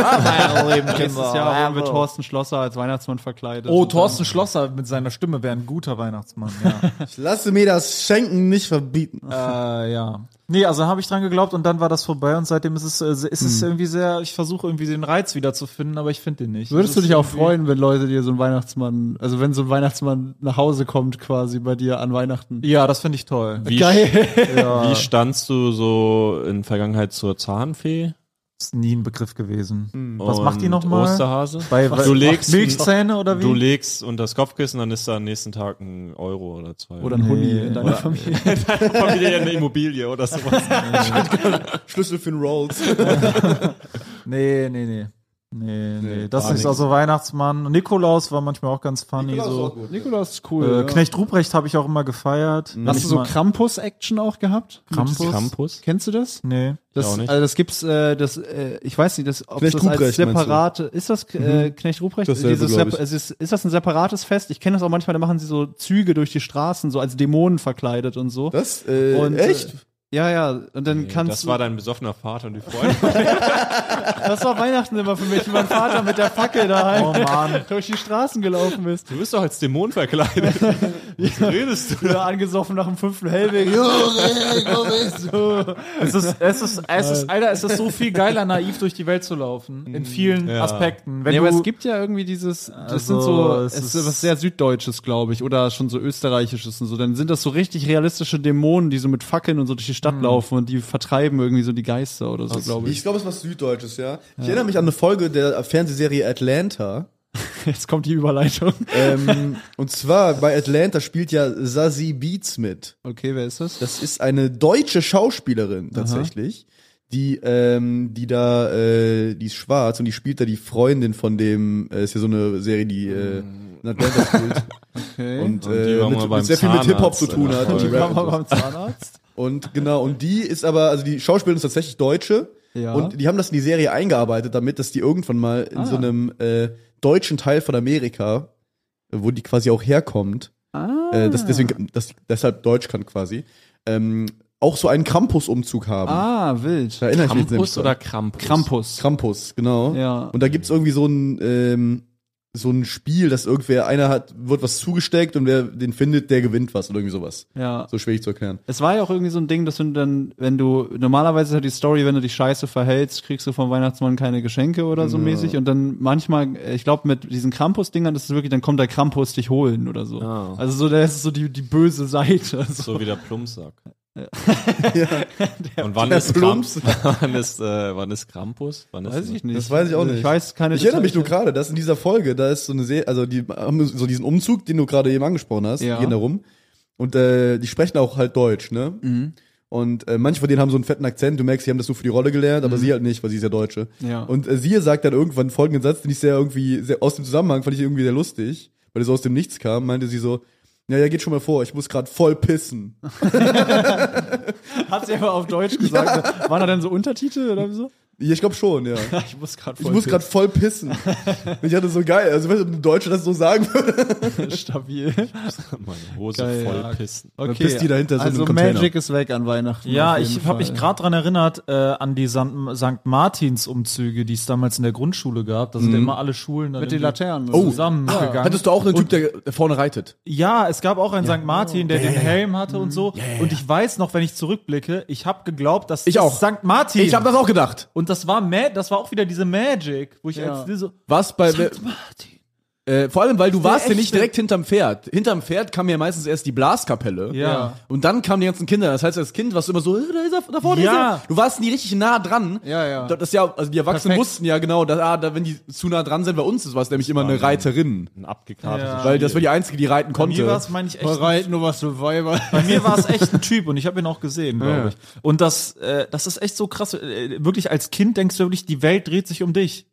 Speaker 5: Nächstes Jahr haben wir Thorsten Schlosser als Weihnachtsmann verkleidet.
Speaker 1: Oh,
Speaker 5: Und dann-
Speaker 1: Thorsten Schlosser mit seiner Stimme wäre ein guter Weihnachtsmann. Ja,
Speaker 2: Ich lasse mir das Schenken nicht verbieten.
Speaker 1: äh, ja. Nee, also habe ich dran geglaubt und dann war das vorbei und seitdem ist es, äh, ist es
Speaker 5: Hm.
Speaker 1: irgendwie sehr, ich versuche irgendwie den Reiz wieder zu finden, aber ich finde den nicht.
Speaker 5: Würdest du
Speaker 1: Das
Speaker 5: dich auch
Speaker 1: ist
Speaker 5: freuen, wenn Leute dir so einen Weihnachtsmann, also wenn so ein Weihnachtsmann nach Hause kommt quasi bei dir an Weihnachten?
Speaker 1: irgendwie- Ja, das finde ich toll. äh,
Speaker 4: Wie,
Speaker 5: Geil.
Speaker 1: Ja,
Speaker 4: wie standst du so in Vergangenheit zur Zahnfee?
Speaker 1: ist nie ein Begriff gewesen.
Speaker 5: Hm,
Speaker 1: Was macht die
Speaker 4: Und
Speaker 1: nochmal?
Speaker 4: Osterhase?
Speaker 1: Bei,
Speaker 4: du legst
Speaker 1: Milchzähne oder wie?
Speaker 4: Du legst unter das Kopfkissen, dann ist da am nächsten Tag ein Euro oder zwei.
Speaker 5: Oder ein Huni in deiner
Speaker 1: Oder-
Speaker 5: Familie.
Speaker 4: Familie eine Immobilie oder sowas.
Speaker 2: Schlüssel für den Rolls.
Speaker 1: nee, nee, nee. Nee, nee, das
Speaker 4: war
Speaker 1: ist
Speaker 4: nix.
Speaker 1: also Weihnachtsmann. Nikolaus war manchmal auch ganz funny. so.
Speaker 5: Nikolaus ist
Speaker 1: äh,
Speaker 5: cool. ja. Hm.
Speaker 1: Knecht Ruprecht habe ich auch immer gefeiert.
Speaker 5: Hast du so
Speaker 1: Manchmal-
Speaker 5: Krampus-Action auch gehabt?
Speaker 1: Krampus?
Speaker 4: Campus?
Speaker 5: Kennst du das?
Speaker 1: Nee.
Speaker 5: Das,
Speaker 4: auch nicht.
Speaker 5: Also das gibt's, äh, das, äh, ich weiß nicht, das, ob
Speaker 2: Knecht
Speaker 5: das als
Speaker 2: Ruprecht, meinst du? Mhm.
Speaker 5: separate, ist das äh, Knecht Ruprecht?
Speaker 2: Dasselbe,
Speaker 5: Dieses
Speaker 2: glaub
Speaker 5: Sep-
Speaker 2: ich.
Speaker 5: es ist, ist das ein separates Fest? Ich kenne das auch manchmal, da machen sie so Züge durch die Straßen, so als Dämonen verkleidet und so.
Speaker 2: Das? Äh,
Speaker 5: Und, äh,
Speaker 2: echt?
Speaker 5: Ja, ja, und dann kannst
Speaker 4: das
Speaker 5: du.
Speaker 4: war dein besoffener Vater und die Freundin.
Speaker 5: das war Weihnachten immer für mich, wenn mein Vater mit der Fackel daheim
Speaker 1: Oh Mann.
Speaker 5: durch die Straßen gelaufen ist.
Speaker 4: Du bist doch als Dämon verkleidet. Was redest du?
Speaker 5: Oder angesoffen nach dem fünften Hellweg. so.
Speaker 1: Es ist, es ist, es ist, Alter, es ist so viel geiler, naiv durch die Welt zu laufen. In vielen
Speaker 4: Ja.
Speaker 1: Aspekten. Wenn
Speaker 5: Nee,
Speaker 1: du,
Speaker 5: aber es gibt ja irgendwie dieses, das
Speaker 1: Also,
Speaker 5: sind so,
Speaker 1: es
Speaker 5: es ist,
Speaker 1: ist-
Speaker 5: was sehr Süddeutsches, glaube ich, oder schon so Österreichisches und so. Dann sind das so richtig realistische Dämonen, die so mit Fackeln und so durch die Stadt laufen und die vertreiben irgendwie so die Geister oder so, glaube ich.
Speaker 2: Ich glaube, es war Süddeutsches, ja. Ich erinnere mich an eine Folge der Fernsehserie Atlanta.
Speaker 5: Jetzt kommt die Überleitung.
Speaker 2: ähm, und zwar bei Atlanta spielt ja Zazie Beats mit.
Speaker 5: Okay, wer ist das?
Speaker 2: Das ist eine deutsche Schauspielerin tatsächlich. Die, ähm, die da, äh, die ist schwarz und die spielt da die Freundin von dem, äh, ist ja so eine Serie, die äh, in Atlanta spielt.
Speaker 5: Okay.
Speaker 2: Und,
Speaker 4: Mm. Und die
Speaker 2: äh,
Speaker 4: war mal
Speaker 2: mit,
Speaker 4: beim
Speaker 2: mit sehr viel mit
Speaker 4: Zahnarzt
Speaker 2: Hip-Hop zu tun
Speaker 4: in der
Speaker 2: hat. Und, die
Speaker 4: Folge.
Speaker 2: Rap
Speaker 5: War
Speaker 2: und
Speaker 5: mal
Speaker 2: so.
Speaker 5: beim Zahnarzt?
Speaker 2: Und genau, und die ist aber, also die Schauspielerin ist tatsächlich Deutsche.
Speaker 5: Ja. Ah.
Speaker 2: Und die haben das in die Serie eingearbeitet, damit dass die irgendwann mal in so einem äh, deutschen Teil von Amerika, äh, wo die quasi auch herkommt,
Speaker 5: Ah.
Speaker 2: äh, dass deswegen, dass die deshalb Deutsch kann quasi, ähm, auch so einen Krampus-Umzug haben.
Speaker 5: Ah, wild.
Speaker 2: Da erinnere ich mich nämlich
Speaker 4: Campus
Speaker 2: dran.
Speaker 4: oder Krampus?
Speaker 5: Krampus.
Speaker 2: Krampus, genau.
Speaker 5: Ja.
Speaker 2: Und da gibt's irgendwie so ein, ähm, so ein Spiel, dass irgendwer, einer hat, wird was zugesteckt und wer den findet, der gewinnt was oder irgendwie sowas.
Speaker 5: Ja.
Speaker 2: So schwierig zu erklären.
Speaker 5: Es war ja auch irgendwie so ein Ding, dass du dann, wenn du, normalerweise ist ja die Story, wenn du dich scheiße verhältst, kriegst du vom Weihnachtsmann keine Geschenke oder so mäßig. Und dann manchmal, äh, ich glaube, mit diesen Krampus-Dingern ist es wirklich, dann kommt der Krampus dich holen oder so.
Speaker 4: Ah.
Speaker 5: Also so, das ist so die, die böse Seite. So.
Speaker 4: So wie der Plumpsack. Und wann ist
Speaker 2: Plumps.
Speaker 4: Plumps? Wann ist, äh, wann ist Krampus? Wann ist
Speaker 5: nicht. Also
Speaker 2: Das weiß ich auch
Speaker 5: Ich
Speaker 2: nicht.
Speaker 5: weiß keine
Speaker 2: Ich erinnere mich nur
Speaker 5: Details.
Speaker 2: gerade, dass in dieser Folge, da ist so eine Serie, also die haben so diesen Umzug, den du gerade eben angesprochen hast,
Speaker 5: Ja.
Speaker 2: die gehen da rum. Und äh, die sprechen auch halt Deutsch, ne? Und äh, manche von denen haben so einen fetten Akzent, du merkst, die haben das so für die Rolle gelernt, aber sie halt nicht, weil sie ist ja Deutsche.
Speaker 5: Ja.
Speaker 2: Und äh, sie sagt dann irgendwann folgenden Satz, den ich sehr irgendwie, sehr, aus dem Zusammenhang fand ich irgendwie sehr lustig, weil er so aus dem Nichts kam, meinte sie so, ja, ja, geht schon mal vor, ich muss gerade voll pissen.
Speaker 5: Hat sie aber auf Deutsch gesagt. Waren da dann so Untertitel oder so?
Speaker 2: Ja, ich glaube schon, ja.
Speaker 5: Ich muss gerade
Speaker 2: Ich muss gerade voll pissen. ich hatte so geil, also wenn ein Deutscher das so sagen würde.
Speaker 5: stabil.
Speaker 4: Meine Hose
Speaker 5: Geil,
Speaker 4: voll
Speaker 5: ja.
Speaker 4: pissen.
Speaker 5: Okay.
Speaker 2: pisst die dahinter so in
Speaker 5: also
Speaker 2: einem Container.
Speaker 5: Magic ist weg an Weihnachten.
Speaker 1: ja,
Speaker 5: auf
Speaker 1: ich
Speaker 5: jeden
Speaker 1: habe mich
Speaker 5: Fall.
Speaker 1: gerade dran erinnert äh, an die San- St. Martins-Umzüge, die es damals in der Grundschule gab. Da sind
Speaker 5: Mhm.
Speaker 1: ja immer alle Schulen dann
Speaker 5: mit den
Speaker 1: irgendwie
Speaker 5: Laternen.
Speaker 2: Oh.
Speaker 1: zusammengegangen.
Speaker 2: Hattest du auch einen Typ, der der vorne reitet?
Speaker 1: Ja, es gab auch einen St. Martin, der den Helm hatte
Speaker 5: Mhm.
Speaker 1: und so. Und ich weiß noch, wenn ich zurückblicke, ich habe geglaubt, dass
Speaker 2: Ich
Speaker 1: das
Speaker 2: auch.
Speaker 1: St. Martin.
Speaker 2: Ich habe das auch gedacht.
Speaker 1: und das war Ma das war auch wieder diese Magic, wo ich
Speaker 5: Ja.
Speaker 1: als so
Speaker 2: Was bei
Speaker 1: Martin.
Speaker 2: äh, vor allem, weil du warst ja nicht
Speaker 1: echte-
Speaker 2: direkt hinterm Pferd. Hinterm Pferd kam ja meistens erst die Blaskapelle.
Speaker 1: Ja.
Speaker 2: Und dann kamen die ganzen Kinder. Das heißt, das Kind warst du immer so, äh, da ist er, da vorne
Speaker 1: Ja.
Speaker 2: ist er. Du warst nie richtig nah dran.
Speaker 5: Ja, ja.
Speaker 2: Das ist ja, also die Erwachsenen
Speaker 1: Perfekt.
Speaker 2: wussten ja genau, dass, ah, da, wenn die zu nah dran sind, bei uns ist was nämlich immer eine Reiterin.
Speaker 4: Ein abgekartetes
Speaker 1: Ja.
Speaker 4: Spiel.
Speaker 2: Weil das war die einzige, die reiten
Speaker 1: Bei mir war
Speaker 2: konnte.
Speaker 1: es, meine ich, echt
Speaker 5: Bereit, nur was für Weiber.
Speaker 1: Bei mir war es echt ein Typ und ich habe ihn auch gesehen, glaube ich. Und das, äh, das ist echt so krass. Äh, wirklich als Kind denkst du wirklich, die Welt dreht sich um dich.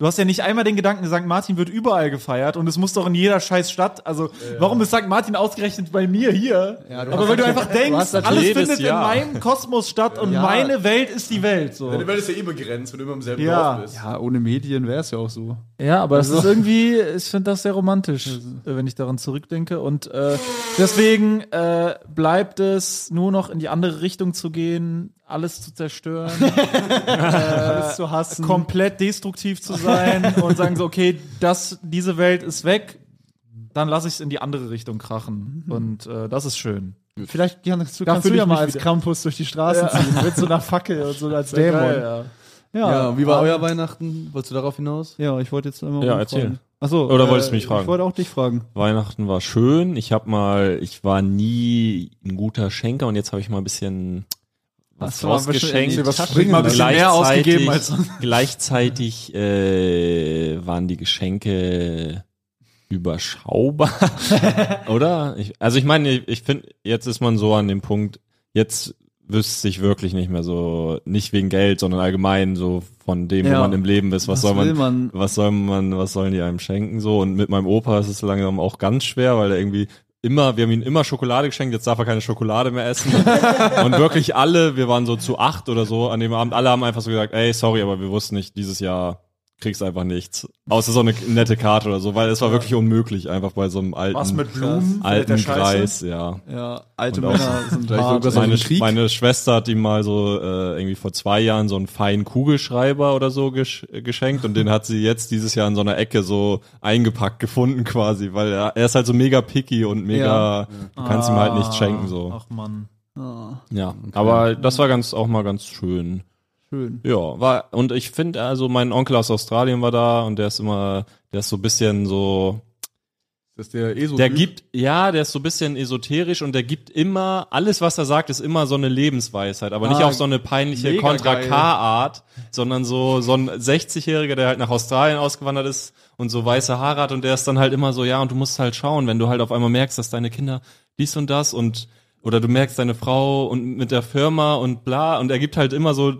Speaker 1: Du hast ja nicht einmal den Gedanken, St. Martin wird überall gefeiert und es muss doch in jeder scheiß Stadt. Also warum ist St. Martin ausgerechnet bei mir hier?
Speaker 5: Ja, du
Speaker 1: Aber
Speaker 5: hast
Speaker 1: weil du
Speaker 5: natürlich-
Speaker 1: einfach
Speaker 5: du
Speaker 1: denkst,
Speaker 5: hast natürlich
Speaker 1: alles
Speaker 4: jedes
Speaker 1: findet
Speaker 4: Jahr.
Speaker 1: in meinem Kosmos statt und
Speaker 5: Ja.
Speaker 1: meine Welt ist die Welt. So.
Speaker 2: Welt ist ja eh begrenzt, wenn du immer im selben
Speaker 1: Ja.
Speaker 5: Ja, ohne Medien wäre es ja auch so.
Speaker 1: Ja, aber das ist irgendwie, ich finde das sehr romantisch, äh, wenn ich daran zurückdenke. Und äh, deswegen äh, bleibt es nur noch in die andere Richtung zu gehen, alles zu zerstören,
Speaker 5: Alles zu hassen.
Speaker 1: komplett destruktiv zu sein und sagen so, okay, das, Mhm. diese Welt ist weg, dann lasse ich es in die andere Richtung krachen. Und äh, das ist schön.
Speaker 5: Vielleicht kannst du,
Speaker 1: Da
Speaker 5: kannst du
Speaker 1: fühl
Speaker 5: ja
Speaker 1: ich
Speaker 5: mal
Speaker 1: mich
Speaker 5: als
Speaker 1: wieder.
Speaker 5: Krampus durch die Straßen ziehen. Mit so einer Fackel und so als Dämon. Ja, ja. Ah,
Speaker 2: Ja, wie war euer Weihnachten? Wolltest du darauf hinaus?
Speaker 5: Ja, ich wollte jetzt einmal.
Speaker 4: Ja,
Speaker 5: rumfragen.
Speaker 4: erzähl.
Speaker 5: Ach so,
Speaker 4: Oder wolltest du mich fragen?
Speaker 5: Ich wollte auch dich fragen.
Speaker 4: Weihnachten war schön. Ich habe mal, ich war nie ein guter Schenker und jetzt habe ich mal ein bisschen was
Speaker 5: Hast du mal ein bisschen in
Speaker 4: rausgeschenkt.
Speaker 5: die Tasche
Speaker 1: Bring mal ein bisschen mehr ausgegeben als
Speaker 4: Gleichzeitig- Gleichzeitig äh, waren die Geschenke überschaubar, oder? Ich, also ich meine, ich, ich finde, jetzt ist man so an dem Punkt, jetzt wüsste ich wirklich nicht mehr so, nicht wegen Geld, sondern allgemein so von dem,
Speaker 5: Ja.
Speaker 4: wo man im Leben ist, was, soll
Speaker 5: will
Speaker 4: man,
Speaker 5: man?
Speaker 4: was soll man, was sollen die einem schenken so? Und mit meinem Opa ist es langsam auch ganz schwer, weil er irgendwie immer, wir haben ihm immer Schokolade geschenkt, jetzt darf er keine Schokolade mehr essen. Und wirklich alle, wir waren so zu acht oder so an dem Abend, alle haben einfach so gesagt, ey, sorry, aber wir wussten nicht, dieses Jahr kriegst einfach nichts. Außer so eine nette Karte oder so, weil es war wirklich unmöglich, einfach bei so einem alten,
Speaker 1: Was mit Blumen? Fällt
Speaker 4: alten
Speaker 1: der Scheiße?
Speaker 4: Kreis, ja.
Speaker 5: Ja, alte
Speaker 4: Und auch-
Speaker 5: Männer sind
Speaker 2: Vielleicht
Speaker 5: hart.
Speaker 2: sogar so-
Speaker 5: ey.
Speaker 4: Meine,
Speaker 2: ein Krieg?
Speaker 4: meine Schwester hat ihm mal so äh, irgendwie vor zwei Jahren so einen feinen Kugelschreiber oder so gesch äh, geschenkt und den hat sie jetzt dieses Jahr in so einer Ecke so eingepackt gefunden quasi, weil er, er ist halt so mega picky und mega, du kannst ihm halt nichts schenken so.
Speaker 1: Ach man.
Speaker 5: Ah,
Speaker 4: Ja, aber das war ganz auch mal ganz schön.
Speaker 5: schön.
Speaker 4: Ja, war und ich finde also mein Onkel aus Australien war da und der ist immer, der ist so ein bisschen so
Speaker 2: Dass der eh so
Speaker 4: der
Speaker 2: übt.
Speaker 4: gibt, ja, der ist so ein bisschen esoterisch und der gibt immer, alles was er sagt, ist immer so eine Lebensweisheit, aber nicht
Speaker 5: Ah,
Speaker 4: auf so eine peinliche
Speaker 5: mega
Speaker 4: Contra
Speaker 5: geil.
Speaker 4: K-Art, sondern so, so ein 60-Jähriger, der halt nach Australien ausgewandert ist und so weiße Haare hat und der ist dann halt immer so, ja, und du musst halt schauen, wenn du halt auf einmal merkst, dass deine Kinder dies und das und, oder du merkst deine Frau und mit der Firma und bla und er gibt halt immer so,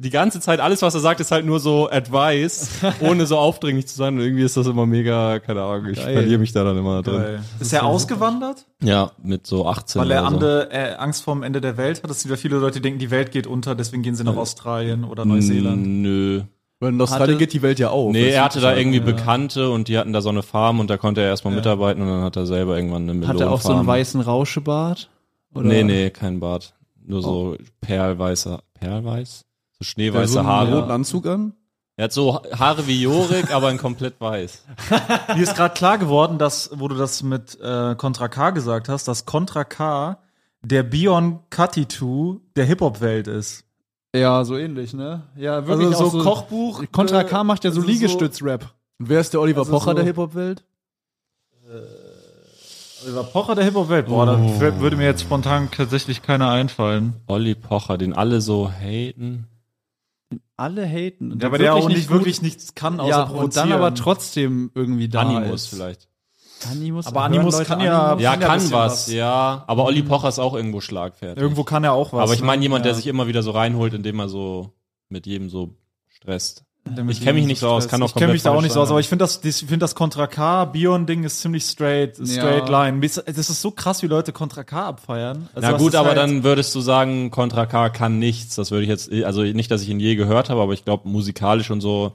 Speaker 4: die ganze Zeit, alles, was er sagt, ist halt nur so Advice, ohne so aufdringlich zu sein. Und irgendwie ist das immer mega, keine Ahnung, ich verliere mich da dann immer drin.
Speaker 1: Ist er ausgewandert?
Speaker 4: Ja, mit so 18
Speaker 1: Weil er
Speaker 4: oder so.
Speaker 1: ande, äh, Angst vorm Ende der Welt hat. Es gibt ja viele Leute, die denken, die Welt geht unter, deswegen gehen sie nach Australien oder Neuseeland.
Speaker 4: Nö.
Speaker 2: Weil in Australien
Speaker 5: Hatte-
Speaker 2: geht die Welt ja auf.
Speaker 4: Nee,
Speaker 2: Das
Speaker 4: er hatte da
Speaker 2: ist-
Speaker 4: irgendwie Bekannte und die hatten da so eine Farm und da konnte er erstmal mitarbeiten und dann hat er selber irgendwann eine
Speaker 5: Hat
Speaker 4: Melonenfarm.
Speaker 5: er auch so einen weißen Rauschebart? Oder?
Speaker 4: Nee, nee, kein Bart. Nur so perlweißer, perlweiß?
Speaker 2: Der
Speaker 4: So
Speaker 2: hat so
Speaker 4: schneeweiße
Speaker 2: einen
Speaker 4: Haare.
Speaker 2: roten Anzug an.
Speaker 4: Er hat so Ha- Haare wie Jorik, aber in komplett weiß. Mm.
Speaker 1: Mir ist gerade klar geworden, dass, wo du das mit äh, Contra K gesagt hast, dass Contra K der Bion Katitu der Hip-Hop-Welt ist.
Speaker 5: Ja, so ähnlich, ne? Ja, wirklich
Speaker 1: Also so,
Speaker 5: auch so
Speaker 1: Kochbuch.
Speaker 5: Contra
Speaker 1: äh,
Speaker 5: K macht ja so
Speaker 1: also so-
Speaker 5: Liegestütz-Rap.
Speaker 2: Und wer ist der Oliver
Speaker 5: Also
Speaker 2: Pocher
Speaker 5: so-
Speaker 2: der Hip-Hop-Welt?
Speaker 1: Oliver Pocher der Hip-Hop-Welt. Boah, da
Speaker 4: Oh.
Speaker 1: f- würde mir jetzt spontan tatsächlich keiner einfallen.
Speaker 4: Olli Pocher, den alle so haten.
Speaker 5: Alle haten. Und
Speaker 1: Ja, aber
Speaker 5: dann
Speaker 1: der auch
Speaker 5: wirklich
Speaker 1: nicht
Speaker 5: gut-
Speaker 1: wirklich nichts kann, außer
Speaker 5: Ja, und
Speaker 1: provozieren.
Speaker 5: dann aber trotzdem irgendwie da
Speaker 4: Animus
Speaker 5: ist.
Speaker 4: vielleicht.
Speaker 5: Animus.
Speaker 1: Aber Animus
Speaker 5: Hören Leute
Speaker 1: kann ja-
Speaker 5: Animus?
Speaker 4: Ja,
Speaker 1: kann ja
Speaker 4: kann
Speaker 1: bisschen
Speaker 4: was,
Speaker 1: was.
Speaker 4: ja. Aber Olli Pocher ist auch irgendwo schlagfertig.
Speaker 1: Irgendwo kann er auch was.
Speaker 4: aber ich meine jemand,
Speaker 1: ne?
Speaker 4: der sich immer wieder so reinholt, indem er so mit jedem so stresst.
Speaker 1: Der mit
Speaker 4: Ich kenn mich
Speaker 1: dem
Speaker 4: nicht so aus,
Speaker 1: Stress.
Speaker 4: kann auch
Speaker 1: Ich kenne mich
Speaker 4: komplett
Speaker 1: da auch nicht so aus,
Speaker 4: falsch sein.
Speaker 1: aber ich finde das, ich finde das Contra K Bion Ding ist ziemlich straight, straight
Speaker 5: Ja.
Speaker 1: line. Mir ist- Das ist so krass, wie Leute Contra K abfeiern. Also
Speaker 4: Na
Speaker 1: das
Speaker 4: gut,
Speaker 1: ist
Speaker 4: aber
Speaker 1: halt-
Speaker 4: dann würdest du sagen, Contra K kann nichts. Das würde ich jetzt, also nicht, dass ich ihn je gehört habe, aber ich glaube musikalisch und so,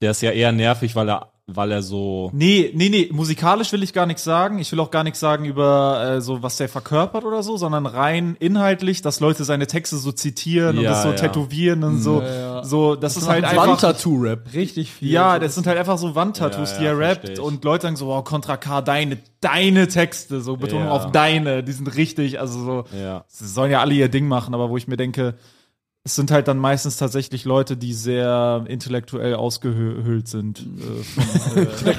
Speaker 4: der ist ja eher nervig, weil er, weil er so.
Speaker 1: Nee, nee, nee, musikalisch will ich gar nichts sagen. Ich will auch gar nichts sagen über äh, so, was der verkörpert oder so, sondern rein inhaltlich, dass Leute seine Texte so zitieren und
Speaker 4: Ja,
Speaker 1: das so
Speaker 4: ja. Mhm.
Speaker 1: tätowieren und so.
Speaker 5: ja.
Speaker 1: So, das, ist halt einfach.
Speaker 2: Wandtattoo-Rap.
Speaker 5: Richtig viel.
Speaker 1: Ja, das sind halt einfach so Wandtattoos,
Speaker 4: Ja,
Speaker 1: die er
Speaker 4: ja,
Speaker 1: rappt
Speaker 4: versteh ich.
Speaker 1: und Leute sagen so, wow, Contra K, deine, deine Texte, so Betonung
Speaker 4: Ja.
Speaker 1: auf deine, die sind richtig, also so.
Speaker 4: Ja.
Speaker 1: sie sollen ja alle ihr Ding machen, aber wo ich mir denke, es sind halt dann meistens tatsächlich Leute, die sehr intellektuell ausgehöhlt sind. Äh, von,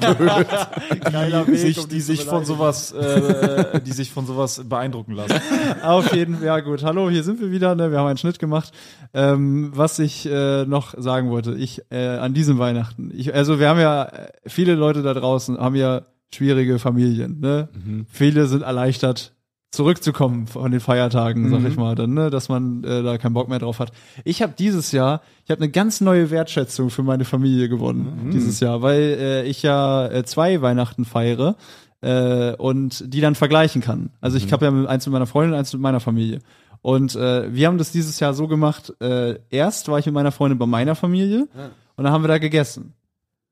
Speaker 1: äh, die sich, die sich von sowas, äh, die sich von sowas beeindrucken lassen.
Speaker 5: Auf jeden Fall, ja gut. Hallo, hier sind wir wieder. Ne? Wir haben einen Schnitt gemacht. Ähm, was ich äh, noch sagen wollte, ich äh, an diesem Weihnachten, ich, also wir haben ja äh, viele Leute da draußen haben ja schwierige Familien. Ne? Viele sind erleichtert zurückzukommen von den Feiertagen, sag ich mal, dann, ne? dass man äh, da keinen Bock mehr drauf hat. Ich habe dieses Jahr, ich habe eine ganz neue Wertschätzung für meine Familie gewonnen dieses Jahr, weil äh, ich ja äh, zwei Weihnachten feiere äh, und die dann vergleichen kann. Also ich habe ja mit- eins mit meiner Freundin, eins mit meiner Familie. Und äh, wir haben das dieses Jahr so gemacht, äh, erst war ich mit meiner Freundin bei meiner Familie und dann haben wir da gegessen.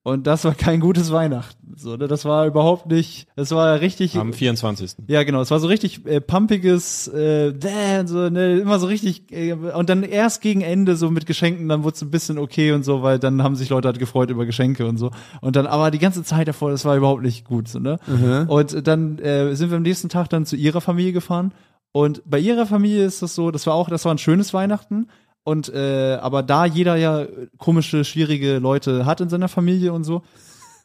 Speaker 5: Und das war kein gutes Weihnachten. So, ne? Das war überhaupt nicht, das war richtig
Speaker 4: Am 24.
Speaker 5: ja, genau. Es war so richtig äh, pumpiges, äh, bäh, so, ne, immer so richtig. Äh, und dann erst gegen Ende so mit Geschenken, dann wurde es ein bisschen okay und so, weil dann haben sich Leute halt gefreut über Geschenke und so. Und dann, aber die ganze Zeit davor, das war überhaupt nicht gut. So, ne? Und dann äh, sind wir am nächsten Tag dann zu ihrer Familie gefahren Und bei ihrer Familie ist das so, das war auch, das war ein schönes Weihnachten. Und äh, aber da jeder ja komische, schwierige Leute hat in seiner Familie und so,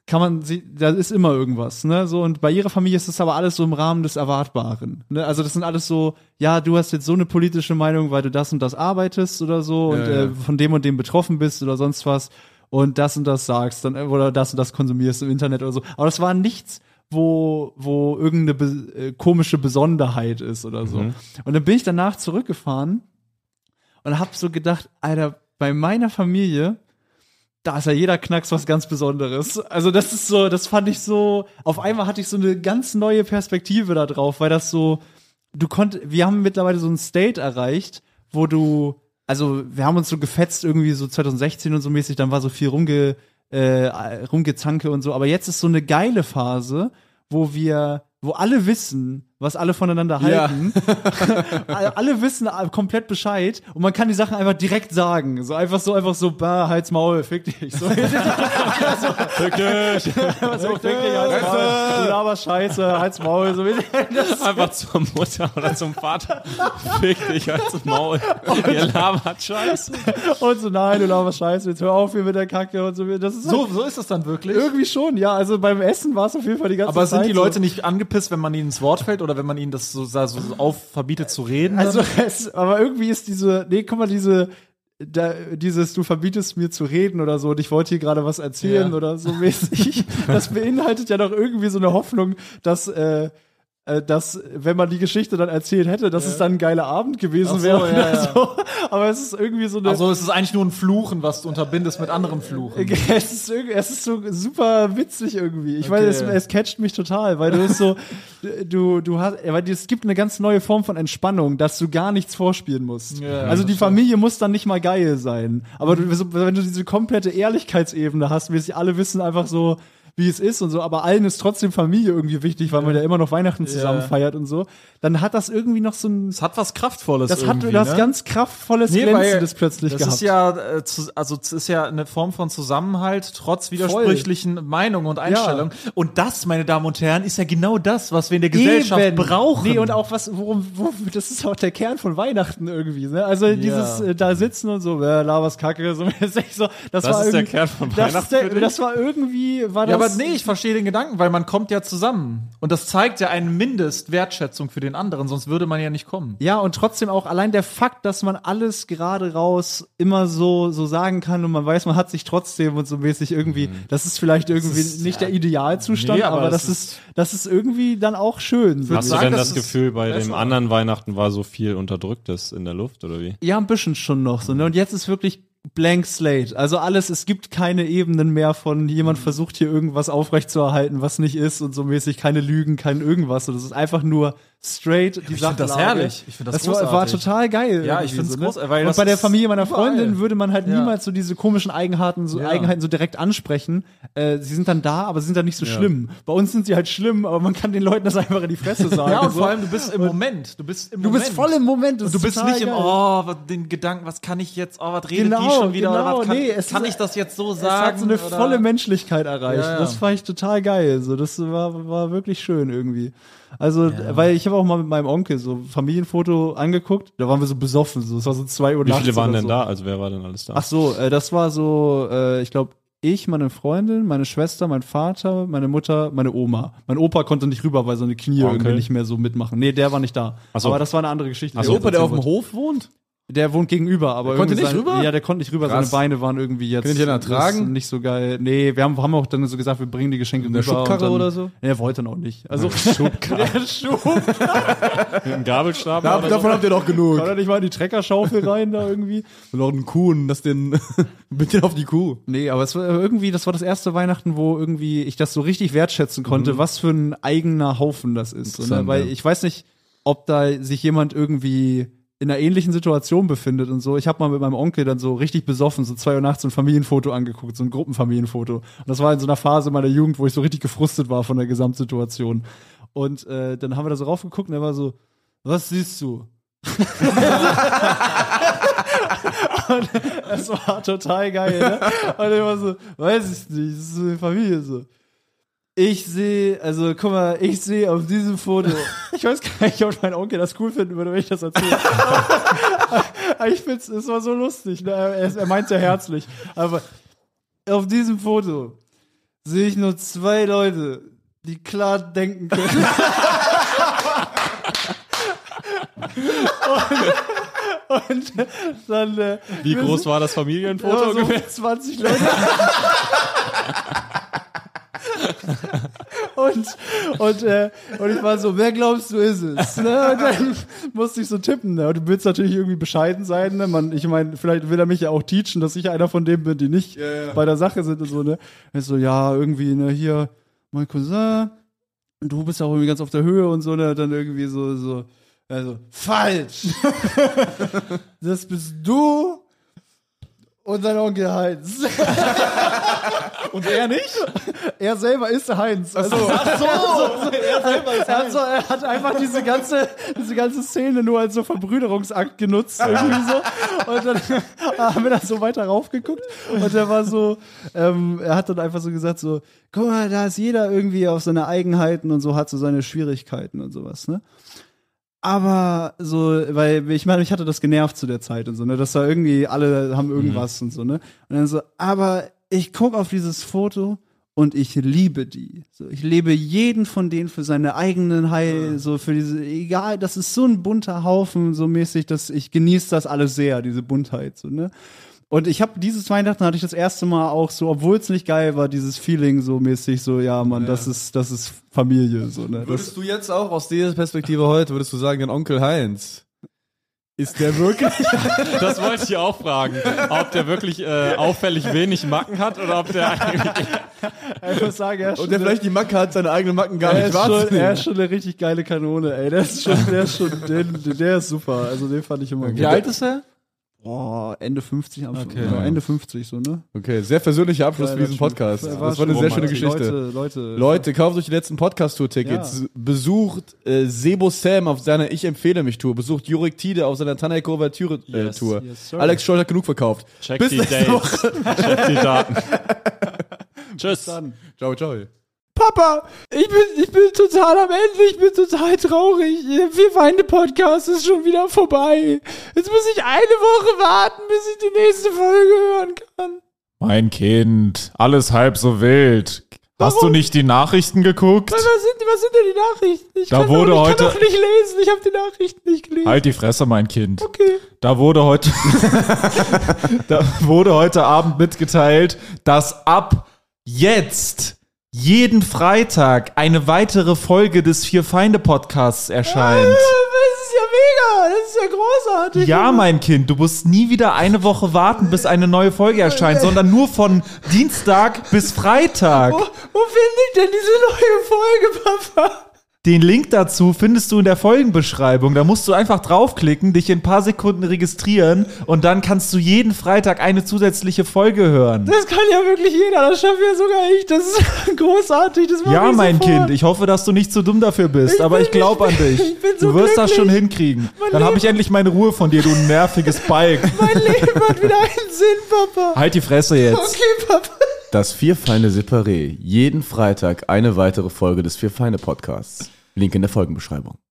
Speaker 5: kann man sie, da ist immer irgendwas, ne? So, und bei ihrer Familie ist das aber alles so im Rahmen des Erwartbaren. Ne? Also das sind alles so, ja, du hast jetzt so eine politische Meinung, weil du das und das arbeitest oder so und Äh, von dem und dem betroffen bist oder sonst was und das und das sagst dann äh, oder das und das konsumierst im Internet oder so. Aber das war nichts, wo, wo irgendeine be äh, komische Besonderheit ist oder so. Und dann bin ich danach zurückgefahren und hab so gedacht, Alter, bei meiner Familie, da ist ja jeder Knacks was ganz Besonderes. Also das ist so, das fand ich so, auf einmal hatte ich so eine ganz neue Perspektive da drauf, weil das so, du konntest, wir haben mittlerweile so einen State erreicht, wo du, also wir haben uns so gefetzt irgendwie so 2016 und so mäßig, dann war so viel rumge, äh, rumgezanke und so, aber jetzt ist so eine geile Phase, wo wir, wo alle wissen, was alle voneinander
Speaker 2: Ja.
Speaker 5: halten alle alle wissen komplett Bescheid und man kann die Sachen einfach direkt sagen. So einfach so, einfach so, bah, halt's Maul, fick dich. So, so,
Speaker 4: Fick dich!
Speaker 5: so fick dich, halt's Maul. Du laberst Scheiße, halt's Maul. So,
Speaker 4: Einfach zur Mutter oder zum Vater. Fick dich als Maul. Ihr labert Scheiße.
Speaker 5: und so, nein, du laberst Scheiße, jetzt hör auf hier mit der Kacke und so. Das ist
Speaker 1: So, so ist das dann wirklich.
Speaker 5: irgendwie schon, ja. Also beim Essen war es auf jeden Fall die ganze
Speaker 1: Aber
Speaker 5: Zeit.
Speaker 1: sind die
Speaker 5: so.
Speaker 1: Leute nicht angepisst, wenn man ihnen ins Wort fällt oder wenn man ihnen das so, so, so auf verbietet zu reden? dann?
Speaker 5: Also, es, aber irgendwie ist diese, nee, guck mal, diese, da, dieses, du verbietest mir zu reden oder so und ich wollte hier gerade was erzählen
Speaker 1: Ja.
Speaker 5: oder so mäßig. Das beinhaltet ja doch irgendwie so eine Hoffnung, dass, äh, äh, dass, wenn man die Geschichte dann erzählt hätte, dass es dann ein geiler Abend gewesen
Speaker 1: Ach so,
Speaker 5: wäre.
Speaker 1: ja,
Speaker 5: oder
Speaker 1: ja.
Speaker 5: so. Aber es ist irgendwie so eine.
Speaker 1: also es ist eigentlich nur ein Fluchen, was du unterbindest mit anderen Fluchen.
Speaker 5: Es ist, irg- es ist so super witzig irgendwie. Ich weiß, es,
Speaker 1: Okay.
Speaker 5: es catcht mich total, weil du bist so, du, du hast, weil es gibt eine ganz neue Form von Entspannung, dass du gar nichts vorspielen musst.
Speaker 1: Ja,
Speaker 5: also die Familie muss dann nicht mal geil sein. Aber du, so- wenn du diese komplette Ehrlichkeitsebene hast, wie es alle wissen einfach so, wie es ist und so, aber allen ist trotzdem Familie irgendwie wichtig, weil man ja immer noch Weihnachten zusammen feiert und so, dann hat das irgendwie noch so ein,
Speaker 1: Es hat was Kraftvolles.
Speaker 5: das hat
Speaker 1: irgendwie,
Speaker 5: das
Speaker 1: ne?
Speaker 5: ganz kraftvolles
Speaker 1: Nee, weil
Speaker 5: Glänzendes plötzlich
Speaker 1: das
Speaker 5: gehabt.
Speaker 1: ist ja, äh, zu, also es ist ja eine Form von Zusammenhalt trotz widersprüchlichen Meinungen und Einstellungen. Und das, meine Damen und Herren, ist ja genau das, was wir in der Gesellschaft
Speaker 5: Eben.
Speaker 1: brauchen.
Speaker 5: Nee, und auch was, worum, wo, das ist auch der Kern von Weihnachten irgendwie, ne? Also dieses äh, da sitzen und so, äh, labers Kacke, so, mäßig so
Speaker 4: Das
Speaker 5: das, war
Speaker 4: ist der
Speaker 5: irgendwie-
Speaker 4: Kern von
Speaker 5: das, ist
Speaker 4: Weihnachten
Speaker 5: der,
Speaker 4: für dich?
Speaker 5: das war irgendwie, war
Speaker 1: ja, aber
Speaker 5: das.
Speaker 1: nee, ich verstehe den Gedanken, weil man kommt ja zusammen. Und das zeigt ja eine Mindestwertschätzung für den anderen, sonst würde man ja nicht kommen.
Speaker 5: Ja, und trotzdem auch allein der Fakt, dass man alles gerade raus immer so, so sagen kann und man weiß, man hat sich trotzdem und so mäßig irgendwie, Mhm. das ist vielleicht irgendwie nicht der Idealzustand,
Speaker 1: nee, aber
Speaker 5: aber,
Speaker 1: das
Speaker 5: das, ist, das ist irgendwie dann auch schön. so.
Speaker 1: Hast
Speaker 4: Hast du
Speaker 1: Sag,
Speaker 4: denn
Speaker 1: das
Speaker 4: das
Speaker 1: ist
Speaker 4: Gefühl, bei dem
Speaker 1: besser.
Speaker 4: anderen Weihnachten war so viel Unterdrücktes in der Luft, oder wie?
Speaker 5: Ja, ein bisschen schon noch so, ne? Und jetzt ist wirklich blank slate. Also alles, es gibt keine Ebenen mehr von jemand
Speaker 1: Mhm.
Speaker 5: versucht hier irgendwas aufrechtzuerhalten, was nicht ist und so mäßig keine Lügen, kein irgendwas. Und das ist einfach nur straight die Sache.
Speaker 1: das herrlich. Ich find das
Speaker 5: war, war
Speaker 1: großartig.
Speaker 5: total geil.
Speaker 1: Ja,
Speaker 5: irgendwie
Speaker 1: ich find's
Speaker 5: so, ne?
Speaker 1: groß- weil
Speaker 5: Und
Speaker 1: das
Speaker 5: bei der
Speaker 1: ist
Speaker 5: Familie meiner
Speaker 1: überall.
Speaker 5: Freundin würde man halt
Speaker 1: Ja.
Speaker 5: niemals so diese komischen Eigenheiten so,
Speaker 1: Ja.
Speaker 5: Eigenheiten so direkt ansprechen. Äh, sie sind dann da, aber sie sind dann nicht so schlimm. Bei uns sind sie halt schlimm, aber man kann den Leuten das einfach in die Fresse sagen.
Speaker 1: Ja, und
Speaker 5: so.
Speaker 1: vor allem, du bist im Moment. Du bist im
Speaker 5: du
Speaker 1: Moment.
Speaker 5: bist voll im Moment. das
Speaker 1: Und du
Speaker 5: ist
Speaker 1: bist
Speaker 5: total
Speaker 1: nicht im,
Speaker 5: geil.
Speaker 1: oh, was- den Gedanken, was kann ich jetzt, oh, was redet die
Speaker 5: Genau,
Speaker 1: schon wieder, oder
Speaker 5: genau,
Speaker 1: was kann,
Speaker 5: nee, es
Speaker 1: kann
Speaker 5: ist-
Speaker 1: ich das jetzt so
Speaker 5: Es
Speaker 1: sagen?
Speaker 5: hat so eine
Speaker 1: oder?
Speaker 5: volle Menschlichkeit erreicht.
Speaker 1: Ja, ja.
Speaker 5: Das fand ich total geil. So, das war, war wirklich schön irgendwie. Also, weil ich habe auch mal mit meinem Onkel so ein Familienfoto angeguckt. Da waren wir so besoffen. So, es war so zwei Uhr
Speaker 4: Wie
Speaker 5: nachts
Speaker 4: viele waren
Speaker 5: oder
Speaker 4: denn
Speaker 5: so.
Speaker 4: da? Also wer war denn alles da?
Speaker 5: Ach so, äh, das war so, äh, ich glaube, ich, meine Freundin, meine Schwester, mein Vater, meine Mutter, meine Oma. Mein Opa konnte nicht rüber, weil seine Knie
Speaker 4: Onkel?
Speaker 5: irgendwie nicht mehr so mitmachen. Nee, der war nicht da.
Speaker 4: Oh, Ach so.
Speaker 5: Aber das war eine andere Geschichte.
Speaker 4: Ach
Speaker 5: die
Speaker 4: so.
Speaker 5: ich
Speaker 2: Opa, der auf
Speaker 5: erzählen
Speaker 2: dem
Speaker 5: wollte.
Speaker 2: Hof wohnt?
Speaker 5: Der wohnt gegenüber, aber
Speaker 2: konnte
Speaker 5: irgendwie
Speaker 2: nicht
Speaker 5: seine,
Speaker 2: rüber?
Speaker 5: Ja, der konnte nicht rüber.
Speaker 2: Krass.
Speaker 5: Seine Beine waren irgendwie jetzt
Speaker 2: Könnt ihr den
Speaker 5: das
Speaker 2: ertragen?
Speaker 5: nicht so geil. Nee, wir haben, haben auch dann so gesagt, wir bringen die Geschenke
Speaker 2: der
Speaker 5: rüber. und
Speaker 2: Schubkarre
Speaker 5: dann,
Speaker 2: oder so?
Speaker 5: Nee, er wollte noch nicht. Also Schubkarre. der Schub. Kann
Speaker 4: Mit dem Gabelstab?
Speaker 2: Da,
Speaker 4: oder
Speaker 2: davon habt ihr doch genug.
Speaker 5: er nicht mal in die Treckerschaufel rein da irgendwie?
Speaker 2: Und noch einen Kuh und das den bisschen auf die Kuh.
Speaker 5: Nee, aber es war irgendwie, das war das erste Weihnachten, wo irgendwie ich das so richtig wertschätzen konnte, was für ein eigener Haufen das ist. So,
Speaker 2: Mhm.
Speaker 5: ne?
Speaker 2: Interessant,
Speaker 5: Weil
Speaker 2: ja.
Speaker 5: ich weiß nicht, ob da sich jemand irgendwie in einer ähnlichen Situation befindet und so. Ich habe mal mit meinem Onkel dann so richtig besoffen, so zwei Uhr nachts so ein Familienfoto angeguckt, so ein Gruppenfamilienfoto. Und das war in so einer Phase meiner Jugend, wo ich so richtig gefrustet war von der Gesamtsituation. Und äh, dann haben wir da so raufgeguckt und er war so, was siehst du? Es war total geil, ne? Und ich war so, weiß ich nicht, das ist so eine Familie so. Ich sehe, also guck mal, ich sehe auf diesem Foto. Ich weiß gar nicht, ob mein Onkel das cool finden würde, wenn ich das erzähle. Aber ich find's, es war so lustig. Ne? Er, er meint's ja herzlich. Aber auf diesem Foto sehe ich nur zwei Leute, die klar denken können. und, und dann äh,
Speaker 4: Wie groß war das Familienfoto?
Speaker 5: ja, so
Speaker 4: ungefähr?
Speaker 5: 20 Leute. und, und, äh, und ich war so, wer glaubst du ist es? Ne? Und dann musste ich so tippen. Ne? Und du willst natürlich irgendwie bescheiden sein. Ne? Man, ich meine, vielleicht will er mich ja auch teachen, dass ich einer von denen bin, die nicht bei der Sache sind und so. Ne? Und ich so, ja, irgendwie, ne, hier, mein Cousin, du bist ja auch irgendwie ganz auf der Höhe und so. Ne? Dann irgendwie so, so, also, falsch. das bist du und sein Onkel Heinz. Und er nicht? Er selber ist Heinz. Also, ach so, er selber ist Heinz. Also, er hat einfach diese ganze, diese ganze Szene nur als so Verbrüderungsakt genutzt. Irgendwie so. Und dann haben wir da so weiter raufgeguckt. Und er war so, ähm, er hat dann einfach so gesagt, so, guck mal, da ist jeder irgendwie auf seine Eigenheiten und so hat so seine Schwierigkeiten und sowas, ne? Aber so, weil ich meine, ich hatte das genervt zu der Zeit und so, ne? Dass da irgendwie alle haben irgendwas und so, ne? Und dann so, aber ich gucke auf dieses Foto und ich liebe die. So, ich liebe jeden von denen für seine eigenen Heil, so für diese, egal, das ist so ein bunter Haufen, so mäßig, dass ich genieße das alles sehr, diese Buntheit, so, ne? Und ich habe dieses Weihnachten hatte ich das erste Mal auch so, obwohl es nicht geil war, dieses Feeling so mäßig, so, ja, Mann, das ist, das ist Familie, so, ne? Das,
Speaker 2: Würdest du jetzt auch aus dieser Perspektive heute, würdest du sagen, dein Onkel Heinz, ist der wirklich?
Speaker 4: Das wollte ich auch fragen. Ob der wirklich äh, auffällig wenig Macken hat oder ob der eigentlich.
Speaker 5: ich muss sagen, er ist
Speaker 2: Und
Speaker 5: schon
Speaker 2: der
Speaker 5: eine-
Speaker 2: vielleicht die Macke hat, seine eigenen Macken gar
Speaker 5: Er
Speaker 2: nicht
Speaker 5: ist, schon, er
Speaker 2: wahrzunehmen.
Speaker 5: ist schon eine richtig geile Kanone, ey. Der ist schon, der ist schon, der, der ist super. Also den fand ich immer gut.
Speaker 2: ist er?
Speaker 5: Boah, Oh, Ende 50 am
Speaker 3: Okay.
Speaker 5: ja, Ende 50, so, ne?
Speaker 2: Okay, sehr persönlicher Abschluss
Speaker 5: Ja,
Speaker 2: für diesen
Speaker 5: schon-
Speaker 2: Podcast.
Speaker 5: war
Speaker 2: das war eine
Speaker 5: schon-
Speaker 2: sehr schöne
Speaker 5: Leute,
Speaker 2: Geschichte.
Speaker 5: Leute, Leute.
Speaker 2: Leute, kauft euch die letzten Podcast-Tour-Tickets. Besucht äh, Sebo Sam auf seiner Ich empfehle mich Tour. Besucht Jurik Tide auf seiner Tanner Tour.
Speaker 4: Yes,
Speaker 2: Tour. Alex Scholl hat genug verkauft.
Speaker 4: Check
Speaker 2: Bis
Speaker 4: die
Speaker 2: nächste
Speaker 4: Dates.
Speaker 2: Woche.
Speaker 4: Check die Daten. Tschüss.
Speaker 2: Ciao, ciao.
Speaker 8: Papa, ich bin, ich bin total am Ende, ich bin total traurig. Wir weine Podcast ist schon wieder vorbei. Jetzt muss ich eine Woche warten, bis ich die nächste Folge hören kann.
Speaker 3: Mein Kind, alles halb so wild. Hast du nicht die Nachrichten geguckt?
Speaker 8: Was sind, was sind denn die Nachrichten? Ich
Speaker 3: Da
Speaker 8: kann
Speaker 3: wurde
Speaker 8: doch, ich
Speaker 3: heute-
Speaker 8: kann doch nicht lesen, ich habe die Nachrichten nicht gelesen.
Speaker 3: Halt die Fresse, mein Kind.
Speaker 8: Okay.
Speaker 3: Da wurde heute, da wurde heute Abend mitgeteilt, dass ab jetzt jeden Freitag eine weitere Folge des Vier Feinde Podcasts erscheint.
Speaker 8: Ah, Das ist ja mega, das ist ja großartig.
Speaker 3: Ja, mein Kind, du musst nie wieder eine Woche warten, bis eine neue Folge erscheint, sondern nur von Dienstag bis Freitag.
Speaker 8: Wo, wo finde ich denn diese neue Folge, Papa?
Speaker 3: Den Link dazu findest du in der Folgenbeschreibung. Da musst du einfach draufklicken, dich in ein paar Sekunden registrieren und dann kannst du jeden Freitag eine zusätzliche Folge hören.
Speaker 8: Das kann ja wirklich jeder, das schaffe ja sogar ich. Das ist großartig, das mache
Speaker 3: Ja,
Speaker 8: ich
Speaker 3: mein
Speaker 8: sofort.
Speaker 3: Kind, ich hoffe, dass du nicht zu dumm dafür bist, aber
Speaker 8: bin
Speaker 3: ich glaube an
Speaker 8: nicht-
Speaker 3: dich.
Speaker 8: ich bin so
Speaker 3: du wirst das
Speaker 8: glücklich.
Speaker 3: schon hinkriegen. Dann habe ich endlich meine Ruhe von dir, du nerviges Balk.
Speaker 8: Mein Leben hat wieder einen Sinn, Papa.
Speaker 3: Halt die Fresse jetzt.
Speaker 8: Okay, Papa.
Speaker 2: Das Vierfeinde Separé. Jeden Freitag eine weitere Folge des Vierfeinde Podcasts. Link in der Folgenbeschreibung.